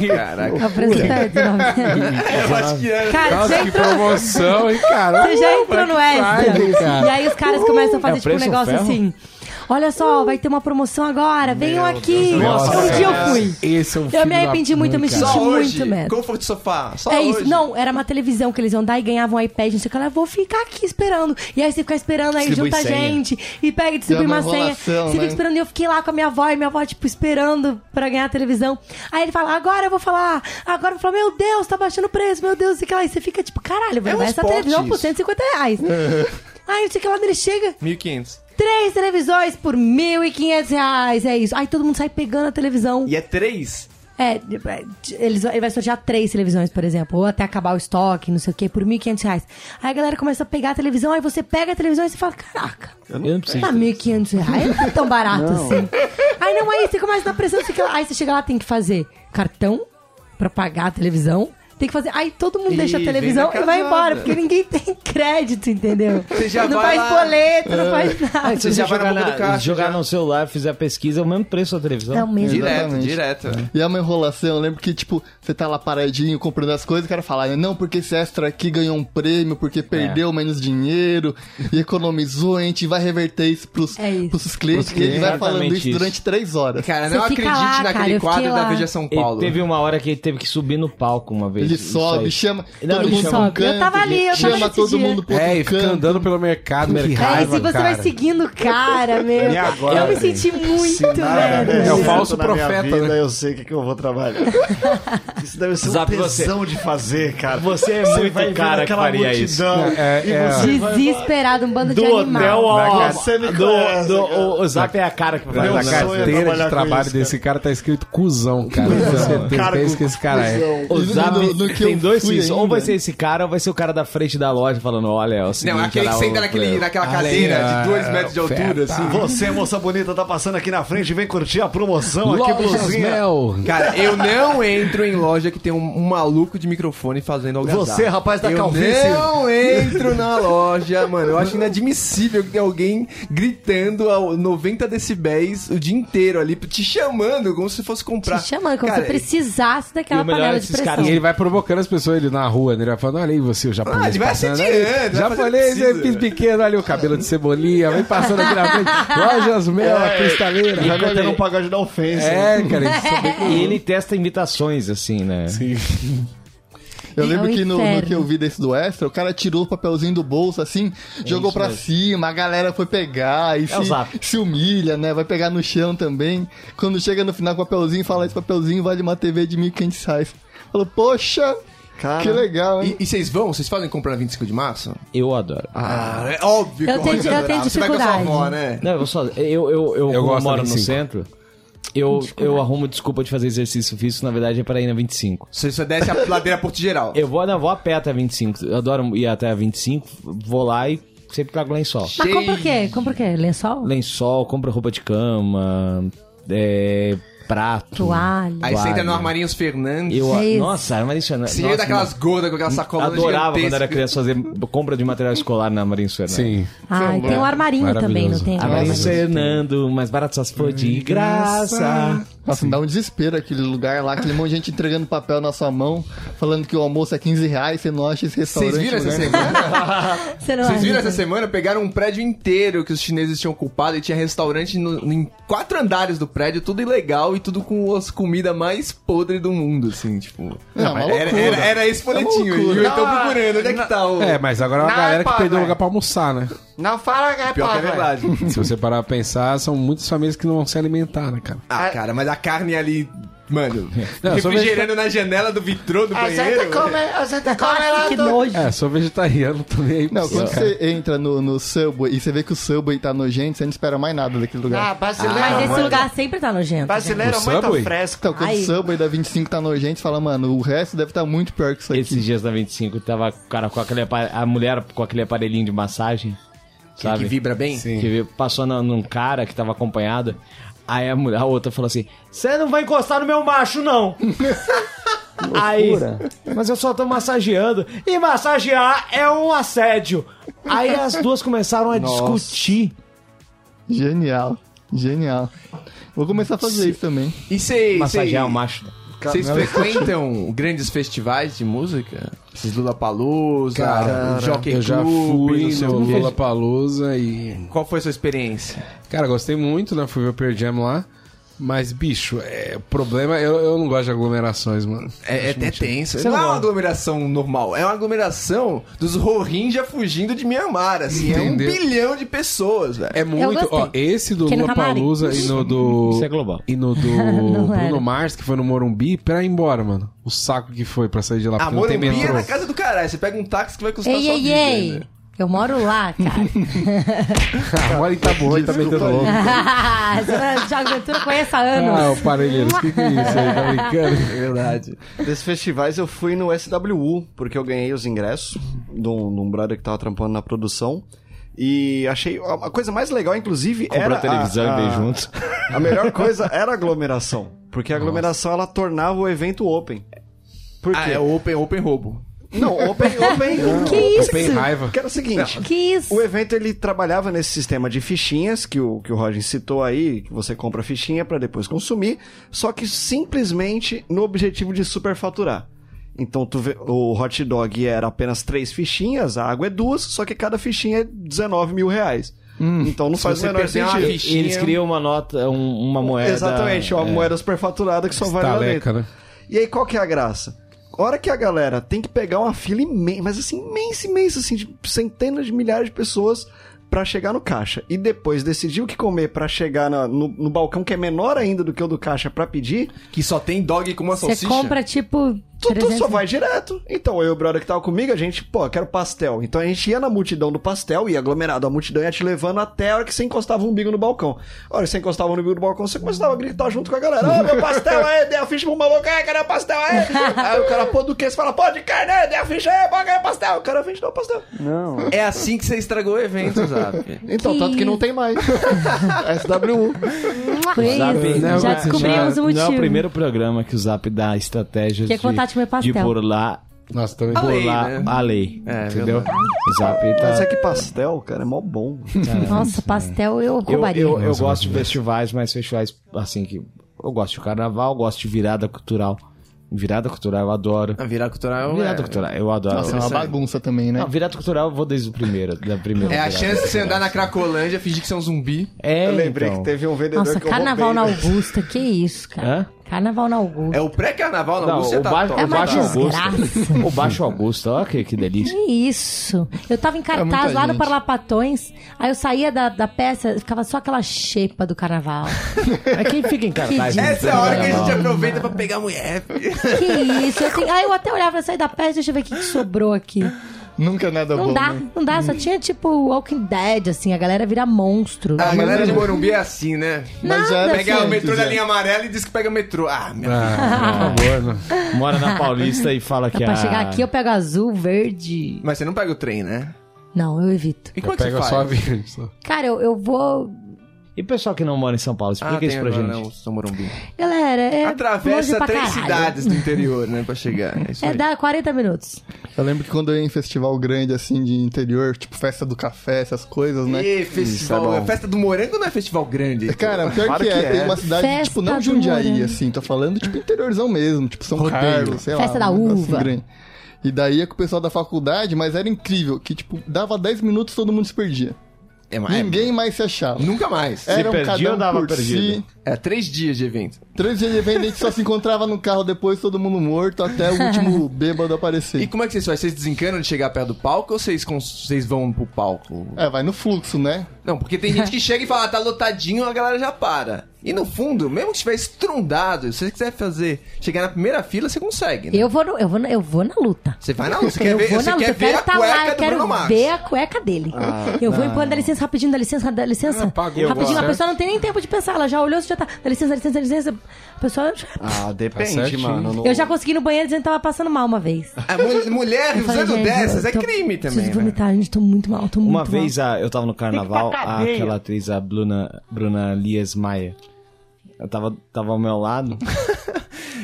S1: Caraca.
S6: É o preço do
S7: (laughs)
S6: ferro. dezenove.
S1: Eu acho que é. era.
S6: Cara, você
S4: Nossa, que
S6: entrou,
S4: promoção, hein, cara?
S6: você já entrou no
S4: Friday,
S6: extra.
S4: cara.
S6: E aí os caras começam a
S5: É
S6: fazer
S5: o
S6: tipo um
S5: preço do
S6: negócio
S5: ferro?
S6: assim. Olha só, vai ter uma promoção agora. Venham aqui.
S4: Nossa,
S6: um dia eu
S4: cara,
S6: fui.
S4: Esse é um
S6: Eu me arrependi muito, eu me
S4: xinguei.
S6: senti
S1: Só hoje.
S6: muito merda.
S1: Comfort sofá. Só
S6: é
S1: hoje.
S6: isso, não, era uma televisão que eles iam dar e ganhavam um iPad, não sei o que lá, eu vou ficar aqui esperando. E aí você fica esperando, aí
S5: Distribui
S6: junta
S5: senha.
S6: gente e pega e distribui
S7: Dá uma
S6: uma senha.
S7: enrolação,
S6: Você fica
S7: né?
S6: esperando e eu fiquei lá com a minha avó e minha avó, tipo, esperando pra ganhar a televisão. Aí ele fala, agora eu vou falar, agora eu falo, meu Deus, tá baixando o preço, meu Deus, não sei o que lá. E você fica tipo, caralho, vai
S1: É um
S6: dar essa
S1: esporte
S6: televisão por
S1: isso.
S6: 150
S1: (laughs)
S6: reais. Aí não sei o que lá, ele chega,
S1: 1.500.
S6: três televisões por 1.500 reais, é isso. Aí todo mundo sai pegando a televisão.
S1: E é 3?
S6: É, é, eles, ele vai sortear três televisões, por exemplo, ou até acabar o estoque, não sei o quê, por 1.500 reais. Aí a galera começa a pegar a televisão, aí você pega a televisão e você fala, caraca,
S5: Eu não preciso.
S6: tá 1.500 reais, não é tão barato assim. Aí não, aí você começa na pressão, você fica lá, aí você chega lá, tem que fazer cartão pra pagar a televisão, tem que fazer, aí todo mundo
S1: Ih,
S6: deixa a
S1: vem
S6: televisão
S1: na
S6: e vai
S1: casada.
S6: embora, porque ninguém tem crédito, entendeu?
S1: Você já
S6: não
S1: vai
S6: faz
S1: lá- Ah.
S6: boleto, não faz nada.
S1: Você já vai na
S5: jogar,
S1: boca do caixa.
S5: jogar
S1: já.
S5: no celular, fizer a pesquisa, é o mesmo preço da televisão.
S6: Não, mesmo.
S1: Direto,
S7: Exatamente.
S1: direto. né?
S7: E é uma enrolação, eu lembro que, tipo, você tá lá paradinho comprando as coisas, o cara fala, né, não, porque esse extra aqui ganhou um prêmio,
S4: É.
S7: porque perdeu menos dinheiro e economizou, a gente vai reverter isso pros,
S6: É isso.
S7: pros clientes. E ele vai
S5: clientes.
S7: falando
S5: Exatamente
S7: isso,
S5: isso.
S7: durante três horas.
S1: Cara,
S6: Você
S1: não
S6: fica
S1: acredite
S6: lá, cara,
S1: naquele
S6: eu fiquei
S1: quadro da
S6: lá.
S1: Veja São
S5: Ele
S1: Paulo.
S5: teve uma hora que ele teve que subir no palco uma vez.
S7: Ele
S5: Isso
S7: sobe,
S5: aí.
S7: chama
S5: Não,
S7: todo
S5: ele
S7: mundo pra
S5: chama-
S7: um canto,
S6: Eu tava ali, eu tava
S7: chama
S6: nesse
S7: todo
S6: dia.
S7: mundo pro outro
S4: É, e fica
S7: canto.
S4: andando pelo mercado, né? que
S6: É, e
S4: raiva,
S6: se você
S4: cara.
S6: vai seguindo o cara, meu.
S8: E agora,
S6: eu me
S8: gente? né?
S6: senti muito,
S8: Nada
S6: velho.
S8: der
S4: É o
S8: Tá certo
S4: falso
S8: na minha
S4: profeta,
S8: vida,
S4: né?
S8: Eu sei o que, que eu vou
S2: (laughs)
S8: trabalhar. Isso deve ser
S5: Zap,
S8: um
S5: você-
S8: tesão de fazer, cara.
S5: Você é muito
S8: vai ver
S5: cara que
S8: aquela
S5: faria
S8: multidão
S4: isso. É,
S8: e
S4: é.
S8: você
S6: Desesperado, um bando de
S5: Do hotel
S6: animal.
S5: ao...
S8: Vai, você me
S5: do,
S8: conhece,
S5: do-
S8: cara.
S5: o, o Zap é a cara que vai
S8: Meu
S4: Na
S5: fazer.
S8: sonho é
S4: carteira
S8: trabalhar
S4: de
S8: com
S4: trabalho
S8: isso,
S4: desse cara tá escrito cuzão, cara. Com certeza.
S8: Cargo,
S4: É isso que esse cara é.
S5: O
S7: E no-
S5: Zap
S7: no- no que
S5: tem
S7: eu
S5: dois
S7: fui
S5: cis. Ou
S7: ainda.
S5: vai ser esse cara, ou vai ser o cara da frente da loja falando, olha, é o seguinte,
S1: Não, aquele que
S5: ela-
S1: senta naquele, naquela
S4: Ah,
S1: cadeira de
S4: é,
S1: 2 metros de altura, assim.
S8: Você, moça bonita, tá passando aqui na frente, vem curtir a promoção aqui,
S4: Lojas
S8: blusinha.
S4: Mel.
S1: Cara, eu não entro em loja que tem um, um maluco de microfone fazendo algazarra.
S8: Você, rapaz da
S1: eu
S8: calvície.
S1: não entro na loja, mano. Eu acho inadmissível que tem alguém gritando a 90 decibéis o dia inteiro ali, te chamando como se fosse comprar.
S6: Te chamando, como se
S1: Cara,
S6: você precisasse
S5: e
S6: daquela
S5: o melhor é
S6: panela de
S5: esses
S6: pressão.
S5: caras-
S4: E ele vai provocando as pessoas ele na rua, né? Ele vai falando, olha aí você, o japonês.
S1: Ah, ele vai
S4: passando,
S1: assediando,
S4: olha
S1: vai fazer o
S4: aí,
S1: que
S4: Japonês,
S1: precisa.
S4: aí, piso pequeno, olha o cabelo de cebolinha, vem passando aqui na frente.
S1: (laughs)
S4: Lojas Mel,
S1: É,
S4: a cristaleira.
S8: Já metendo um pagode da ofensa.
S4: É, cara,
S1: (laughs)
S4: eles são bem
S5: E ele testa imitações, assim, né?
S7: Eu
S6: É
S7: lembro
S6: o
S7: que no,
S6: inferno.
S7: no que eu vi desse do extra, o cara tirou o papelzinho do bolso assim,
S5: É
S7: jogou pra cima, a galera foi pegar e
S5: o
S7: se,
S5: zap.
S7: se humilha, né? Vai pegar no chão também. Quando chega no final com o papelzinho, fala: esse papelzinho vale uma TV de 1.500 reais. Falou, poxa,
S8: Cara.
S7: que legal, hein?
S1: E e vocês vão? Vocês fazem comprar 25 de março?
S5: Eu adoro.
S1: Ah, é óbvio
S6: Eu tenho-
S1: que vou
S6: eu tenho
S1: adorar. Você vai com a sua
S6: dificuldade.
S1: avó, né?
S5: Não, eu só. Eu, eu, eu,
S4: Eu
S5: como
S4: gosto
S5: moro
S4: da
S5: no
S4: 25.
S5: centro. Eu, eu arrumo desculpa de fazer exercício físico, na verdade é para ir na 25.
S1: Você só desce a ladeira Porto Geral.
S5: Eu vou, não, vou a pé até a 25. Eu adoro ir até a 25, vou lá e sempre trago lençol.
S6: Mas compra o quê? Compra o quê? Lençol?
S5: Lençol, compro roupa de cama, é, prato.
S6: Toalha.
S1: Aí você entra no
S5: Toalha.
S1: Armarinhos Fernandes.
S5: Eu,
S6: É isso.
S5: nossa, era Marins
S1: Se vira é daquelas gordas com aquela sacola
S5: Adorava quando
S1: gigantesca.
S5: era criança fazer compra de material escolar na Marins Fernandes. Ah,
S4: Sim.
S6: Ah, e tem um armarinho também, não
S4: Maravilhoso.
S6: tem?
S5: Armarinho
S6: Armarinho.
S5: Fernando, é mais barato só se for de
S1: Hum,
S5: graça.
S7: Nossa, me dá um desespero aquele lugar lá, aquele monte de gente entregando papel na sua mão, falando que o almoço é 15 reais, você não acha esse restaurante. né?
S1: Vocês viram essa
S7: lugar.
S5: né?
S1: semana?
S6: né? Você não é
S1: Vocês
S6: acha?
S1: viram essa semana? Pegaram um prédio inteiro que os chineses tinham ocupado e tinha restaurante no- em quatro andares do prédio, tudo ilegal e tudo com as comidas mais podres do mundo, assim, tipo.
S7: Não, uma
S1: era,
S7: loucura.
S1: era, era esse
S7: É
S1: folhetinho.
S7: uma
S1: e eu
S7: loucura.
S1: tô procurando, onde é que tá o.
S4: É, mas agora é uma
S9: Não,
S4: galera que
S9: pô,
S4: perdeu
S9: velho.
S4: lugar pra almoçar,
S1: (laughs)
S4: né?
S9: Não fala que é
S2: ah,
S1: Pior que é
S9: porra, velho.
S1: verdade.
S4: Se você parar pra pensar, são muitas famílias que não vão se alimentar, né, cara?
S1: Ah, cara, mas a carne ali. Mano,
S4: Não, eu sou
S1: refrigerando na janela do vitrô do
S9: A
S2: É,
S9: gente
S2: tá
S1: banheiro.
S9: come, a gente come lá
S6: Que
S9: do...
S6: nojo.
S4: É, sou vegetariano também aí.
S7: Não, quando você entra no, no Subway e você vê que o Subway tá nojento, você não espera mais nada daquele lugar.
S9: Ah, brasileiro,
S6: Mas esse
S9: muito-
S6: lugar sempre tá nojento.
S9: brasileiro é
S4: O
S9: muito
S4: Subway?
S9: fresco.
S7: Então, quando
S6: Ai.
S7: o Subway da 25 tá nojento, você fala, mano, o resto deve estar muito pior que isso aqui.
S5: Esses dias da 25 tava o cara com aquele apa- a mulher com aquele aparelhinho de massagem, sabe?
S1: Que vibra bem?
S5: Que vi- passou na- num cara que tava acompanhado. Aí a, mulher- a outra falou assim: Você não vai encostar no meu macho, (laughs) não! Aí, mas eu só tô massageando. E massagear é um assédio. Aí as duas começaram a discutir.
S7: Genial, genial. Vou começar a fazer isso também.
S1: E vocês
S5: Massagear o macho.
S1: vocês frequentam grandes festivais de música? Esses Lula Palusa, Jockey
S4: eu já
S1: Club,
S4: fui
S1: não sei
S4: no seu
S1: o quê.
S4: Lula Palusa e
S1: Qual foi a sua experiência?
S4: Cara, gostei muito, né? Fui ver o Pearl Jam lá. Mas, bicho, é, o problema... Eu, eu não gosto de aglomerações, mano.
S1: É, é até tenso.
S5: Você
S1: não,
S5: não
S1: é uma
S5: gosta.
S1: aglomeração normal, é uma aglomeração dos Rohingya fugindo de Myanmar, assim.
S4: Entendeu?
S1: É um bilhão de pessoas, velho.
S4: É muito...
S6: gostei.
S4: Ó, esse do
S6: Fiquei no
S4: Lula Palusa e no do...
S5: Isso é global.
S6: (laughs)
S4: E no do
S6: era.
S4: Bruno Mars, que foi no Morumbi, pra ir embora, mano. O saco que foi pra sair de lá,
S1: A
S4: porque não tem
S1: Morumbi é
S4: metrô.
S1: na casa do caralho. Você pega um táxi que vai custar
S6: Ei,
S1: sua
S6: ei,
S1: vida,
S6: ei.
S1: né?
S6: Eu moro lá, cara.
S4: Ah, Mora em Itaboroi, tá metendo louco.
S6: (laughs) Tiago Ventura conhece há anos.
S4: Ah, o parelheiros, o que, que é isso aí? Tá brincando?
S1: É verdade.
S2: Desses festivais eu fui no SWU, porque eu ganhei os ingressos de um, de um brother que tava trampando na produção. E achei. A a coisa mais legal, inclusive, era.
S5: Comprar televisão
S2: a,
S5: e ver
S2: a,
S5: juntos.
S2: (laughs) A melhor coisa era a aglomeração. Porque a aglomeração ela tornava o evento open. Por quê?
S1: Ah, é open, open roubo.
S2: Não, open, open.
S6: Que
S4: Tô bem
S6: isso?
S4: raiva.
S2: Que era o seguinte.
S6: Que isso?
S2: O evento ele trabalhava nesse sistema de fichinhas que o, que o Roger citou aí, que você compra a fichinha pra depois consumir, só que simplesmente no objetivo de superfaturar. Então tu vê- o hot dog era apenas três fichinhas, a água é duas, só que cada fichinha é 19 mil reais. então não faz o
S1: você
S2: menor
S1: perder uma
S2: sentido.
S1: fichinha,
S5: Eles criam uma nota, um- uma moeda.
S2: Exatamente, uma moeda superfaturada que só vai lá dentro.
S4: Estaleca, né?
S2: E aí, qual que é a graça? A Hora que a galera tem que pegar uma fila imensa, mas assim, imensa, imensa, assim, de centenas de milhares de pessoas pra chegar no caixa. E depois decidir o que comer pra chegar na- no, no balcão que é menor ainda do que o do caixa pra pedir,
S1: Que só tem dog com uma
S6: Você
S1: salsicha.
S6: compra, tipo,
S2: tu, tu
S6: 300
S2: só vai direto. Então, eu e o brother que tava comigo, a gente, pô, quero pastel. Então a gente ia na multidão do pastel, ia aglomerado, a multidão ia te levando até a hora que você encostava o umbigo no balcão. A hora que você encostava o umbigo no balcão, você começava a gritar junto com a galera: Ô, meu pastel aí, dei a ficha pro maluco, aí, cadê o pastel
S6: (laughs)
S2: aí? aí o cara, pô, do que? Você fala, pô, de carne aí, dei a ficha aí, pô, cadê o pastel? O cara vende não o pastel.
S1: É assim que você estragou o (laughs) evento, sabe?
S7: Então, tanto que não tem mais. SWU.
S6: Foi isso.
S4: Não,
S6: já
S4: mas-
S6: descobrimos
S5: é Já-
S6: o motivo.
S5: Não é o primeiro programa que o Zap dá estratégias
S6: Que é
S5: de,
S6: contato meu pastel.
S5: de burlar,
S4: Nossa, também...
S1: lei,
S5: burlar
S1: né?
S5: a lei.
S1: É,
S5: entendeu? O Zap
S2: Mas é
S5: tá...
S2: que pastel, cara, é mó bom.
S6: Nossa, pastel eu
S5: Eu,
S6: roubaria.
S5: eu, eu gosto de festivais, mas festivais assim que... Eu gosto de carnaval, gosto de virada cultural. Virada cultural eu adoro.
S1: A virada cultural
S5: Virada
S1: é...
S5: cultural eu adoro.
S7: Nossa, é uma bagunça também, né?
S5: Não, virada cultural eu vou desde o primeiro, da primeira.
S1: É a
S5: virada
S1: chance de você
S5: cultural.
S1: andar na Cracolândia, fingir que você é um zumbi.
S5: É,
S2: eu lembrei
S5: então.
S2: que teve um vendedor
S6: Nossa,
S2: que eu
S6: carnaval
S2: roubei,
S6: na
S2: né?
S6: Augusta, que isso, cara. Carnaval na Augusta.
S1: É o pré-carnaval, não.
S5: Não,
S1: você
S5: o,
S1: tá
S5: Ba-
S1: top.
S5: o
S6: uma
S5: Baixo Augusto.
S6: É desgraça.
S5: O Baixo Augusto, olha que,
S6: (laughs)
S5: que delícia.
S6: Que isso? Eu tava em cartaz
S7: muita
S6: lá no
S7: gente.
S6: Parlapatões, aí eu saía da, da peça, ficava só aquela xepa do carnaval.
S5: É quem fica em cartaz.
S6: Que
S5: né?
S1: Essa é a hora que a gente
S5: Carnaval.
S1: aproveita pra pegar mulher. filho.
S6: que isso? Eu tenho... Aí eu até olhava pra sair da peça, deixa eu ver o que, que sobrou aqui.
S7: Nunca nada
S6: Não
S7: bom.
S6: dá,
S7: né?
S6: não dá. Só tinha tipo Walking Dead, assim. A galera vira monstro.
S1: (laughs)
S6: assim.
S1: A
S7: mas
S1: galera
S7: era-
S1: de Morumbi é assim, né?
S7: Mas já era
S1: Pega o
S7: antes,
S1: metrô da
S7: já.
S1: linha amarela e diz que pega o metrô. Ah, minha...
S4: Ah, por favor, não.
S5: Mora na Paulista e fala que é
S6: Pra
S5: a-
S6: chegar aqui eu pego azul, verde.
S1: Mas você não pega o trem, né?
S6: Não, eu evito.
S1: E como
S4: Eu
S1: é que você
S4: pego
S1: faz?
S4: só a virgem. só.
S6: Cara, eu, eu vou.
S5: E o pessoal que não mora em São
S1: Ah,
S5: Paulo, explica
S1: tem
S5: isso pra
S1: agora,
S5: gente.
S1: Não, São Morumbi.
S6: Galera, é. longe
S1: Atravessa
S6: pra
S1: três
S6: caralho.
S1: cidades do interior, né? Pra chegar. É isso
S6: É,
S1: aí.
S6: dá 40 minutos.
S7: Eu lembro que quando eu ia em festival grande, assim, de interior, tipo festa do café, essas coisas, né?
S1: Ih, festival.
S2: Isso é bom.
S1: a festa do Morango não é festival grande.
S7: Cara, pior
S2: Claro
S7: que,
S2: que
S7: é,
S2: é.
S7: tem uma cidade,
S6: Festa
S7: tipo, não
S6: do
S7: Jundiaí,
S6: Morango.
S7: assim, tô falando, tipo, interiorzão mesmo, tipo São Carlos, sei
S6: Festa
S7: lá. um
S6: da
S7: negócio
S6: uva.
S7: grande. E daí é com o pessoal da faculdade, mas era incrível, que, tipo, dava 10 minutos todo mundo se perdia.
S1: é, mais-
S7: Ninguém mais se achava.
S1: Nunca mais.
S7: Era um
S5: perdia
S7: cada
S5: ou
S7: um
S5: dava
S7: por
S5: perdido?
S7: si.
S1: É três dias de evento.
S7: Três dias de evento, a gente só se encontrava no carro depois, todo mundo morto, até o
S6: (laughs)
S7: último bêbado
S1: E
S7: aparecer.
S1: como é que vocês fazem? Vocês desencanam de chegar perto do palco ou vocês, cons- vocês vão pro palco?
S7: É, vai no fluxo, né?
S1: Não, porque
S6: (laughs)
S1: tem gente que chega e fala, ah, tá lotadinho, a galera já para. E no fundo, mesmo que estiver estrondado, se você quiser fazer, chegar na primeira fila, você consegue, né?
S6: Eu vou, no- eu, vou, na- eu vou na luta.
S1: Você vai na luz, você quer
S6: Eu
S1: ver,
S6: vou
S1: você
S6: na luta,
S1: quer
S6: eu
S1: ver
S6: quero
S1: a
S6: estar
S1: cueca
S6: lá, eu
S1: do Bruno
S6: quero
S1: Mars.
S6: ver a cueca dele.
S5: Ah,
S6: eu vou impor, dá licença rapidinho, dá licença, dá licença.
S4: Ah, pagou,
S6: rapidinho,
S4: certo.
S6: a pessoa não tem nem tempo de pensar, ela já olhou, você já tá. Dá licença, dá licença, dá licença. A pessoa.
S1: Tá
S2: Ah, depende,
S4: certinho.
S2: mano. não-
S6: Eu já consegui ir no banheiro dizendo que tava passando mal uma
S1: (laughs)
S6: vez.
S1: A mu- mulher
S6: Eu falei,
S1: usando
S6: gente,
S1: dessas
S6: eu
S1: é
S6: tô-
S1: crime também,
S6: Preciso
S1: né?
S6: vomitar, gente, tô muito mal, tô muito
S5: Uma
S6: mal.
S5: vez a- eu tava no carnaval, aquela atriz, a Bruna, Bruna Lias Maia. Eu tava, tava ao meu lado.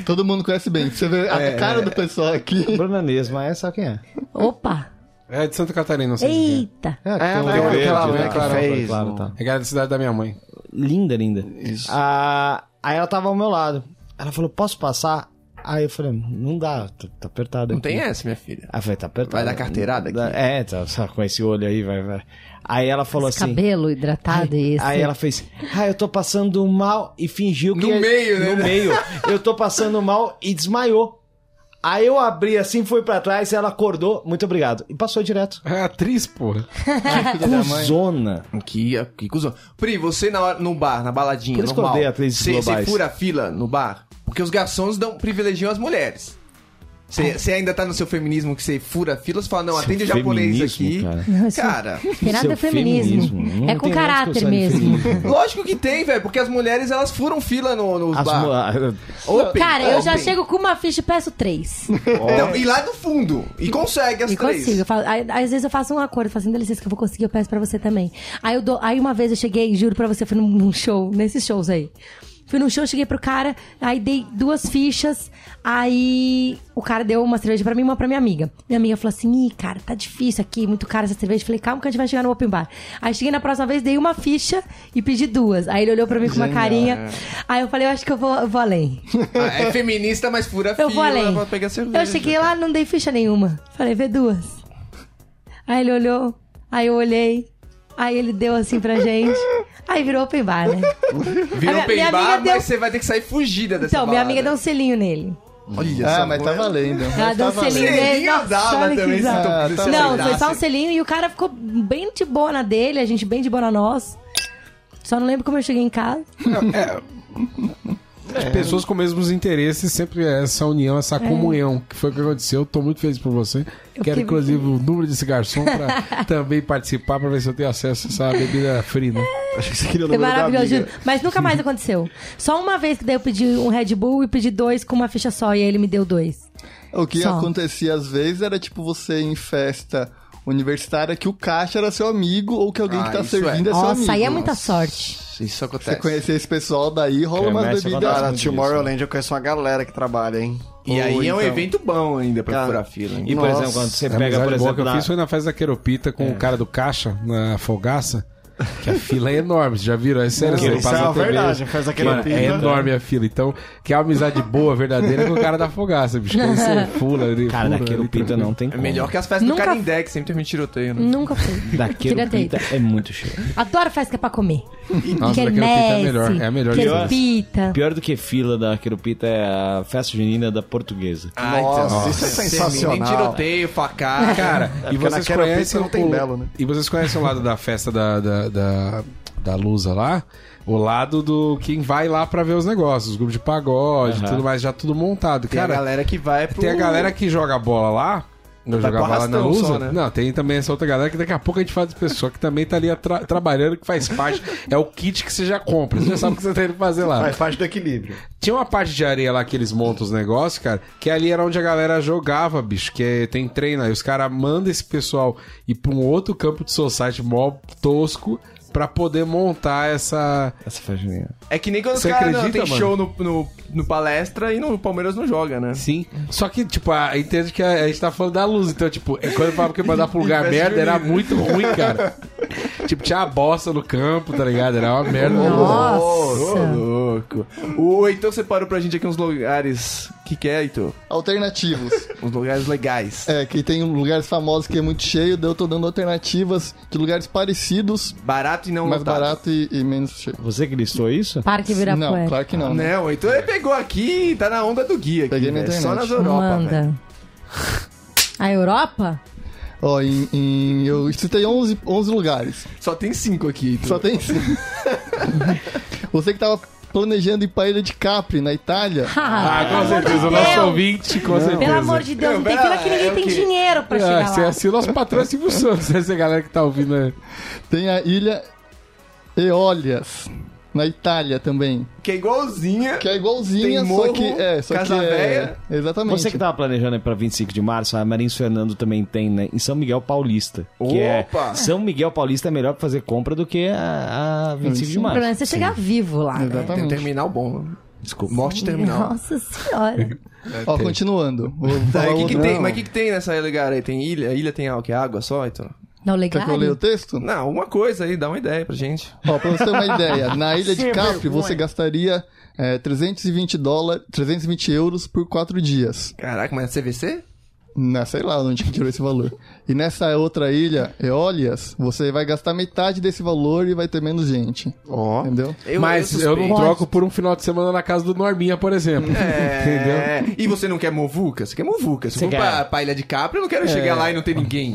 S7: Todo mundo conhece bem. Você vê a cara do pessoal aqui.
S5: Bruna Lias Maia, sabe quem é?
S6: Opa!
S4: É de Santa Catarina, não sei. se é.
S6: Eita!
S5: É, que
S2: É,
S5: tem um
S2: aquela-
S5: olho verde,
S2: aquela
S5: né?
S2: mulher que fez,
S5: claro,
S2: não.
S5: tá.
S4: É cara da cidade da minha mãe.
S5: Linda, linda. Isso. aí ela tava ao meu lado. Ela falou, posso passar? Aí eu falei, não dá, tá, tá apertado
S1: Não
S5: aqui.
S1: tem essa, minha filha.
S5: Aí eu falei, tá apertado.
S1: Vai dar carteirada aqui?
S5: É, tá, só com esse olho aí, vai, vai. Aí ela falou
S6: Esse
S5: assim...
S6: cabelo hidratado e esse.
S5: Aí ela fez, ah, eu tô passando mal e fingiu que.
S1: No meio, né?
S5: No
S4: (laughs)
S5: meio. Eu tô passando mal e desmaiou. Aí eu abri assim, fui pra trás, ela acordou, muito obrigado. E passou direto.
S4: É atriz, porra.
S5: Cusona.
S1: Ah, Que, que cuzão. Pri, você na hora, no bar, na baladinha,
S5: Por isso que eu
S1: normal,
S5: odeio atrizes
S1: você, você
S5: globais.
S1: fura a fila no bar? Porque os garçons dão, privilegiam as mulheres.
S6: Ah.
S1: Você, você ainda tá no seu feminismo que você fura a fila, você fala, não, atende o japonês
S5: feminismo,
S1: aqui.
S5: cara.
S6: Não, isso-
S1: Cara,
S6: Tem nada
S5: Seu
S6: de é feminismo.
S5: feminismo. Não
S6: É com
S5: tem nada de
S6: caráter
S5: discussão de
S6: mesmo.
S1: lógico que tem, velho, porque as mulheres elas furam fila no, nos
S5: As ah,
S1: bar.
S5: mo-
S1: Open,
S6: Cara, eu já
S1: open.
S6: chego com uma ficha e peço três.
S1: Então, e lá do fundo. E consegue as
S6: E
S1: três.
S6: consigo. Eu falo- aí- às vezes eu faço um acordo, eu falo assim, dá licença que eu vou conseguir, eu peço pra você também. Aí, eu dou, aí uma vez eu cheguei, juro pra você, eu fui num, num show, nesses shows aí. Fui num show, cheguei pro cara, aí dei duas fichas, aí o cara deu uma cerveja pra mim e uma pra minha amiga. Minha amiga falou assim, ih, cara, tá difícil aqui, muito cara essa cerveja. Eu Falei, calma que a gente vai chegar no open bar. Aí cheguei na próxima vez, dei uma ficha e pedi duas. Aí ele olhou pra mim com uma
S1: é.
S6: carinha, aí eu falei, eu acho que eu vou, eu vou além.
S1: Ah, é feminista, mas fura a fila
S6: Eu vou além.
S1: pra pegar cerveja.
S6: Eu cheguei lá, não dei ficha nenhuma. Falei, vê duas. Aí ele olhou, aí eu olhei, aí ele deu assim pra gente. Aí virou open bar, né?
S1: Vira
S6: A
S1: um
S6: minha- minha
S1: peibar, mas
S6: amiga deu-
S1: você vai ter que sair fugida dessa
S6: Então, minha
S1: balada.
S6: amiga deu um selinho nele.
S1: Olha
S7: Ah,
S1: só,
S7: mas tá
S1: mano.
S7: valendo.
S6: Ela deu um selinho
S1: valendo.
S6: nele.
S1: Selinho
S6: Nossa,
S1: dava
S6: olha que
S1: também, se
S6: bizarro.
S1: tu-
S7: Ah, tá
S1: se
S6: Não,
S1: aceitasse.
S6: foi só um selinho e o cara ficou bem de boa na dele, a gente bem de boa na nós. Só não lembro como eu cheguei em casa.
S4: As pessoas com mesmos interesses sempre é essa união, essa comunhão, que foi o que aconteceu. Tô muito feliz por você. Quero,
S6: fiquei
S4: inclusive, o número desse garçom pra também participar, pra ver se eu tenho acesso a essa bebida free, né?
S6: Foi maravilhoso, juro. Mas nunca mais aconteceu. Só uma vez que daí eu pedi um Red Bull e pedi dois com uma ficha só, e aí ele me deu dois.
S7: O que
S6: Só.
S7: acontecia às vezes era tipo você em festa universitária que o caixa era seu amigo ou que alguém
S1: Ah,
S7: que tá
S1: isso é.
S7: servindo é, seu amigo.
S6: Nossa, aí é muita sorte.
S1: Isso
S7: Você
S1: acontece.
S7: conhecer esse pessoal daí, rola
S5: Cara,
S7: umas
S5: mexe
S1: é
S5: a
S7: bebidas.
S5: vontade.
S2: Cara, Tomorrowland eu
S8: né?
S2: conheço uma galera que trabalha, hein?
S1: E aí
S2: Ou
S1: é um
S2: então-
S1: evento bom ainda pra
S2: Cara,
S1: furar fila. hein?
S5: E, por
S2: Nossa.
S5: exemplo, quando você
S4: a
S5: É. pega, por
S4: amizade boa
S5: exemplo,
S4: que eu
S5: na...
S4: fiz foi na festa da Queropita com o cara do caixa, na Fogaça. Que a fila é enorme, você já viram? É sério,
S5: Não,
S4: você
S5: isso
S4: passa
S2: é
S4: na
S2: uma
S4: TV,
S2: verdade, faz aquele
S4: mano, É
S5: né?
S2: pita.
S4: enorme a fila. Então, que é uma amizade boa, verdadeira, com o cara da Fogaça, bicho. que Aí você fula, ele
S5: Cara,
S4: fula,
S5: daquele
S4: ele
S5: pinta
S4: tranquilo.
S5: não tem
S1: É
S5: como.
S1: melhor que as festas
S6: Nunca-
S1: do Carindé, que sempre teve um tiroteio. Né?
S6: Nunca fui.
S5: Daquele
S6: Queria ter
S5: pinta é muito cheio.
S6: Adoro festa que é pra comer.
S4: Nossa,
S6: Quermesse,
S4: daquele pita é a melhor, é a melhor de todas.
S6: Querpita.
S5: Pior do que fila da Querupita é a festa junina da portuguesa.
S1: Ah, então.
S2: Nossa, isso é
S1: Sem- Nem
S2: sensacional.
S1: tiroteio,
S6: (laughs)
S1: facada.
S4: Cara, e
S2: porque
S4: vocês
S2: naquela pista
S4: conhecem
S2: não tem
S4: o-
S2: belo, né?
S4: E vocês conhecem o lado da festa da, da, da, da Lusa lá? O lado do quem vai lá pra ver os negócios, os grupos de pagode,
S5: Aham.
S4: tudo mais, já tudo montado.
S1: tem
S4: cara,
S1: a galera que vai pro...
S4: tem a galera que joga bola lá Eu
S1: Vai pro
S4: jogava lá na
S1: arrastão
S4: Lusa.
S1: só, né?
S4: Não, tem também essa outra galera que daqui a pouco a gente fala de pessoa que também tá ali atra- trabalhando, que faz parte. É o kit que você já compra. Você já sabe o que você tá indo fazer lá.
S8: Faz parte do
S2: (laughs)
S8: equilíbrio.
S4: Tinha uma parte de areia lá que eles montam os negócios, cara, que ali era onde a galera jogava, bicho, que é- tem treino aí. Os caras mandam esse pessoal ir pra um outro campo de society mó tosco pra poder montar essa...
S5: Essa fajinha.
S1: É que nem quando os
S4: Você
S1: caras não, tem
S4: acredita,
S1: show no, no, no palestra e no Palmeiras não joga, né?
S4: Sim. Só que, tipo, a, entende que a, a gente tá falando da luz. Então, tipo, é quando eu falava que eu mandava pro lugar merda, era muito ruim, cara. tipo, tinha a bosta no campo, tá ligado? Era uma merda.
S1: Ô,
S3: Nossa.
S1: louco. O Heitor separou pra gente aqui uns lugares. que, que é, Heitor?
S7: Alternativos.
S1: (laughs) Uns lugares legais.
S7: É, que tem lugares famosos que é muito cheio, daí eu tô dando alternativas de lugares parecidos,
S1: Barato e não
S7: mais
S1: lotado.
S7: barato e, e menos cheio.
S5: Você que listou isso?
S3: Parque
S7: não,
S3: Ibirapuera.
S7: claro que não. né?
S1: Não, o Heitor ele pegou aqui e tá na onda do guia. Aqui,
S7: Peguei na
S1: velho.
S7: internet.
S1: Só
S4: é
S1: nas Europa, velho.
S3: Manda. A Europa?
S7: Ó, em, em- eu citei 11, 11 lugares.
S1: Só tem cinco aqui, então. Heitor.
S7: Só tem
S1: (laughs)
S7: isso. Você que tava planejando ir pra Ilha de Capri, na Itália,
S4: Ah, com certeza. O nosso ouvinte, com certeza.
S3: Pelo amor de Deus, não tem
S1: Não,
S3: fila que
S1: é
S3: ninguém
S1: o
S3: tem
S1: quê?
S3: dinheiro pra
S4: Ah,
S3: chegar
S4: você é
S3: lá.
S4: assim, o nosso patrão é Silvio Santos, essa galera que tá ouvindo. Né?
S7: tem a Ilha Eólias, na Itália também.
S1: Que é igualzinha.
S7: Que é igualzinha,
S1: Tem
S7: só
S1: morro,
S7: que. É, só
S1: Casa
S7: que é,
S1: Véia.
S7: Exatamente.
S1: tá-
S5: Você que tava planejando ir pra 25 de março, a Marins Fernando também tem, né? Em São Miguel Paulista. Que é-
S1: Opa!
S5: São Miguel Paulista é melhor pra fazer compra do que a, a 25 de
S3: O
S5: março.
S3: problema é você chegar vivo lá. né?
S1: Tem um
S7: Exatamente.
S1: terminal bom.
S5: Desculpa.
S1: Morte terminal.
S3: Nossa senhora.
S7: Ó, continuando. Vou
S1: Tá,
S7: falar
S1: e que que
S7: outro-
S1: tem, mas o que, que tem nessa lugar aí? Tem ilha? Ilha tem ah, o que? Água só, Heitor?
S3: Não,
S4: Tá
S7: Quer que eu leia
S3: legal.
S7: o texto?
S1: Não, alguma coisa aí, dá uma ideia pra gente.
S7: Ó, pra você ter uma ideia,
S1: (laughs)
S7: na Ilha de Capri você gastaria é, 320 dólares, 320 euros por quatro dias.
S1: Caraca, mas é CVC?
S7: Na, sei lá onde que tirou esse valor. E nessa outra ilha, Eólias, você vai gastar metade desse valor e vai ter menos gente.
S1: Ó.
S7: Entendeu?
S4: Mas eu, não
S1: suspeito.
S4: troco por um final de semana na casa do Norminha, por exemplo. (laughs) Entendeu?
S1: É, e você não quer movuca? Você quer movuca. Se
S5: Você
S1: for
S5: quer.
S1: pra, pra Ilha de Capri, eu não quero chegar lá e não ter ninguém.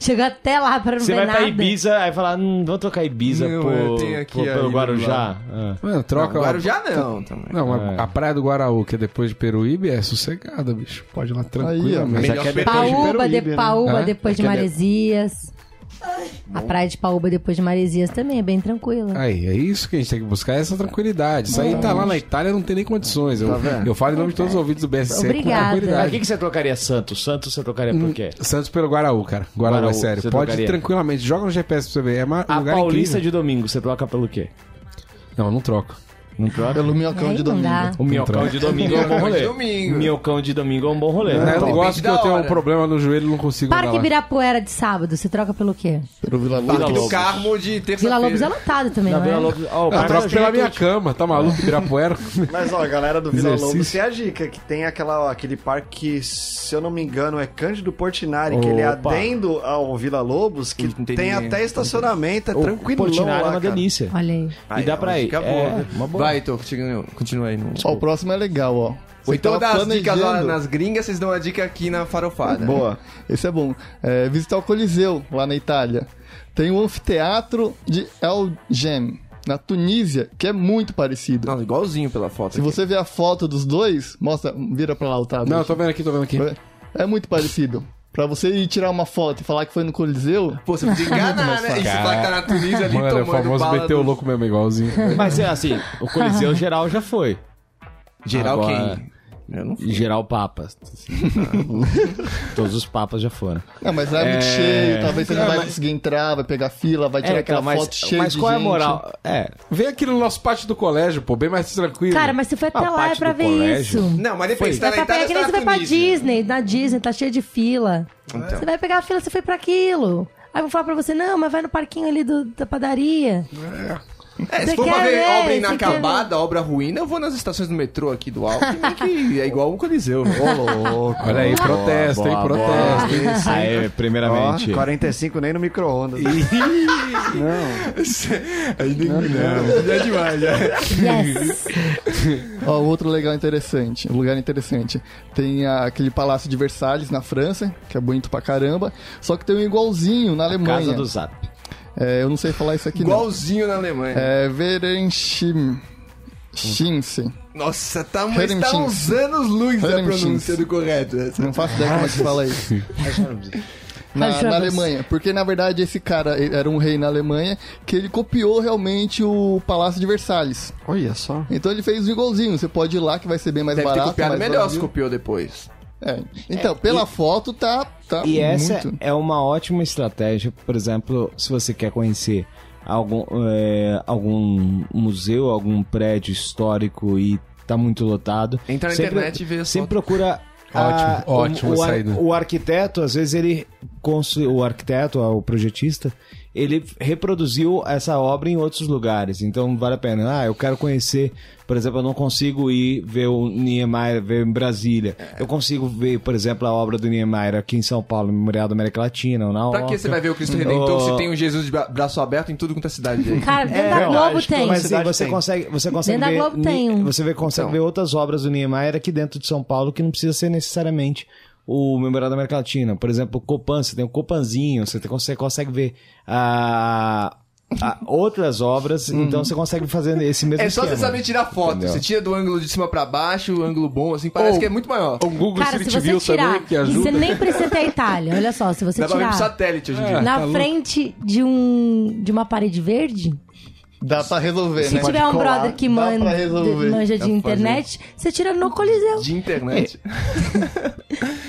S3: Chegou até lá pra não
S5: Você
S3: ver
S5: vai
S3: nada.
S5: pra Ibiza, aí fala, hum, vou trocar Ibiza
S1: Não,
S5: por,
S1: eu tenho aqui
S5: por-
S1: a
S5: pelo
S1: ilha
S5: Guarujá.
S1: lá.
S5: Ah.
S4: Mano, troca.
S1: Agora já não. também.
S4: Não, a- a Praia do Guaraú, que é depois de Peruíbe, é sossegada, bicho. Pode ir lá tranquilamente.
S1: Melhor
S4: Aqui é
S1: Peruíbe.
S4: depois de
S3: Paúba,
S4: Peruíbe,
S3: de,
S4: né?
S3: Paúba
S4: Hã?
S3: depois de
S4: Aqui é
S3: Maresias. A praia de Paúba depois de Maresias também é bem tranquila.
S4: Aí, é isso que a gente tem que buscar, é essa tranquilidade. Isso aí tá lá na Itália, não tem nem condições. Eu, eu falo em nome de todos os ouvidos do BSC com
S3: Obrigada.
S5: Mas o que,
S4: tranquilidade.
S5: que você trocaria Santos? Santos você trocaria
S3: Hum,
S5: por quê?
S4: Santos pelo Guaraú, cara. Guaraú,
S5: Guaraú,
S4: é sério.
S5: você
S4: Pode
S5: trocaria?
S4: ir tranquilamente. Joga no GPS pra você ver. É uma, um
S5: A
S4: lugar
S5: Paulista
S4: incrível.
S5: de domingo, você troca pelo quê?
S4: Não, não troco.
S5: Não troca?
S7: Pelo
S4: é
S7: minhocão
S3: Aí
S7: de
S3: não
S7: domingo.
S4: né?
S3: dá.
S5: O minhocão
S4: troca.
S5: de domingo é um bom
S1: Minhocão de
S5: rolê.
S1: domingo.
S5: Minhocão de domingo é um bom rolê.
S4: Eu não
S1: depende
S4: gosto que
S1: da
S4: eu tenho um
S1: hora.
S4: problema no joelho e não consigo andar
S3: Parque
S4: lá.
S3: Ibirapuera de sábado, você troca pelo quê?
S7: Pelo Vila Lobos.
S5: Vila
S1: Parque do
S5: Lobos.
S1: Carmo de
S3: Vila Lobos é
S1: terça-feira.
S3: lotado também,
S5: Na
S3: não
S6: né?
S5: Vila
S3: é?
S5: Lopes. Ó, o
S4: Eu
S5: Parque
S4: troco
S5: da
S4: pela minha
S5: Juventude.
S4: cama, tá maluco? Ibirapuera.
S8: Mas ó, a galera do Vila Lobos
S4: Exercício.
S8: tem a dica, que tem aquela, aquele parque, que, se eu não me engano, é Cândido Portinari, que ele é
S5: Opa.
S8: adendo ao Vila Lobos, que
S1: Não tem
S8: tem,
S1: ninguém,
S8: até estacionamento, é
S5: O
S8: tranquilo.
S5: Portinari
S8: lá,
S5: é uma
S8: cara.
S5: delícia.
S3: Olha aí.
S5: E dá pra ir.
S1: Acabou.
S5: É,
S1: né?
S5: uma boa.
S1: Vai, Heitor, continua, continua aí. No...
S7: Ó, o próximo é legal, ó.
S1: Ou
S7: Você
S1: então
S7: tava
S1: dá as dicas lá
S7: planejando-
S1: nas gringas, vocês dão a dica aqui na
S2: né?
S1: farofada.
S7: Boa. Esse é bom. É, visitar o Coliseu, lá na Itália. Tem o anfiteatro de El Gem, na Tunísia, que é muito parecido.
S1: Não, igualzinho pela foto.
S7: Se
S1: aqui.
S7: você ver a foto dos dois, mostra, vira pra lá o tablet.
S4: Não, eu tô vendo aqui, tô vendo aqui.
S7: É muito parecido. Pra você ir tirar uma foto e falar que foi no Coliseu, (laughs)
S1: Pô, você podia enganar, né? E você fala que tá na Tunísia ali
S4: Mano, é o
S1: tomando
S4: famoso
S1: bala
S4: meteu
S1: do-
S4: louco mesmo, igualzinho.
S5: Mas é assim, o Coliseu geral já foi.
S1: Geral
S5: Agora-
S1: quem? Eu não
S7: (laughs)
S5: Geral papas. Todos os papas já foram.
S7: não, mas lá é, muito
S5: É.
S7: cheio, talvez você não
S5: É,
S7: vai
S5: mas- É,
S7: conseguir entrar, vai pegar fila, vai tirar aquela
S5: mas,
S7: foto cheia
S5: mas
S7: de
S5: qual é a
S7: gente.
S5: moral? É,
S4: Vem aqui no nosso pátio do colégio, pô, bem mais tranquilo.
S3: Cara, mas você foi até
S5: Ah,
S3: lá é
S5: parte
S3: pra
S5: do
S3: ver isso.
S5: colégio.
S1: Não, mas depois você tá
S3: Vai
S1: na
S3: pra pegar É
S1: Itália,
S3: que nem
S1: você tá
S3: você vai pra
S1: na Tunísia.
S3: Disney. Na Disney tá cheia de fila.
S1: Então.
S3: Você vai pegar a fila, você foi pra aquilo. Aí vão falar pra você, não, mas vai no parquinho ali do- da padaria.
S1: É,
S3: Você
S1: se for pra
S3: quer
S1: ver,
S3: ver,
S1: obra
S3: você
S1: inacabada, obra ruína, eu vou nas estações do metrô aqui do alto, que é igual um
S7: (laughs)
S1: coliseu.
S4: Olha aí, protesto, hein? Protesto.
S5: Aí,
S8: Ó,
S5: primeiramente.
S8: 45 nem no micro-ondas.
S1: É demais, é.
S3: Yes!
S7: Ó, outro legal interessante, um lugar interessante. Tem a- aquele Palácio de Versalhes na França, que é bonito pra caramba, só que tem um igualzinho na Alemanha.
S5: Casa do Zap.
S7: É, eu não sei falar isso aqui não.
S1: Igualzinho na Alemanha.
S7: É Verenschim. Shinsen.
S1: Nossa, tá, mas
S7: Heren
S1: tá
S7: Shinsen.
S1: uns anos luz da
S7: Heren
S1: pronúncia
S7: Shinsen.
S1: do correto. né?
S7: Não faço ideia como é que fala isso. Na, na Alemanha. Porque, na verdade, esse cara ele era um rei na Alemanha que ele copiou realmente o Palácio de Versalhes.
S2: Olha só.
S7: Então ele fez igualzinho. Você pode ir lá que vai ser bem mais
S1: Deve ter
S7: barato.
S1: copiado
S7: mais
S1: melhor, se
S7: Brasil.
S1: copiou depois.
S7: É. Então, pela foto tá, tá
S5: E essa
S7: muito.
S5: é uma ótima estratégia, por exemplo, se você quer conhecer algum, é, algum museu, algum prédio histórico e tá muito lotado.
S1: Entra na internet e vê as
S5: Sempre procura.
S4: Ótimo,
S5: ah, o-
S4: ótimo
S5: o, ar-
S4: saída.
S5: o arquiteto, às vezes ele construiu, o arquiteto, ah, o projetista, ele reproduziu essa obra em outros lugares. Então vale a pena. Ah, eu quero conhecer, por exemplo, eu não consigo ir ver o Niemeyer, ver em Brasília.
S1: É.
S5: Eu consigo ver, por exemplo, a obra do Niemeyer aqui em São Paulo, no Memorial da América Latina, ou na
S1: Pra que
S5: Oca.
S1: Tá você vai ver o Cristo Redentor se
S5: Oh.
S1: tem um Jesus de bra- braço aberto em tudo quanto é cidade dele?
S6: Cara, dentro da Globo tem.
S5: Mas
S6: Cidade
S5: você
S6: tem.
S5: consegue, você consegue
S6: Dentro da
S5: ver,
S6: Globo
S5: ni-
S6: tem um.
S5: você vê, consegue
S1: Então.
S5: ver outras obras do Niemeyer aqui dentro de São Paulo que não precisa ser necessariamente o Memorial da América Latina. Por exemplo, Copan, você tem o Copanzinho, você tem- você consegue ver a, a- outras obras, então você consegue fazer esse mesmo
S1: É só você
S5: esquema.
S1: saber tirar foto.
S5: Entendeu?
S1: Você tira do ângulo de cima pra baixo, o ângulo bom, assim, parece
S4: Ou-
S1: que é muito maior.
S4: O Um Google
S6: Cara, se
S4: Street
S6: você
S4: View
S6: tirar.
S4: também, que
S6: e Você
S4: ajuda.
S6: nem precisa ter a Itália. Olha só, se você
S1: Dá pra ver
S6: tirar É.
S1: pro satélite hoje em dia.
S4: Ah,
S6: na
S4: tá louco.
S6: frente de um de uma parede verde,
S7: Dá pra resolver,
S6: se
S7: né?
S6: tiver um
S7: Colar,
S6: brother que
S7: dá
S6: man-
S7: pra resolver.
S6: manja
S7: Dá
S6: de
S7: pra
S6: internet, você tira no Coliseu
S1: De internet.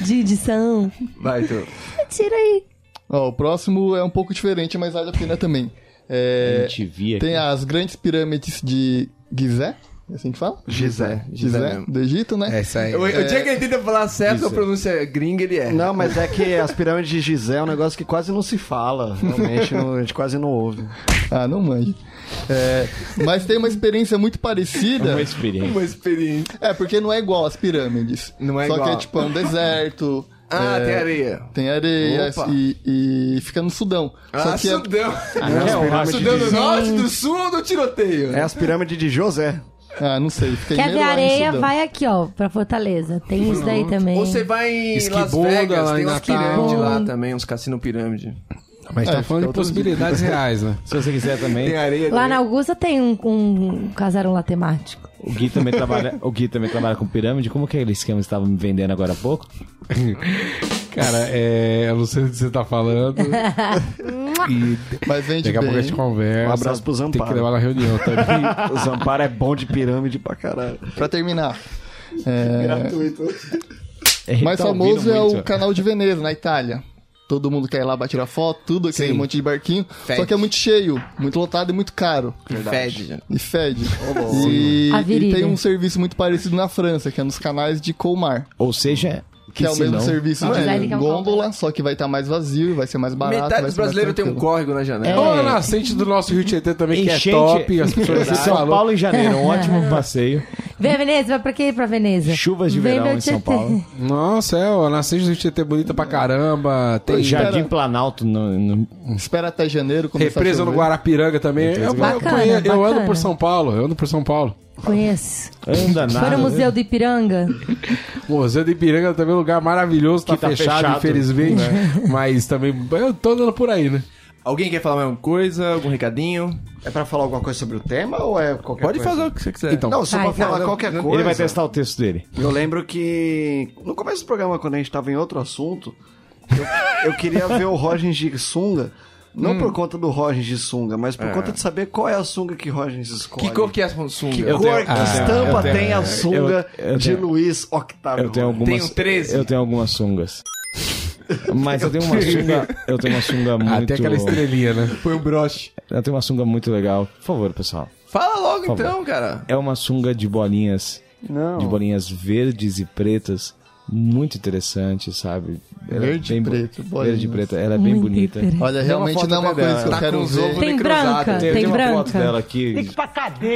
S6: de edição.
S1: Vai, tu.
S6: Tira aí.
S7: Ó, o próximo é um pouco diferente, mas vale a pena também. É,
S5: te via
S7: tem as grandes pirâmides de Gizé, é assim que fala?
S1: Gizé. Gizé
S7: Gizé,
S1: mesmo. É.
S7: do Egito, né?
S4: Essa É aí.
S1: Eu, eu tinha que ele tenta falar certo a pronúncia gringa, ele é.
S2: Não, mas é que as pirâmides de Gizé é um negócio que quase não se fala. Realmente, não- a gente quase não ouve.
S7: Ah, não manja. É, mas tem uma experiência muito parecida.
S5: é uma experiência.
S1: Uma experiência.
S7: É, porque não é igual às pirâmides.
S1: Não é
S7: Só
S1: igual.
S7: que é tipo é um deserto.
S1: (laughs) Ah,
S7: é,
S1: tem areia.
S7: Tem areia
S1: Opa.
S7: e, e fica no Sudão. Só
S1: Ah,
S7: que é-
S1: Sudão.
S2: é
S1: Ah,
S2: o pirâmide
S1: Sudão
S2: de-
S1: do Norte, do Sul ou do tiroteio?
S2: É as pirâmides de José.
S7: Ah, não sei. Fica
S6: Quer
S7: meio
S6: ver
S7: lá no
S6: areia?
S7: Sudão.
S6: Vai aqui, ó, pra Fortaleza. Tem isso
S7: Uhum.
S6: daí também.
S1: Ou você vai em Las
S4: Esquibunda,
S1: Vegas,
S4: lá em
S1: tem umas
S4: Natal.
S1: pirâmides lá também, uns cassino pirâmide.
S4: Mas tá falando de possibilidades reais, né?
S5: Se você quiser também,
S1: Tem areia
S6: Lá
S7: né?
S1: também.
S6: na Augusta tem um, um casarão lá temático.
S5: o Gui também trabalha, o Gui também trabalha com pirâmide. Como que é aquele esquema que estava me vendendo agora há pouco?
S4: Cara, é, eu não sei do que você tá (laughs) falando. E
S7: Mas vende
S4: daqui a
S7: bem.
S4: pouco a gente conversa.
S2: Um abraço pro
S4: Tem que
S2: Zamparo.
S4: levar na reunião (laughs) também.
S2: O Zamparo é bom de pirâmide pra caralho.
S7: Pra terminar. É,
S5: Ele
S7: mais
S5: tá
S7: famoso
S5: ouvindo
S7: é
S5: muito.
S7: o canal de Veneza, na Itália. Todo mundo quer ir lá pra tirar foto, tudo, aquele monte de barquinho. Só que é muito cheio, muito lotado e muito caro.
S1: Fede.
S7: E fede. e,
S6: A
S7: e
S6: virilha.
S7: tem um serviço muito parecido na França, que é nos canais de Colmar.
S5: Ou seja,
S7: Que, é o
S5: se
S7: mesmo
S5: não-
S7: serviço
S6: Ah, mas aí ele
S7: de
S6: quer um
S7: gôndola, só que vai estar mais vazio, vai ser mais barato.
S1: Metade
S7: vai
S1: dos
S7: ser mais
S1: brasileiros tem um
S7: tranquilo. É.
S1: córrego na janela.
S4: Ou a nascente do nosso Rio Tietê também, que é top. As pessoas
S5: São
S4: falam.
S5: Paulo em janeiro, um ótimo passeio.
S6: Vem a Veneza, vai pra quê? Pra Veneza.
S5: Chuvas de
S6: Vem
S5: verão
S6: ver
S5: em
S6: o
S5: São
S6: Tietê.
S5: Paulo.
S4: Nossa, é, ó, a nascente do Rio Tietê é bonita pra caramba. Tem
S5: Jardim Planalto no, no-
S7: Espera até janeiro começar
S4: represa
S7: a
S4: no
S7: chover.
S4: Guarapiranga também. Eu, eu
S6: Bacana,
S4: conheço- eu ando
S6: bacana.
S4: por São Paulo, eu ando por São Paulo.
S6: (laughs) Conheço.
S5: anda nada.
S6: Foi no Museu do Ipiranga.
S4: Museu de Ipiranga também é um lugar maravilhoso, tá,
S5: tá
S4: fechado, né?
S5: fechado.
S4: infelizmente. (laughs) Mas também eu tô andando por aí, né?
S1: Alguém quer falar mais alguma coisa? Algum recadinho?
S2: É pra falar alguma coisa sobre o tema ou é qualquer
S1: Pode
S2: coisa?
S1: fazer o que você quiser.
S4: Então,
S2: Não, só pra
S6: Ai,
S2: falar
S1: não,
S2: qualquer
S1: não,
S2: coisa.
S5: Ele vai testar o texto dele.
S2: Eu lembro que no começo do programa, quando a gente tava em outro assunto, eu, eu queria ver o Rogens de sunga. Não
S5: Hum.
S2: por conta do Rogens de sunga, mas por conta de saber qual é a sunga que Rogens escolhe.
S1: que cor que é a sunga?
S2: Que
S5: Eu
S2: cor,
S5: tenho-
S2: que
S5: ah,
S2: estampa
S5: eu tenho-
S2: tem a sunga
S5: eu- eu
S2: de
S5: tenho-
S2: Luiz Octavio?
S5: Eu tenho um algumas.
S1: Tenho 13.
S5: Eu tenho algumas sungas. Mas eu tenho uma sunga. Eu tenho uma sunga muito.
S4: até aquela estrelinha, né?
S1: Foi um broche.
S5: Eu tenho uma sunga muito legal. Por favor, pessoal.
S1: Fala logo
S5: Por favor.
S1: então, cara.
S5: É uma sunga de bolinhas.
S2: Não.
S5: De bolinhas verdes e pretas. Muito interessante, sabe? Ela é
S7: Verde e
S5: bem bo-
S7: preto,
S5: Verde e
S7: bolinhas.
S5: preta. Ela é bem bonita.
S7: Olha, realmente
S2: foto
S7: não é uma
S2: dela.
S7: coisa que eu
S1: Tá com
S7: quero
S1: os
S7: ver.
S1: ovos
S6: Tem
S1: necrosados.
S6: branca,
S5: Eu
S6: tem
S5: tenho uma foto
S6: branca.
S5: dela aqui.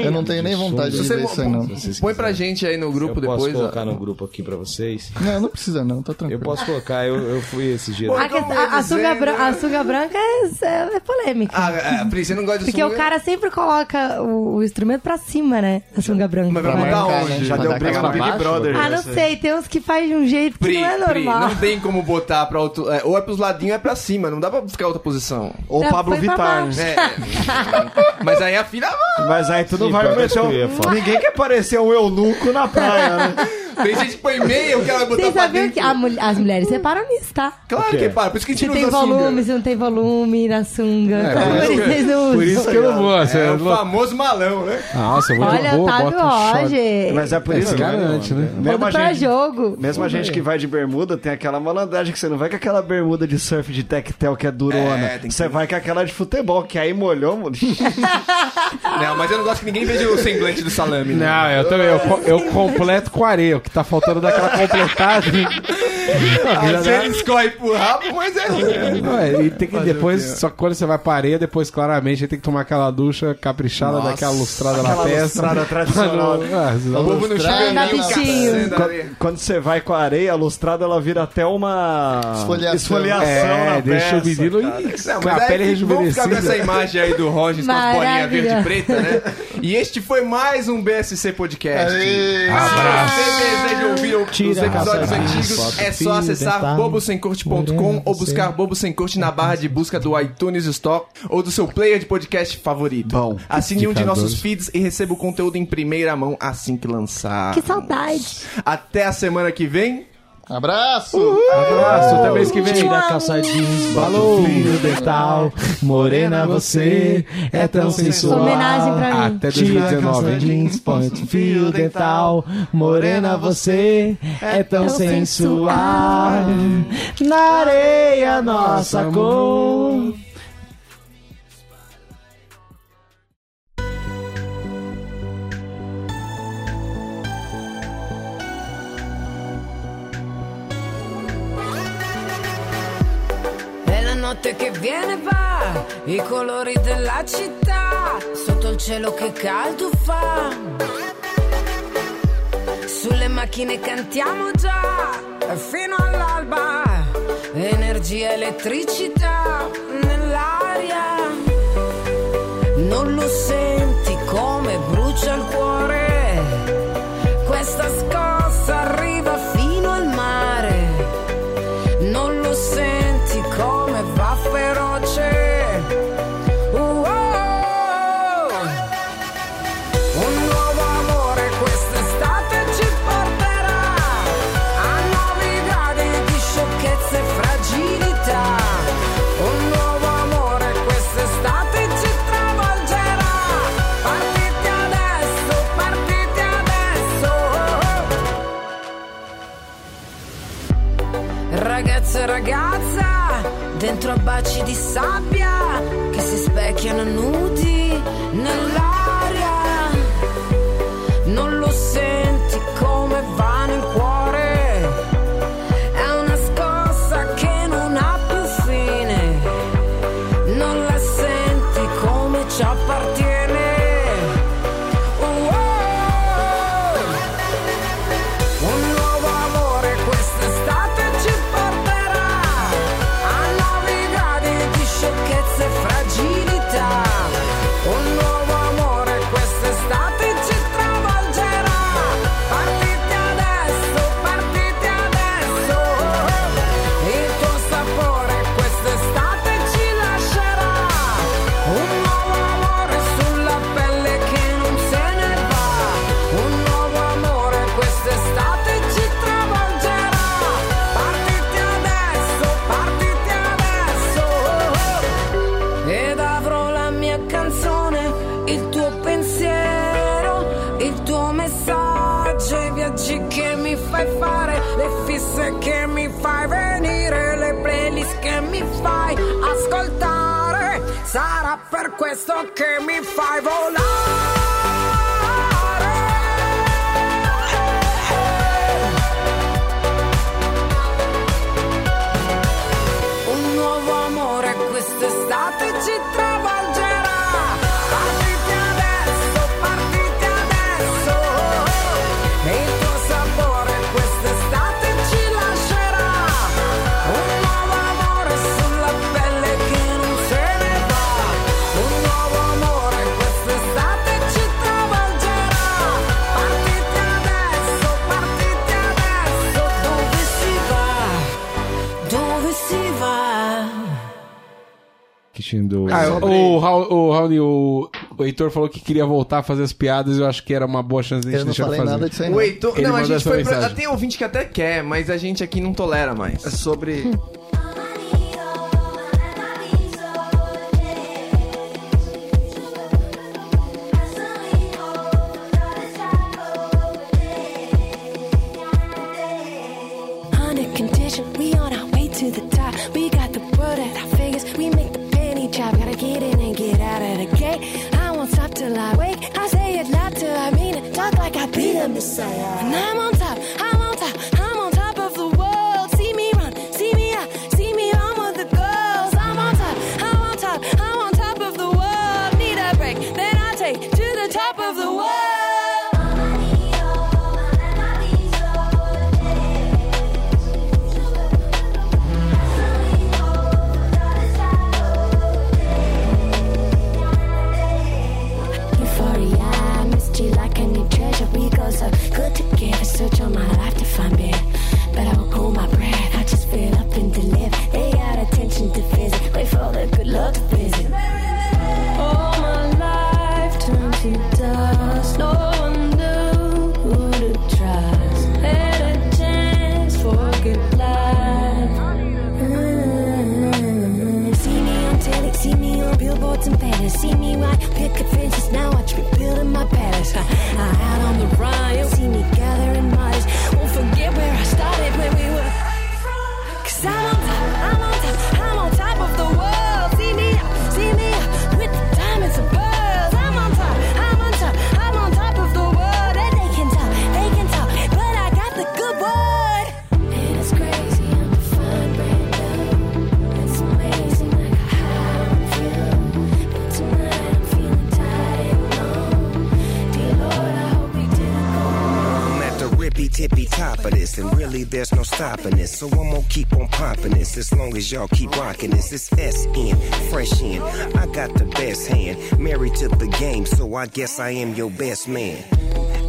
S7: Eu não tenho nem vontade
S5: Se
S7: de
S1: você
S7: ver isso aí, não.
S5: vocês
S1: Põe
S5: quiserem.
S1: pra gente aí no grupo
S5: eu posso
S1: depois.
S5: colocar
S1: ó. É.
S5: no grupo aqui pra vocês.
S7: Não, não precisa não, tá
S5: Eu
S7: tranquilo.
S5: posso colocar, eu, eu fui esse dia.
S6: A, que- a- a
S7: né?
S6: sunga, bran- a sunga branca é, é- é polêmica.
S1: Ah, é, Pri, você não gosta de
S6: porque
S1: sunga?
S6: o cara sempre coloca o, o instrumento pra cima, né? A sunga branca.
S1: Mas vai
S7: Pra
S1: botar
S7: marcar,
S1: onde?
S7: né?
S2: Já
S7: Pra
S2: deu
S7: dar
S2: briga no
S7: aquela
S2: Big
S5: baixa,
S2: Brother. né?
S6: Ah, não
S2: essa.
S6: sei. Tem uns que faz um um jeito que
S1: Pri,
S6: não é
S1: Pri,
S6: normal.
S1: não tem como botar pra outro. é, ou é pros ladinhos ou é pra cima, não dá pra ficar
S7: (laughs)
S1: outra posição.
S8: Ou
S6: Não,
S8: Pablo
S6: foi pra
S8: Vittar.
S6: baixo.
S8: né?
S1: É. Mas aí a filha.
S5: Mas aí tu não
S8: Sim,
S5: vai
S8: pô,
S5: meter
S8: isso que eu ia
S5: um...
S8: falar.
S5: Ninguém quer parecer um eunuco na praia, né?
S1: Tem gente que põe meia, o cara vai botar
S6: Vocês
S1: pra
S6: sabiam
S1: dentro.
S6: que a mul- as mulheres reparam nisso, tá?
S1: Claro
S5: O quê?
S1: que para, por isso que a
S6: Se
S1: gente não
S6: tem
S1: usa
S6: volume,
S1: sunga.
S6: se não tem volume na sunga.
S4: É,
S6: Então,
S4: por
S6: por
S4: isso
S6: isso
S1: que-
S6: vocês não
S4: Por
S6: usam.
S4: isso que eu não vou. Você
S1: É
S4: é
S1: o
S4: louco.
S1: famoso malão, né?
S4: Nossa, eu vou de
S6: Olha,
S4: boa,
S6: Otávio
S4: bota um short.
S6: Roger.
S8: (laughs) Mas é por isso
S4: Esse
S8: que.
S4: garante, né?
S8: Mesmo a
S6: Manda pra
S8: gente,
S6: jogo.
S8: mesmo a gente que vai de bermuda, tem aquela malandragem que você não vai com aquela bermuda de surf de tectel que é durona.
S1: É, tem que
S8: você
S1: ser-
S8: vai com aquela de futebol, que aí molhou, mano.
S1: Não, mas eu não gosto que ninguém veja o semblante do salame. Né?
S4: Não, eu também. Eu, co- eu completo com areia. O que tá faltando daquela completagem.
S1: Às vezes corre pro rabo, mas
S6: Ah,
S1: é ruim.
S4: (laughs) Ué, e tem que depois, só que quando você vai pra areia, depois claramente aí tem que tomar aquela ducha caprichada,
S1: Nossa,
S4: daquela lustrada na testa.
S8: lustrada tradicional.
S1: O
S4: Ah,
S1: povo não
S7: Lustrada,
S1: chega
S6: dá
S1: nem o
S6: bichinho.
S1: cacete da areia.
S8: Quando, quando você vai com a areia, a lustrada ela vira até uma
S7: Esfoliação.
S8: esfoliação na
S4: é, deixa o
S8: peça.
S4: menino
S1: Não,
S4: e
S1: mas
S4: com a
S1: aí
S4: pele
S1: vamos ficar com essa
S4: rejuvenescida.
S1: imagem aí do Rogers com as bolinhas
S6: Maravilha.
S1: verde e preta, né? E este foi mais um BSC Podcast.
S4: Abraço.
S1: Se você deseja ouvir os
S5: Tira a
S1: episódios
S5: raça de
S1: antigos,
S5: foto,
S1: é só
S5: filho,
S1: acessar
S5: tentar
S1: bobosemcorte.com
S5: morrer,
S1: ou buscar Bobo Sem Corte na barra de busca do iTunes Store ou do seu player de podcast favorito.
S8: Bom,
S1: Assine um de
S4: indicadores.
S1: nossos feeds e receba o conteúdo em primeira mão assim que lançar.
S6: Que saudade.
S1: Até a semana que vem.
S7: Abraço!
S4: Abraço, até mês que vem.
S5: Tira a calça jeans, falou, filho dental. Morena, você é tão sensual.
S6: Homenagem pra mim.
S4: Até
S5: Tira a calça
S4: 2019.
S5: jeans, põe um fio dental. Morena, você é tão sensual. Na areia, nossa cor.
S10: È la notte che viene e va, i colori della città, sotto il cielo che caldo fa. Sulle macchine cantiamo già, fino all'alba, energia, elettricità nell'aria. Non lo senti come brucia il cuore, questa scossa arriva fino al mare. Non lo senti come va feroce. Uh, oh, oh, oh. Un nuovo amore quest'estate ci porterà a nuovi gradi di sciocchezza e fragilità. Un nuovo amore quest'estate ci travolgerà. Partite adesso, partite adesso. oh, oh. Ragazzo e ragazza, dentro a baci di sabbia che si specchiano nudi nell'aria. Non lo senti come va nel cuore, è una scossa che non ha più fine. Non la senti come ci appartiene. Uh, oh, oh. Un nuovo amore quest'estate ci porterà a nuovi gradi di sciocchezza e fragilità. Un nuovo amore quest'estate ci travolgerà. Partite adesso, partite adesso. Il tuo sapore quest'estate ci lascerà. Un nuovo amore sulla pelle che non se ne va. Un nuovo amore quest'estate ci travolgerà. Partite adesso, partite adesso. oh, Ed avrò la mia canzone, il tuo pensiero, il tuo messaggio, i viaggi che mi fai fare, le fisse che mi fai venire, le playlist che mi fai ascoltare. Sarà per questo che mi fai volare. Un nuovo amore quest'estate ci travolgerà. Partite adesso, partite adesso. E il tuo sapore quest'estate ci lascerà. Un nuovo amore sulla pelle che non se ne va. Un nuovo amore quest'estate ci
S5: assistindo.
S4: Ah, o, Raul, o, Raoni, o, o Heitor falou que queria voltar a fazer as piadas eu acho que era uma boa chance de a gente
S7: Eu não
S4: deixar ele
S7: falei
S4: fazer.
S7: nada disso aí. não.
S1: O Heitor.
S4: Ele
S1: não, a
S4: mandou
S1: gente
S4: essa
S1: foi pra.
S4: mensagem.
S1: Tem ouvinte que até quer, mas a gente aqui não tolera mais.
S2: Sobre.
S11: Under condition, we on our way to the top. We got the world at our fingers. We make the penny drop. Gotta get in and get out of the gate. I won't stop till I wake. I say it loud till I mean it. Talk like I be the messiah. And I'm on top. I'm on top. I'm on top of the world. See me run. See me out. See me on with the girls. I'm on top. I'm on top. I'm on top of the world. Need a break, then I take to the top of the world. Euphoria, mystery like a new treasure. We go so good together. Search all my life to find me, but I won't hold my breath. I just fill up and deliver. They got attention to visit. Wait for the good luck to visit. All my life turned to dust. No one knew who to trust. Had a chance for a good life. Mm. See me on telly, see me on billboards and banners. See me ride picket fences, now watch me building my palace. I, I out on the run, you'll see me gathering minds. Won't forget where I started when we were. Cause I'm on top, I'm on top, I'm on top of the world. See me up, see me up with the diamonds and pearls. I'm on top, I'm on top, I'm on top of the world. And they can tell, they can tell, but I got the good word. And it's crazy, I'm the fine brand new. It's amazing like how I feel, but tonight I'm feeling tired and alone. Dear Lord, I hope we didn't go
S12: I'm at the rippy tippy top of this, and really there's no stopping this. So I'm gonna keep on popping this as long as y'all keep rocking this. It's SN, fresh in. I got the best hand, married to the game, so I guess I am your best man.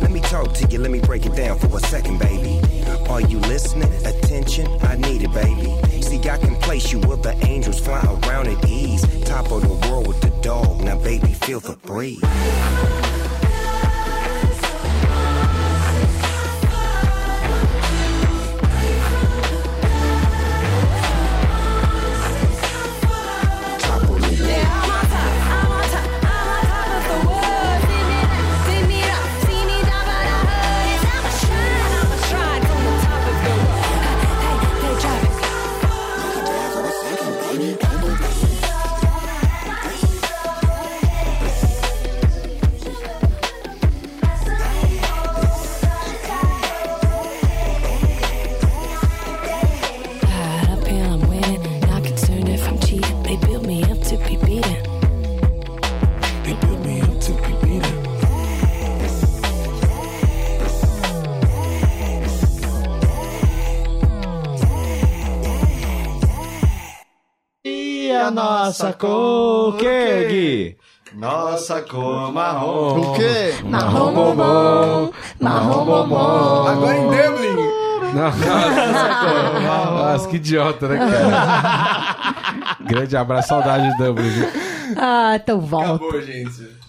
S12: Let me talk to you, let me break it down for a second, baby. Are you listening? Attention, I need it, baby. See, I can place you where the angels fly around at ease. Top of the world with the dog, now baby, feel the breeze. Top of the
S11: Yeah, I'm on top, I'm on top, I'm on top of the world. See me up, see me up, see me down by the hood. And I'ma shine, I'ma shine from the top of the world. Hey, they drop it. Hot up here, I'm winning. Not concerned if I'm cheating. They built me up to be beaten.
S12: They built me up to be beaten.
S5: E a nossa cor, que, Gui?
S8: Nossa cor marrom.
S7: O quê?
S3: Marrom bombom, marrom bombom.
S1: Agora em Dublin.
S4: (laughs) Nossa, que idiota, né, cara? (laughs) Grande abraço, saudade de Dublin. viu?
S3: Ah, então volta.
S1: Acabou, gente.